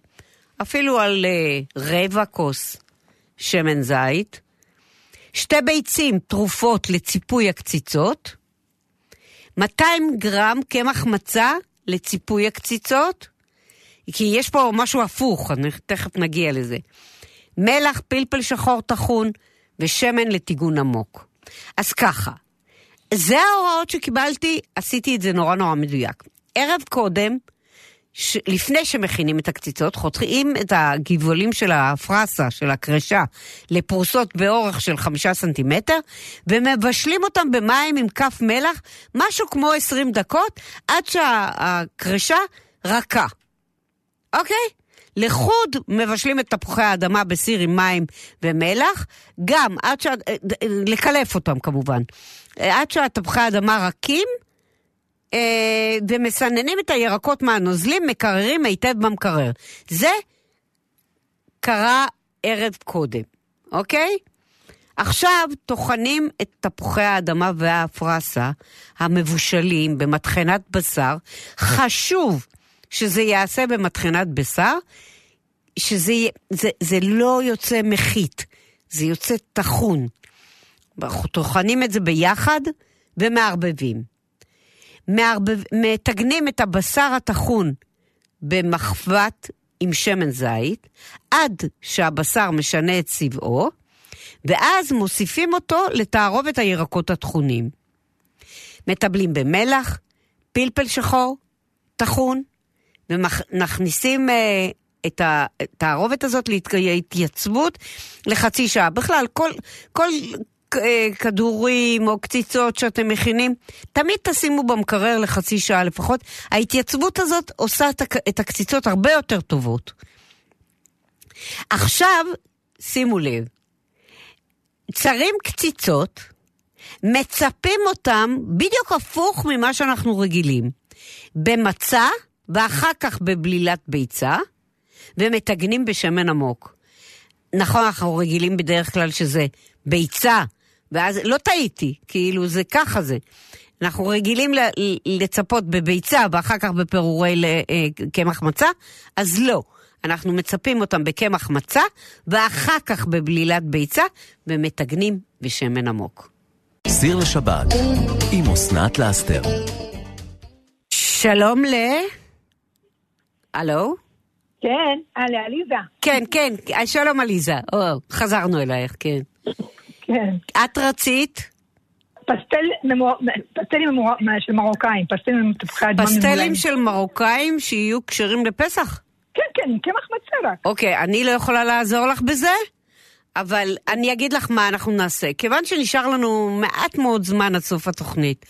Speaker 3: אפילו על אה, רבע כוס שמן זית, שתי ביצים תרופות לציפוי הקציצות, 200 גרם קמח מצה לציפוי הקציצות, כי יש פה משהו הפוך, אני תכף נגיע לזה. מלח, פלפל שחור טחון ושמן לטיגון עמוק. אז ככה, זה ההוראות שקיבלתי, עשיתי את זה נורא נורא מדויק. ערב קודם, ש... לפני שמכינים את הקציצות, חותכים את הגבעולים של הפרסה, של הקרשה, לפרוסות באורך של חמישה סנטימטר, ומבשלים אותם במים עם כף מלח, משהו כמו 20 דקות, עד שהקרשה רכה. אוקיי? לחוד מבשלים את תפוחי האדמה בסיר עם מים ומלח, גם עד שה... אה, אה, לקלף אותם כמובן. אה, עד שהתפוחי האדמה רכים, אה, ומסננים את הירקות מהנוזלים, מקררים היטב במקרר. זה קרה ערב קודם, אוקיי? עכשיו טוחנים את תפוחי האדמה והאפרסה המבושלים במטחנת בשר. חשוב שזה ייעשה במטחנת בשר, שזה יהיה- זה, זה לא יוצא מחית, זה יוצא טחון. אנחנו טוחנים את זה ביחד ומערבבים. מערבב, מתגנים את הבשר הטחון במחבת עם שמן זית, עד שהבשר משנה את צבעו, ואז מוסיפים אותו לתערובת הירקות הטחונים. מטבלים במלח, פלפל שחור, טחון, ומכניסים אה, את התערובת הזאת להתייצבות לחצי שעה. בכלל, כל, כל אה, כדורים או קציצות שאתם מכינים, תמיד תשימו במקרר לחצי שעה לפחות. ההתייצבות הזאת עושה את הק- את הקציצות הרבה יותר טובות. עכשיו, שימו לב, צרים קציצות, מצפים אותם בדיוק הפוך ממה שאנחנו רגילים. במצה, ואחר כך בבלילת ביצה, ומטגנים בשמן עמוק. נכון, אנחנו רגילים בדרך כלל שזה ביצה, ואז לא טעיתי, כאילו זה ככה זה. אנחנו רגילים ל- ל- לצפות בביצה ואחר כך בפירורי ל- אה, קמח מצה, אז לא. אנחנו מצפים אותם בקמח מצה, ואחר כך בבלילת ביצה, ומטגנים בשמן עמוק.
Speaker 1: סיר לשבת עם אסנת לאסתר.
Speaker 3: שלום ל... הלו?
Speaker 14: כן, על עליזה.
Speaker 3: כן, כן, אה, שלום עליזה. או, חזרנו אלייך, כן.
Speaker 14: כן.
Speaker 3: את רצית?
Speaker 13: פסטל ממור- פסטלים ממור- של מרוקאים, פסטלים עם תפוחי אדמה
Speaker 3: פסטלים
Speaker 13: ממולאים.
Speaker 3: של מרוקאים שיהיו כשרים לפסח?
Speaker 13: כן, כן, עם קמח מצה רק.
Speaker 3: אוקיי, אני לא יכולה לעזור לך בזה, אבל אני אגיד לך מה אנחנו נעשה. כיוון שנשאר לנו מעט מאוד זמן עד סוף התוכנית,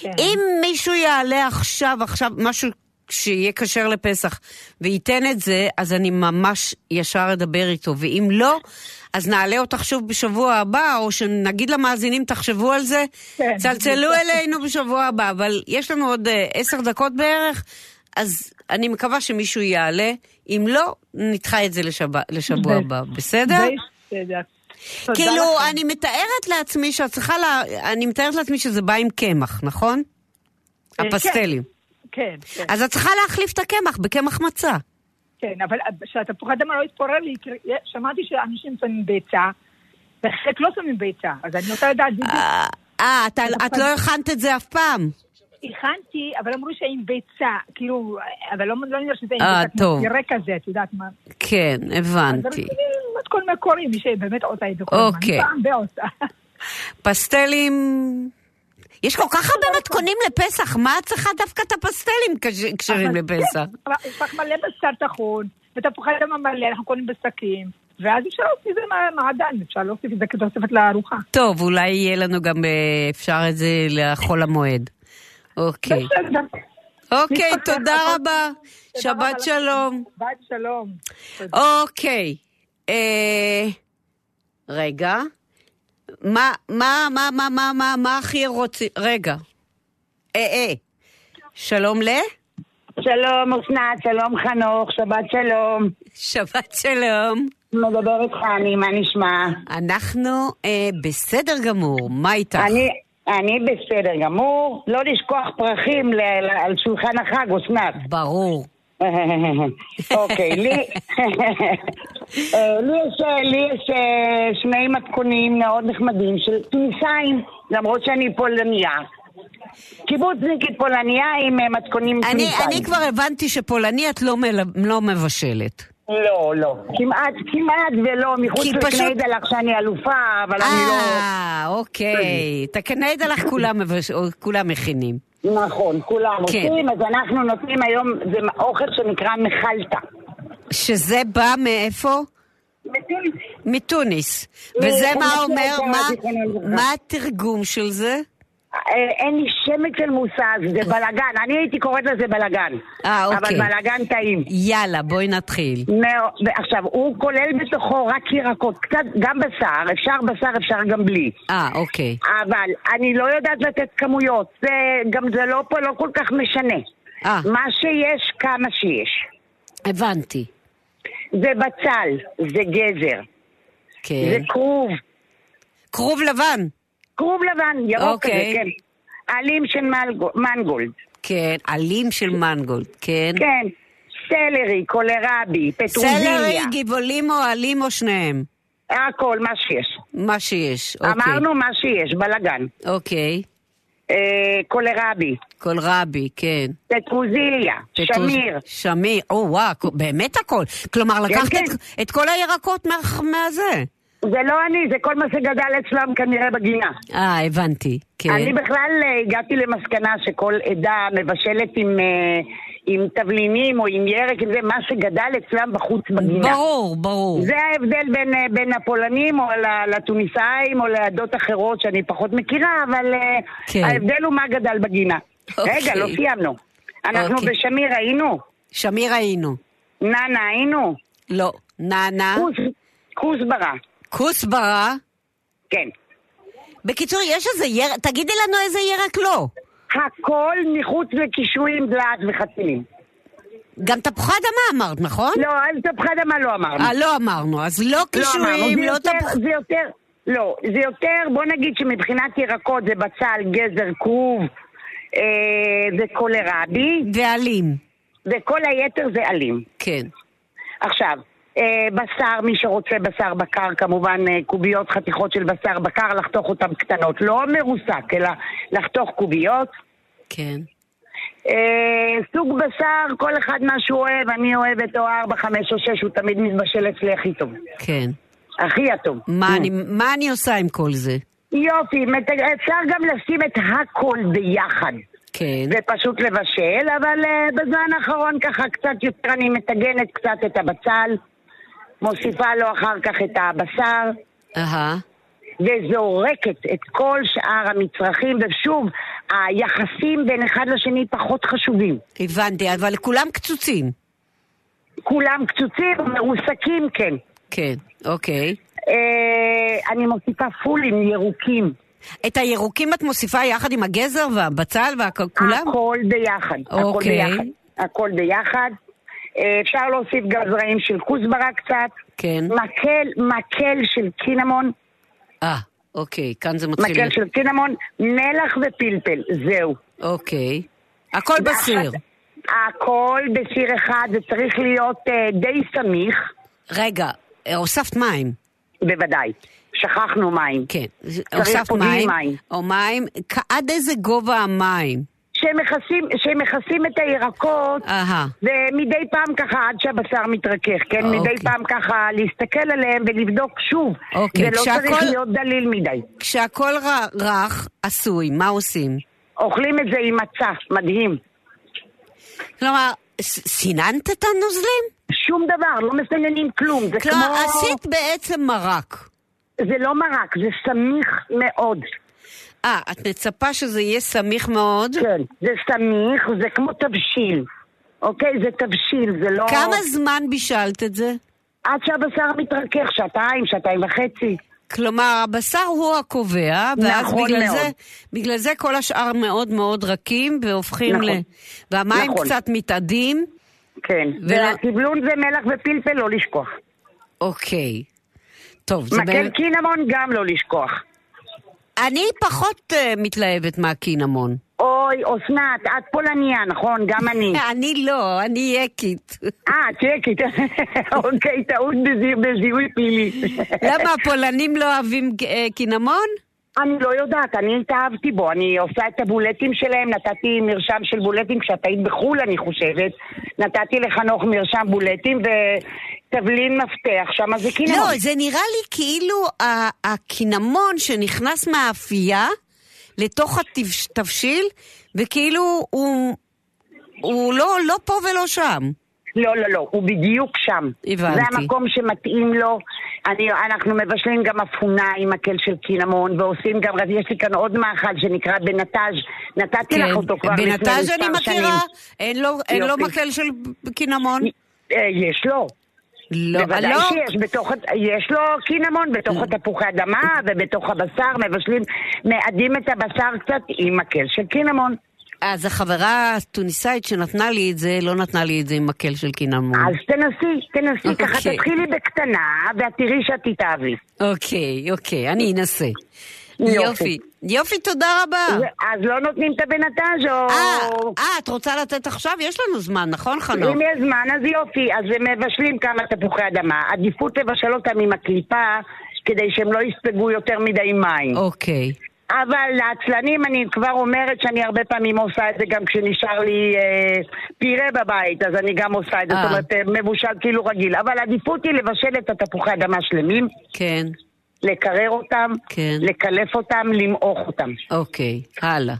Speaker 3: כן. אם מישהו יעלה עכשיו, עכשיו, משהו שיהיה כשר לפסח, וייתן את זה, אז אני ממש ישר אדבר איתו, ואם לא, אז נעלה אותך שוב בשבוע הבא, או שנגיד למאזינים, תחשבו על זה,
Speaker 14: כן.
Speaker 3: צלצלו אלינו בשבוע הבא, אבל יש לנו עוד אה, עשר דקות בערך, אז אני מקווה שמישהו יעלה, אם לא, נדחה את זה לשבוע, לשבוע הבא, בסדר?
Speaker 13: בסדר.
Speaker 3: כאילו, אני מתארת לעצמי שאת צריכה לה... אני מתארת לעצמי שזה בא עם קמח, נכון?
Speaker 13: אה,
Speaker 3: הפסטלים.
Speaker 13: כן, כן.
Speaker 3: אז את צריכה להחליף את הקמח בקמח מצה.
Speaker 13: כן, אבל שהתפוח אדמה לא יתפורר לי, כי שמעתי שאנשים שמים ביצה, וחלק לא שמים ביצה, אז אני רוצה לדעת בדיוק.
Speaker 3: אה, אתה- את לא הכנת את זה אף פעם.
Speaker 13: הכנתי, אבל אמרו שעם ביצה, כאילו, אבל לא לא נראה שזה עם
Speaker 3: אה,
Speaker 13: ביצה,
Speaker 3: טוב.
Speaker 13: כמו ירק כזה, את יודעת מה.
Speaker 3: כן,
Speaker 13: אבל
Speaker 3: הבנתי.
Speaker 13: זה מתכון מקורי, מי שבאמת עושה את זה כל הזמן.
Speaker 3: אוקיי.
Speaker 13: פעם בעושה.
Speaker 3: פסטלים יש כל כך הרבה מתכונים לפסח, מה את צריכה דווקא את הפסטלים כש- כשרים לפסח?
Speaker 13: אבל יש לך מלא בשר טחון, ותפוחי אדמה מלא, אנחנו קונים בשקים. ואז אפשר להוסיף את זה מה- מעדן, אפשר להוסיף את זה כתוספת לארוחה.
Speaker 3: טוב, אולי יהיה לנו גם אה, אפשר את זה לחול המועד. אוקיי. אוקיי, תודה רבה. שבת שלום.
Speaker 13: שבת שלום.
Speaker 3: אוקיי. אה, רגע. מה, מה, מה, מה, מה, מה, מה הכי רוצים? רגע. אה, אה. שלום ל?
Speaker 15: שלום אסנת, שלום חנוך, שבת שלום.
Speaker 3: שבת שלום.
Speaker 15: מדברת חני, מה נשמע?
Speaker 3: אנחנו אה, בסדר גמור, מה איתך?
Speaker 15: אני, אני בסדר גמור, לא לשכוח פרחים ל, ל, על שולחן החג, אסנת.
Speaker 3: ברור.
Speaker 15: אוקיי, לי, אה, לי יש, אה, לי יש אה, שני מתכונים מאוד נחמדים של תוניסאים, למרות שאני פולניה. קיבוצניקית פולניה עם אה, מתכונים
Speaker 3: אני,
Speaker 15: תוניסאים.
Speaker 3: אני כבר הבנתי שפולני את לא, מל... לא מבשלת.
Speaker 15: לא, לא. כמעט, כמעט ולא, מחוץ
Speaker 3: כי פשוט-
Speaker 15: לקניידה לך שאני אלופה, אבל אני לא...
Speaker 3: אה, אוקיי. את הקנדה לך כולם, מבש... או, כולם מכינים.
Speaker 15: נכון, כולם
Speaker 3: אוקיי. כן.
Speaker 15: עושים, אז אנחנו נותנים היום, זה אוכל שנקרא מחלטה.
Speaker 3: שזה בא מאיפה?
Speaker 15: מתוניס.
Speaker 3: מתוניס.
Speaker 15: מ-
Speaker 3: וזה מה
Speaker 15: משה
Speaker 3: אומר,
Speaker 15: היקרה,
Speaker 3: מה,
Speaker 15: זיכרונו לברכה. אה,
Speaker 3: מה התרגום של זה?
Speaker 15: אין לי שמץ של מושג, זה בלאגן, אני הייתי קוראת לזה בלאגן.
Speaker 3: אה, אוקיי.
Speaker 15: אבל בלאגן טעים.
Speaker 3: יאללה, בואי נתחיל.
Speaker 15: מאו- ועכשיו, הוא כולל בתוכו רק ירקות, קצת, גם בשר, אפשר בשר, אפשר גם בלי.
Speaker 3: אה, אוקיי.
Speaker 15: אבל אני לא יודעת לתת כמויות, זה גם זה לא פה לא כל כך משנה.
Speaker 3: אה.
Speaker 15: מה שיש, כמה שיש.
Speaker 3: הבנתי.
Speaker 15: זה בצל, זה גזר.
Speaker 3: כן.
Speaker 15: זה כרוב.
Speaker 3: כרוב לבן.
Speaker 15: כרוב לבן, ירוק כזה,
Speaker 3: אוקיי.
Speaker 15: כן. עלים של מלגו- מנגולד.
Speaker 3: כן, עלים של מנגולד, כן.
Speaker 15: כן. סלרי, קולרבי,
Speaker 3: סלרי,
Speaker 15: פטרוזיליה.
Speaker 3: גבעולים או עלים או שניהם?
Speaker 15: הכל, מה שיש.
Speaker 3: מה שיש, אוקיי.
Speaker 15: אמרנו מה שיש, בלאגן.
Speaker 3: אוקיי.
Speaker 15: אה, קולרבי,
Speaker 3: קולרבי, כן.
Speaker 15: פטרוזיליה,
Speaker 3: פטרוז-
Speaker 15: שמיר.
Speaker 3: שמיר, או וואו, כ- באמת הכל. כלומר, לקחת
Speaker 15: כן.
Speaker 3: את- את כל הירקות מה- מהזה.
Speaker 15: זה לא אני, זה כל מה שגדל אצלם כנראה בגינה.
Speaker 3: אה, הבנתי, כן.
Speaker 15: אני בכלל אה, הגעתי למסקנה שכל עדה מבשלת עם, אה, עם תבלינים או עם ירק, עם זה מה שגדל אצלם בחוץ בגינה.
Speaker 3: ברור, ברור.
Speaker 15: זה ההבדל בין, אה, בין הפולנים או ל- לתוניסאים או לעדות אחרות שאני פחות מכירה, אבל אה,
Speaker 3: כן.
Speaker 15: ההבדל הוא מה גדל בגינה.
Speaker 3: אוקיי.
Speaker 15: רגע, לא סיימנו. אנחנו
Speaker 3: אוקיי.
Speaker 15: בשמיר היינו?
Speaker 3: שמיר היינו.
Speaker 15: נאנה היינו?
Speaker 3: לא. נענה?
Speaker 15: כוסברה.
Speaker 3: כוסברה?
Speaker 15: כן.
Speaker 3: בקיצור, יש איזה ירק, תגידי לנו איזה ירק לא.
Speaker 15: הכל מחוץ לקישואים, דלעת וחצילים.
Speaker 3: גם תפוחי אדמה אמרת, נכון?
Speaker 15: לא, אז תפוחי אדמה לא אמרנו.
Speaker 3: אה, לא אמרנו. אז לא קישואים,
Speaker 15: אמרנו,
Speaker 3: לא
Speaker 15: זה יותר-
Speaker 3: תפוחי...
Speaker 15: זה יותר, לא, זה יותר, בוא נגיד שמבחינת ירקות זה בצל, גזר, כרוב, אה, זה קולרבי.
Speaker 3: ועלים.
Speaker 15: וכל היתר זה עלים.
Speaker 3: כן.
Speaker 15: עכשיו, אה, בשר, מי שרוצה בשר בקר, כמובן אה, קוביות, חתיכות של בשר בקר, לחתוך אותן קטנות. לא מרוסק, אלא לחתוך קוביות.
Speaker 3: כן.
Speaker 15: אה, סוג בשר, כל אחד מה שהוא אוהב, אני אוהבת או ארבע, חמש או שש, הוא תמיד מתבשל אצלי הכי טוב.
Speaker 3: כן.
Speaker 15: הכי הטוב.
Speaker 3: מה אני- מה אני עושה עם כל זה?
Speaker 15: יופי, מת- אפשר גם לשים את הכל ביחד.
Speaker 3: כן.
Speaker 15: ופשוט לבשל, אבל אה, בזמן האחרון ככה קצת יותר אני מטגנת קצת את הבצל, מוסיפה לו אחר כך את הבשר,
Speaker 3: אהה.
Speaker 15: וזורקת את כל שאר המצרכים, ושוב, היחסים בין אחד לשני פחות חשובים.
Speaker 3: הבנתי, אבל כולם קצוצים.
Speaker 15: כולם קצוצים, מרוסקים, כן.
Speaker 3: כן, אוקיי.
Speaker 15: אה, אני מוסיפה פולים ירוקים.
Speaker 3: את הירוקים את מוסיפה יחד עם הגזר והבצל והכולם?
Speaker 15: הכל ביחד. הכל
Speaker 3: אוקיי.
Speaker 15: ביחד. הכל ביחד. אה, אפשר להוסיף גם זרעים של כוסברה קצת.
Speaker 3: כן.
Speaker 15: מקל, מקל של קינמון.
Speaker 3: אה, אוקיי, כאן זה מתחיל...
Speaker 15: מקל של קינמון, מלח ופלפל, זהו.
Speaker 3: אוקיי. הכל בסיר.
Speaker 15: הכל בסיר אחד, זה צריך להיות אה, די סמיך.
Speaker 3: רגע, אה, הוספת מים.
Speaker 15: בוודאי. שכחנו מים.
Speaker 3: כן.
Speaker 15: צריך
Speaker 3: הוספת
Speaker 15: פה בלי
Speaker 3: מים.
Speaker 15: מים.
Speaker 3: או מים. כ- עד איזה גובה המים?
Speaker 15: ש... שהם מכסים- שהם מכסים את הירקות, ומדי פעם ככה עד שהבשר מתרכך, כן?
Speaker 3: אוקיי.
Speaker 15: מדי פעם ככה להסתכל עליהם ולבדוק שוב.
Speaker 3: אוקיי,
Speaker 15: זה לא צריך
Speaker 3: כשהכל-
Speaker 15: להיות דליל מדי.
Speaker 3: כשהכל ר- רך, עשוי, מה עושים?
Speaker 15: אוכלים את זה עם מצה, מדהים.
Speaker 3: כלומר, אה, ס- סיננת את הנוזלים?
Speaker 15: שום דבר, לא מסננים כלום, זה
Speaker 3: כלומר,
Speaker 15: כמו-
Speaker 3: עשית בעצם מרק.
Speaker 15: זה לא מרק, זה סמיך מאוד.
Speaker 3: אה, את מצפה שזה יהיה סמיך מאוד?
Speaker 15: כן, זה סמיך, זה כמו תבשיל. אוקיי? זה תבשיל, זה לא...
Speaker 3: כמה זמן בישלת את זה?
Speaker 15: עד שהבשר מתרכך, שעתיים, שעתיים וחצי.
Speaker 3: כלומר, הבשר הוא הקובע, ואז
Speaker 15: נכון
Speaker 3: בגלל
Speaker 15: מאוד.
Speaker 3: זה, בגלל זה כל השאר מאוד מאוד רכים, והופכים
Speaker 15: נכון.
Speaker 3: ל... והמים
Speaker 15: נכון.
Speaker 3: קצת מתאדים.
Speaker 15: כן, והתבלון זה מלח ופלפל, לא לשכוח.
Speaker 3: אוקיי. טוב, זה
Speaker 15: מקל
Speaker 3: באמת...
Speaker 15: קינמון גם לא לשכוח.
Speaker 3: אני פחות אה, מתלהבת מהקינמון.
Speaker 15: אוי, אסנת, את פולניה, נכון? גם אני.
Speaker 3: אני לא, אני יקית.
Speaker 15: אה, את יקית. אוקיי, טעות בזי- בזיהוי פלילי.
Speaker 3: למה, הפולנים לא אוהבים אה, קינמון?
Speaker 15: אני לא יודעת, אני התאהבתי בו, אני עושה את הבולטים שלהם, נתתי מרשם של בולטים כשאת היית בחו"ל, אני חושבת. נתתי לחנוך מרשם בולטים ותבלין מפתח, שם זה קינמון.
Speaker 3: לא, זה נראה לי כאילו ה- הקינמון שנכנס מהאפייה לתוך התבשיל, וכאילו הוא, הוא לא, לא פה ולא שם.
Speaker 15: לא, לא, לא, הוא בדיוק שם.
Speaker 3: הבנתי.
Speaker 15: זה המקום שמתאים לו. אני, אנחנו מבשלים גם אפונה עם מקל של קינמון, ועושים גם, יש לי כאן עוד מאכל שנקרא בנטאז', נתתי
Speaker 3: כן,
Speaker 15: לך אותו כבר לפני מספר
Speaker 3: בנטז'
Speaker 15: שנים.
Speaker 3: אני מכירה, אין לו, אין לו
Speaker 15: יופי.
Speaker 3: מקל של קינמון.
Speaker 15: אה, יש לו.
Speaker 3: לא,
Speaker 15: בוודאי
Speaker 3: לא. אה.
Speaker 15: שיש, בתוך, יש לו קינמון בתוך התפוחי אדמה ובתוך הבשר, מבשלים, מאדים את הבשר קצת עם מקל של קינמון.
Speaker 3: אז החברה הטוניסאית שנתנה לי את זה, לא נתנה לי את זה עם מקל של קינמון.
Speaker 15: אז תנסי, תנסי, ככה
Speaker 3: אוקיי.
Speaker 15: תתחילי בקטנה, ואת תראי שאת תתאהבי.
Speaker 3: אוקיי, אוקיי, אני אנסה.
Speaker 15: יופי.
Speaker 3: יופי. יופי, תודה רבה.
Speaker 15: אז לא נותנים את הבנטאז' או...
Speaker 3: אה, את רוצה לתת עכשיו? יש לנו זמן, נכון, חנוך?
Speaker 15: אם יש זמן, אז יופי. אז הם מבשלים כמה תפוחי אדמה. עדיפות לבשל אותם עם הקליפה, כדי שהם לא יספגו יותר מדי מים.
Speaker 3: אוקיי.
Speaker 15: אבל לעצלנים אני כבר אומרת שאני הרבה פעמים עושה את זה גם כשנשאר לי אה, פירה בבית, אז אני גם עושה את זה, זאת אומרת, אה, מבושל כאילו רגיל. אבל העדיפות היא לבשל את התפוחי אדמה שלמים.
Speaker 3: כן.
Speaker 15: לקרר אותם,
Speaker 3: כן.
Speaker 15: לקלף אותם, למעוך אותם.
Speaker 3: אוקיי, הלאה.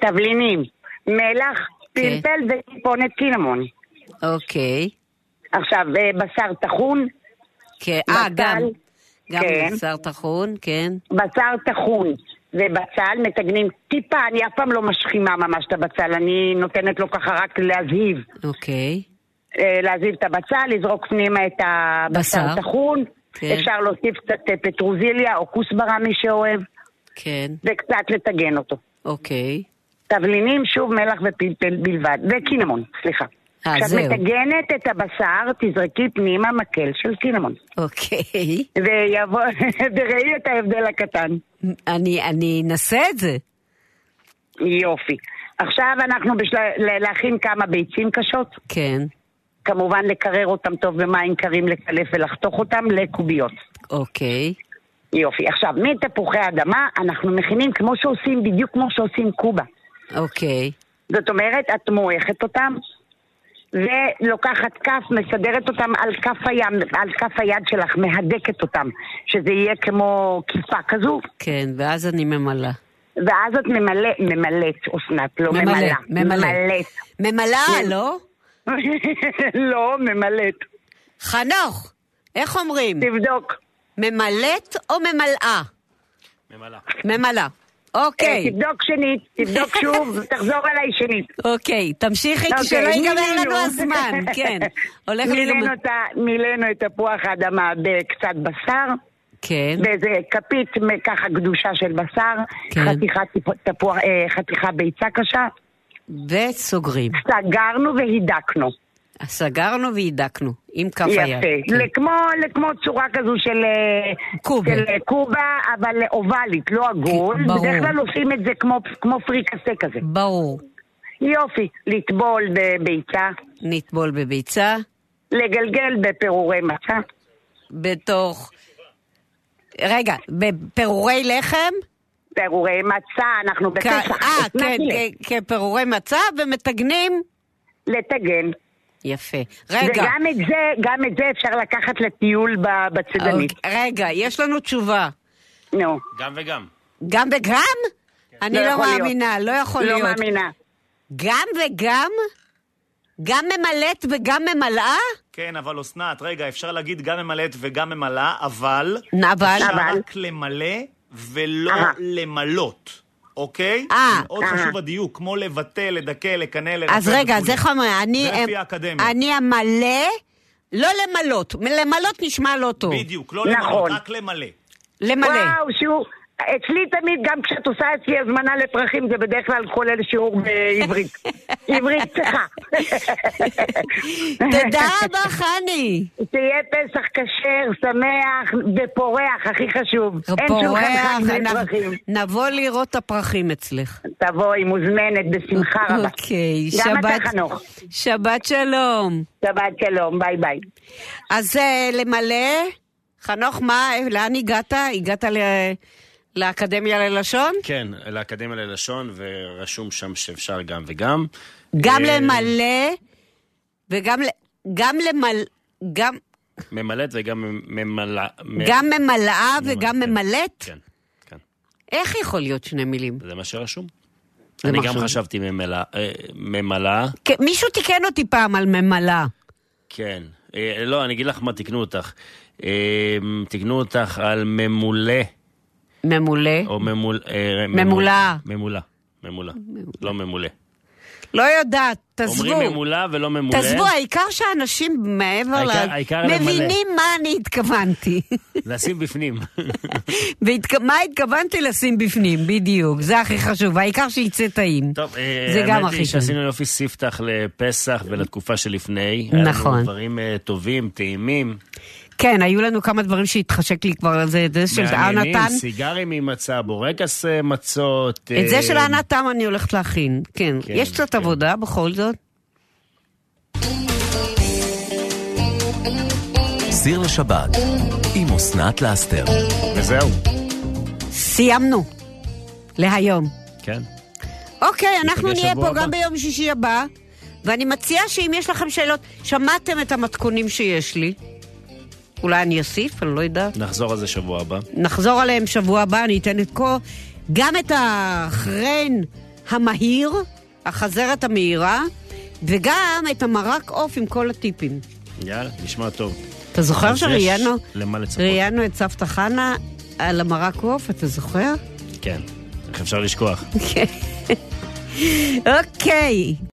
Speaker 15: תבלינים, מלח, פלפל וטיפונת קינמון.
Speaker 3: אוקיי.
Speaker 15: עכשיו, אה, בשר טחון.
Speaker 3: כן, אה,
Speaker 15: בצל,
Speaker 3: גם. גם
Speaker 15: כן.
Speaker 3: בשר טחון, כן.
Speaker 15: בשר טחון ובצל מתגנים טיפה, אני אף פעם לא משכימה ממש את הבצל, אני נותנת לו ככה רק להזהיב.
Speaker 3: אוקיי.
Speaker 15: אה, להזיב את הבצל, לזרוק פנימה את הבשר
Speaker 3: בשר.
Speaker 15: טחון.
Speaker 3: כן.
Speaker 15: אפשר להוסיף קצת אה, פטרוזיליה או כוסברה, מי שאוהב,
Speaker 3: כן,
Speaker 15: וקצת לטגן אותו.
Speaker 3: אוקיי.
Speaker 15: תבלינים, שוב מלח ופלפל בלבד, וקינמון, סליחה.
Speaker 3: אה,
Speaker 15: כשאת
Speaker 3: זהו.
Speaker 15: מטגנת את הבשר, תזרקי פנימה מקל של קינמון.
Speaker 3: אוקיי.
Speaker 15: ויבוא, וראי את ההבדל הקטן.
Speaker 3: אני, אני אנסה את זה.
Speaker 15: יופי. עכשיו אנחנו בשלב, ל- להכין כמה ביצים קשות.
Speaker 3: כן,
Speaker 15: כמובן לקרר אותם טוב במים קרים, לקלף ולחתוך אותם לקוביות.
Speaker 3: אוקיי.
Speaker 15: יופי. עכשיו, מתפוחי אדמה אנחנו מכינים כמו שעושים, בדיוק כמו שעושים קובה.
Speaker 3: אוקיי.
Speaker 15: זאת אומרת, את מועכת אותם, ולוקחת כף, מסדרת אותם על כף הים, על כף היד שלך, מהדקת אותם, שזה יהיה כמו כיפה כזו,
Speaker 3: כן, ואז אני ממלאה.
Speaker 15: ואז את ממלא, ממלאת, אסנת, לא
Speaker 3: ממלא,
Speaker 15: ממלא.
Speaker 3: ממלא.
Speaker 15: ממלאת. כן.
Speaker 3: ממלאה, לא?
Speaker 15: לא, ממלאת.
Speaker 3: חנוך, איך אומרים?
Speaker 15: תבדוק.
Speaker 3: ממלאת או ממלאה?
Speaker 2: ממלאה.
Speaker 3: ממלאה. אוקיי.
Speaker 15: אה, תבדוק שנית, תבדוק שוב, ותחזור אליי שנית.
Speaker 3: אוקיי, תמשיכי,
Speaker 15: אוקיי,
Speaker 3: כשלא ייגמר
Speaker 15: מילינו.
Speaker 3: לנו הזמן, כן. הולך
Speaker 15: מילאנו
Speaker 3: להיגמר.
Speaker 15: את ה- מילאנו את תפוח האדמה בקצת בשר.
Speaker 3: כן.
Speaker 15: באיזה כפית מ- ככה גדושה של בשר.
Speaker 3: כן.
Speaker 15: חתיכת טיפ- תפוח, אה, חתיכה ביצה קשה.
Speaker 3: וסוגרים.
Speaker 15: סגרנו והידקנו.
Speaker 3: סגרנו והידקנו, עם כף היד. כן.
Speaker 15: יפה. לכמו, לכמו צורה כזו של אה,
Speaker 3: קובה.
Speaker 15: של, אה, קובה, אבל אובלית, לא עגול.
Speaker 3: כן, ברור.
Speaker 15: בדרך כלל עושים את זה כמו, כמו פריקסה כזה.
Speaker 3: ברור.
Speaker 15: יופי. לטבול בביצה.
Speaker 3: נטבול בביצה.
Speaker 15: לגלגל בפירורי מצה.
Speaker 3: בתוך... רגע, בפירורי לחם?
Speaker 15: פירורי מצה, אנחנו בפסח.
Speaker 3: אה,
Speaker 15: אסנת
Speaker 3: כן,
Speaker 15: מילא.
Speaker 3: כ- כפירורי מצה ומתגנים?
Speaker 15: לטגן.
Speaker 3: יפה. רגע.
Speaker 15: וגם את זה, גם את זה אפשר לקחת לטיול ב- בצידנית.
Speaker 3: אוקיי, רגע, יש לנו תשובה.
Speaker 15: נו.
Speaker 2: גם וגם.
Speaker 3: גם וגם? אני
Speaker 15: לא
Speaker 3: לא
Speaker 15: יכול להיות.
Speaker 3: מאמינה, לא יכול
Speaker 15: לא
Speaker 3: להיות.
Speaker 15: מאמינה.
Speaker 3: גם וגם? גם ממלאת וגם ממלאה?
Speaker 16: כן, אבל אסנת, רגע, אפשר להגיד גם ממלאת וגם ממלאה, אבל...
Speaker 3: אבל?
Speaker 16: אפשר
Speaker 3: אבל.
Speaker 16: רק למלא ולא
Speaker 3: אה.
Speaker 16: למלות, אוקיי?
Speaker 3: אה.
Speaker 16: מאוד
Speaker 3: אה.
Speaker 16: חשוב הדיוק, כמו לבטל, לדכא, לקנא, לרפא.
Speaker 3: אז רגע, אז
Speaker 16: וכולי.
Speaker 3: איך אומר? אני...
Speaker 16: זה לפי
Speaker 3: אמ-
Speaker 16: האקדמיה.
Speaker 3: אני אמלא, לא למלות. למלות נשמע לא טוב. נכון.
Speaker 16: בדיוק, לא
Speaker 15: נכון.
Speaker 16: למלות, רק למלא.
Speaker 3: למלא.
Speaker 15: וואו, שיעור. אצלי תמיד, גם כשאת עושה אצלי הזמנה לפרחים, זה בדרך כלל כולל שיעור בעברית. עברית צריכה.
Speaker 3: תודה רבה, חני.
Speaker 15: שיהיה פסח כשר, שמח ופורח, הכי חשוב. אין שולחן
Speaker 3: פורח,
Speaker 15: חג בלי
Speaker 3: אנחנו-
Speaker 15: פרחים.
Speaker 3: נבוא לראות את הפרחים אצלך.
Speaker 15: תבואי, מוזמנת, בשמחה רבה.
Speaker 3: אוקיי,
Speaker 15: גם
Speaker 3: שבת...
Speaker 15: אתה, חנוך.
Speaker 3: שבת שלום.
Speaker 15: שבת שלום, ביי ביי.
Speaker 3: אז אה, למלא, חנוך, מה, אה, לאן הגעת? הגעת ל... לאקדמיה ללשון?
Speaker 2: כן, לאקדמיה ללשון, ורשום שם שאפשר גם וגם.
Speaker 3: גם
Speaker 2: אה,
Speaker 3: למלא וגם ל... גם למל... גם...
Speaker 2: ממלאת וגם ממלאה.
Speaker 3: גם ממלאה וגם ממלאת?
Speaker 2: כן, כן.
Speaker 3: איך יכול להיות שני מילים?
Speaker 2: זה מה שרשום.
Speaker 3: זה
Speaker 2: אני
Speaker 3: מה
Speaker 2: גם
Speaker 3: שרשום.
Speaker 2: חשבתי ממלאה- אה, ממלאה.
Speaker 3: כן, מישהו תיקן אותי פעם על ממלאה.
Speaker 2: כן. אה, לא, אני אגיד לך מה תיקנו אותך. אה, תיקנו אותך על ממולא.
Speaker 3: ממולא?
Speaker 2: או ממול... אה, ממול-
Speaker 3: ממולאה.
Speaker 2: ממולה. ממולה. לא ממולא.
Speaker 3: לא יודעת, תעזבו.
Speaker 2: אומרים ממולה ולא ממולא.
Speaker 3: תעזבו, העיקר שאנשים מעבר
Speaker 2: העיקר-
Speaker 3: ל...
Speaker 2: העיקר למלא.
Speaker 3: מבינים מה אני התכוונתי.
Speaker 2: לשים בפנים.
Speaker 3: והתכ- מה התכוונתי לשים בפנים, בדיוק. זה הכי חשוב, העיקר שיצא טעים.
Speaker 2: טוב, אה,
Speaker 3: זה גם
Speaker 2: האמת
Speaker 3: הכי
Speaker 2: היא
Speaker 3: חשוב.
Speaker 2: שעשינו יופי ספתח לפסח ולתקופה שלפני. היה
Speaker 3: נכון.
Speaker 2: לנו דברים אה, טובים, טעימים,
Speaker 3: כן, היו לנו כמה דברים שהתחשק לי כבר, זה זה של
Speaker 2: מעניינים,
Speaker 3: נתן.
Speaker 2: סיגרים עם מצה, בורקס אה, מצות.
Speaker 3: את
Speaker 2: אה,
Speaker 3: זה של הנתם אני הולכת להכין, כן.
Speaker 2: כן,
Speaker 3: יש קצת עבודה בכל זאת.
Speaker 1: סיר לשבת עם אסנת לאסתר.
Speaker 2: וזהו.
Speaker 3: סיימנו. להיום.
Speaker 2: כן.
Speaker 3: אוקיי, אנחנו
Speaker 1: ניפגש
Speaker 3: נהיה
Speaker 1: שבוע
Speaker 3: פה
Speaker 1: הבא.
Speaker 3: גם ביום שישי הבא, ואני מציעה שאם יש לכם שאלות, שמעתם את המתכונים שיש לי. אולי אני אוסיף, אני לא יודעת.
Speaker 2: נחזור על זה שבוע הבא.
Speaker 3: נחזור עליהם שבוע הבא, אני אתן את כל... גם את החרן המהיר, החזרת המהירה, וגם את המרק עוף עם כל הטיפים.
Speaker 2: יאללה, נשמע טוב.
Speaker 3: אתה זוכר
Speaker 2: אז יש
Speaker 3: שראיינו
Speaker 2: למה לצפות.
Speaker 3: ראיינו את סבתא חנה על המרק עוף, אתה זוכר?
Speaker 2: כן.
Speaker 3: כן.
Speaker 2: איך אפשר לשכוח?
Speaker 3: אוקיי.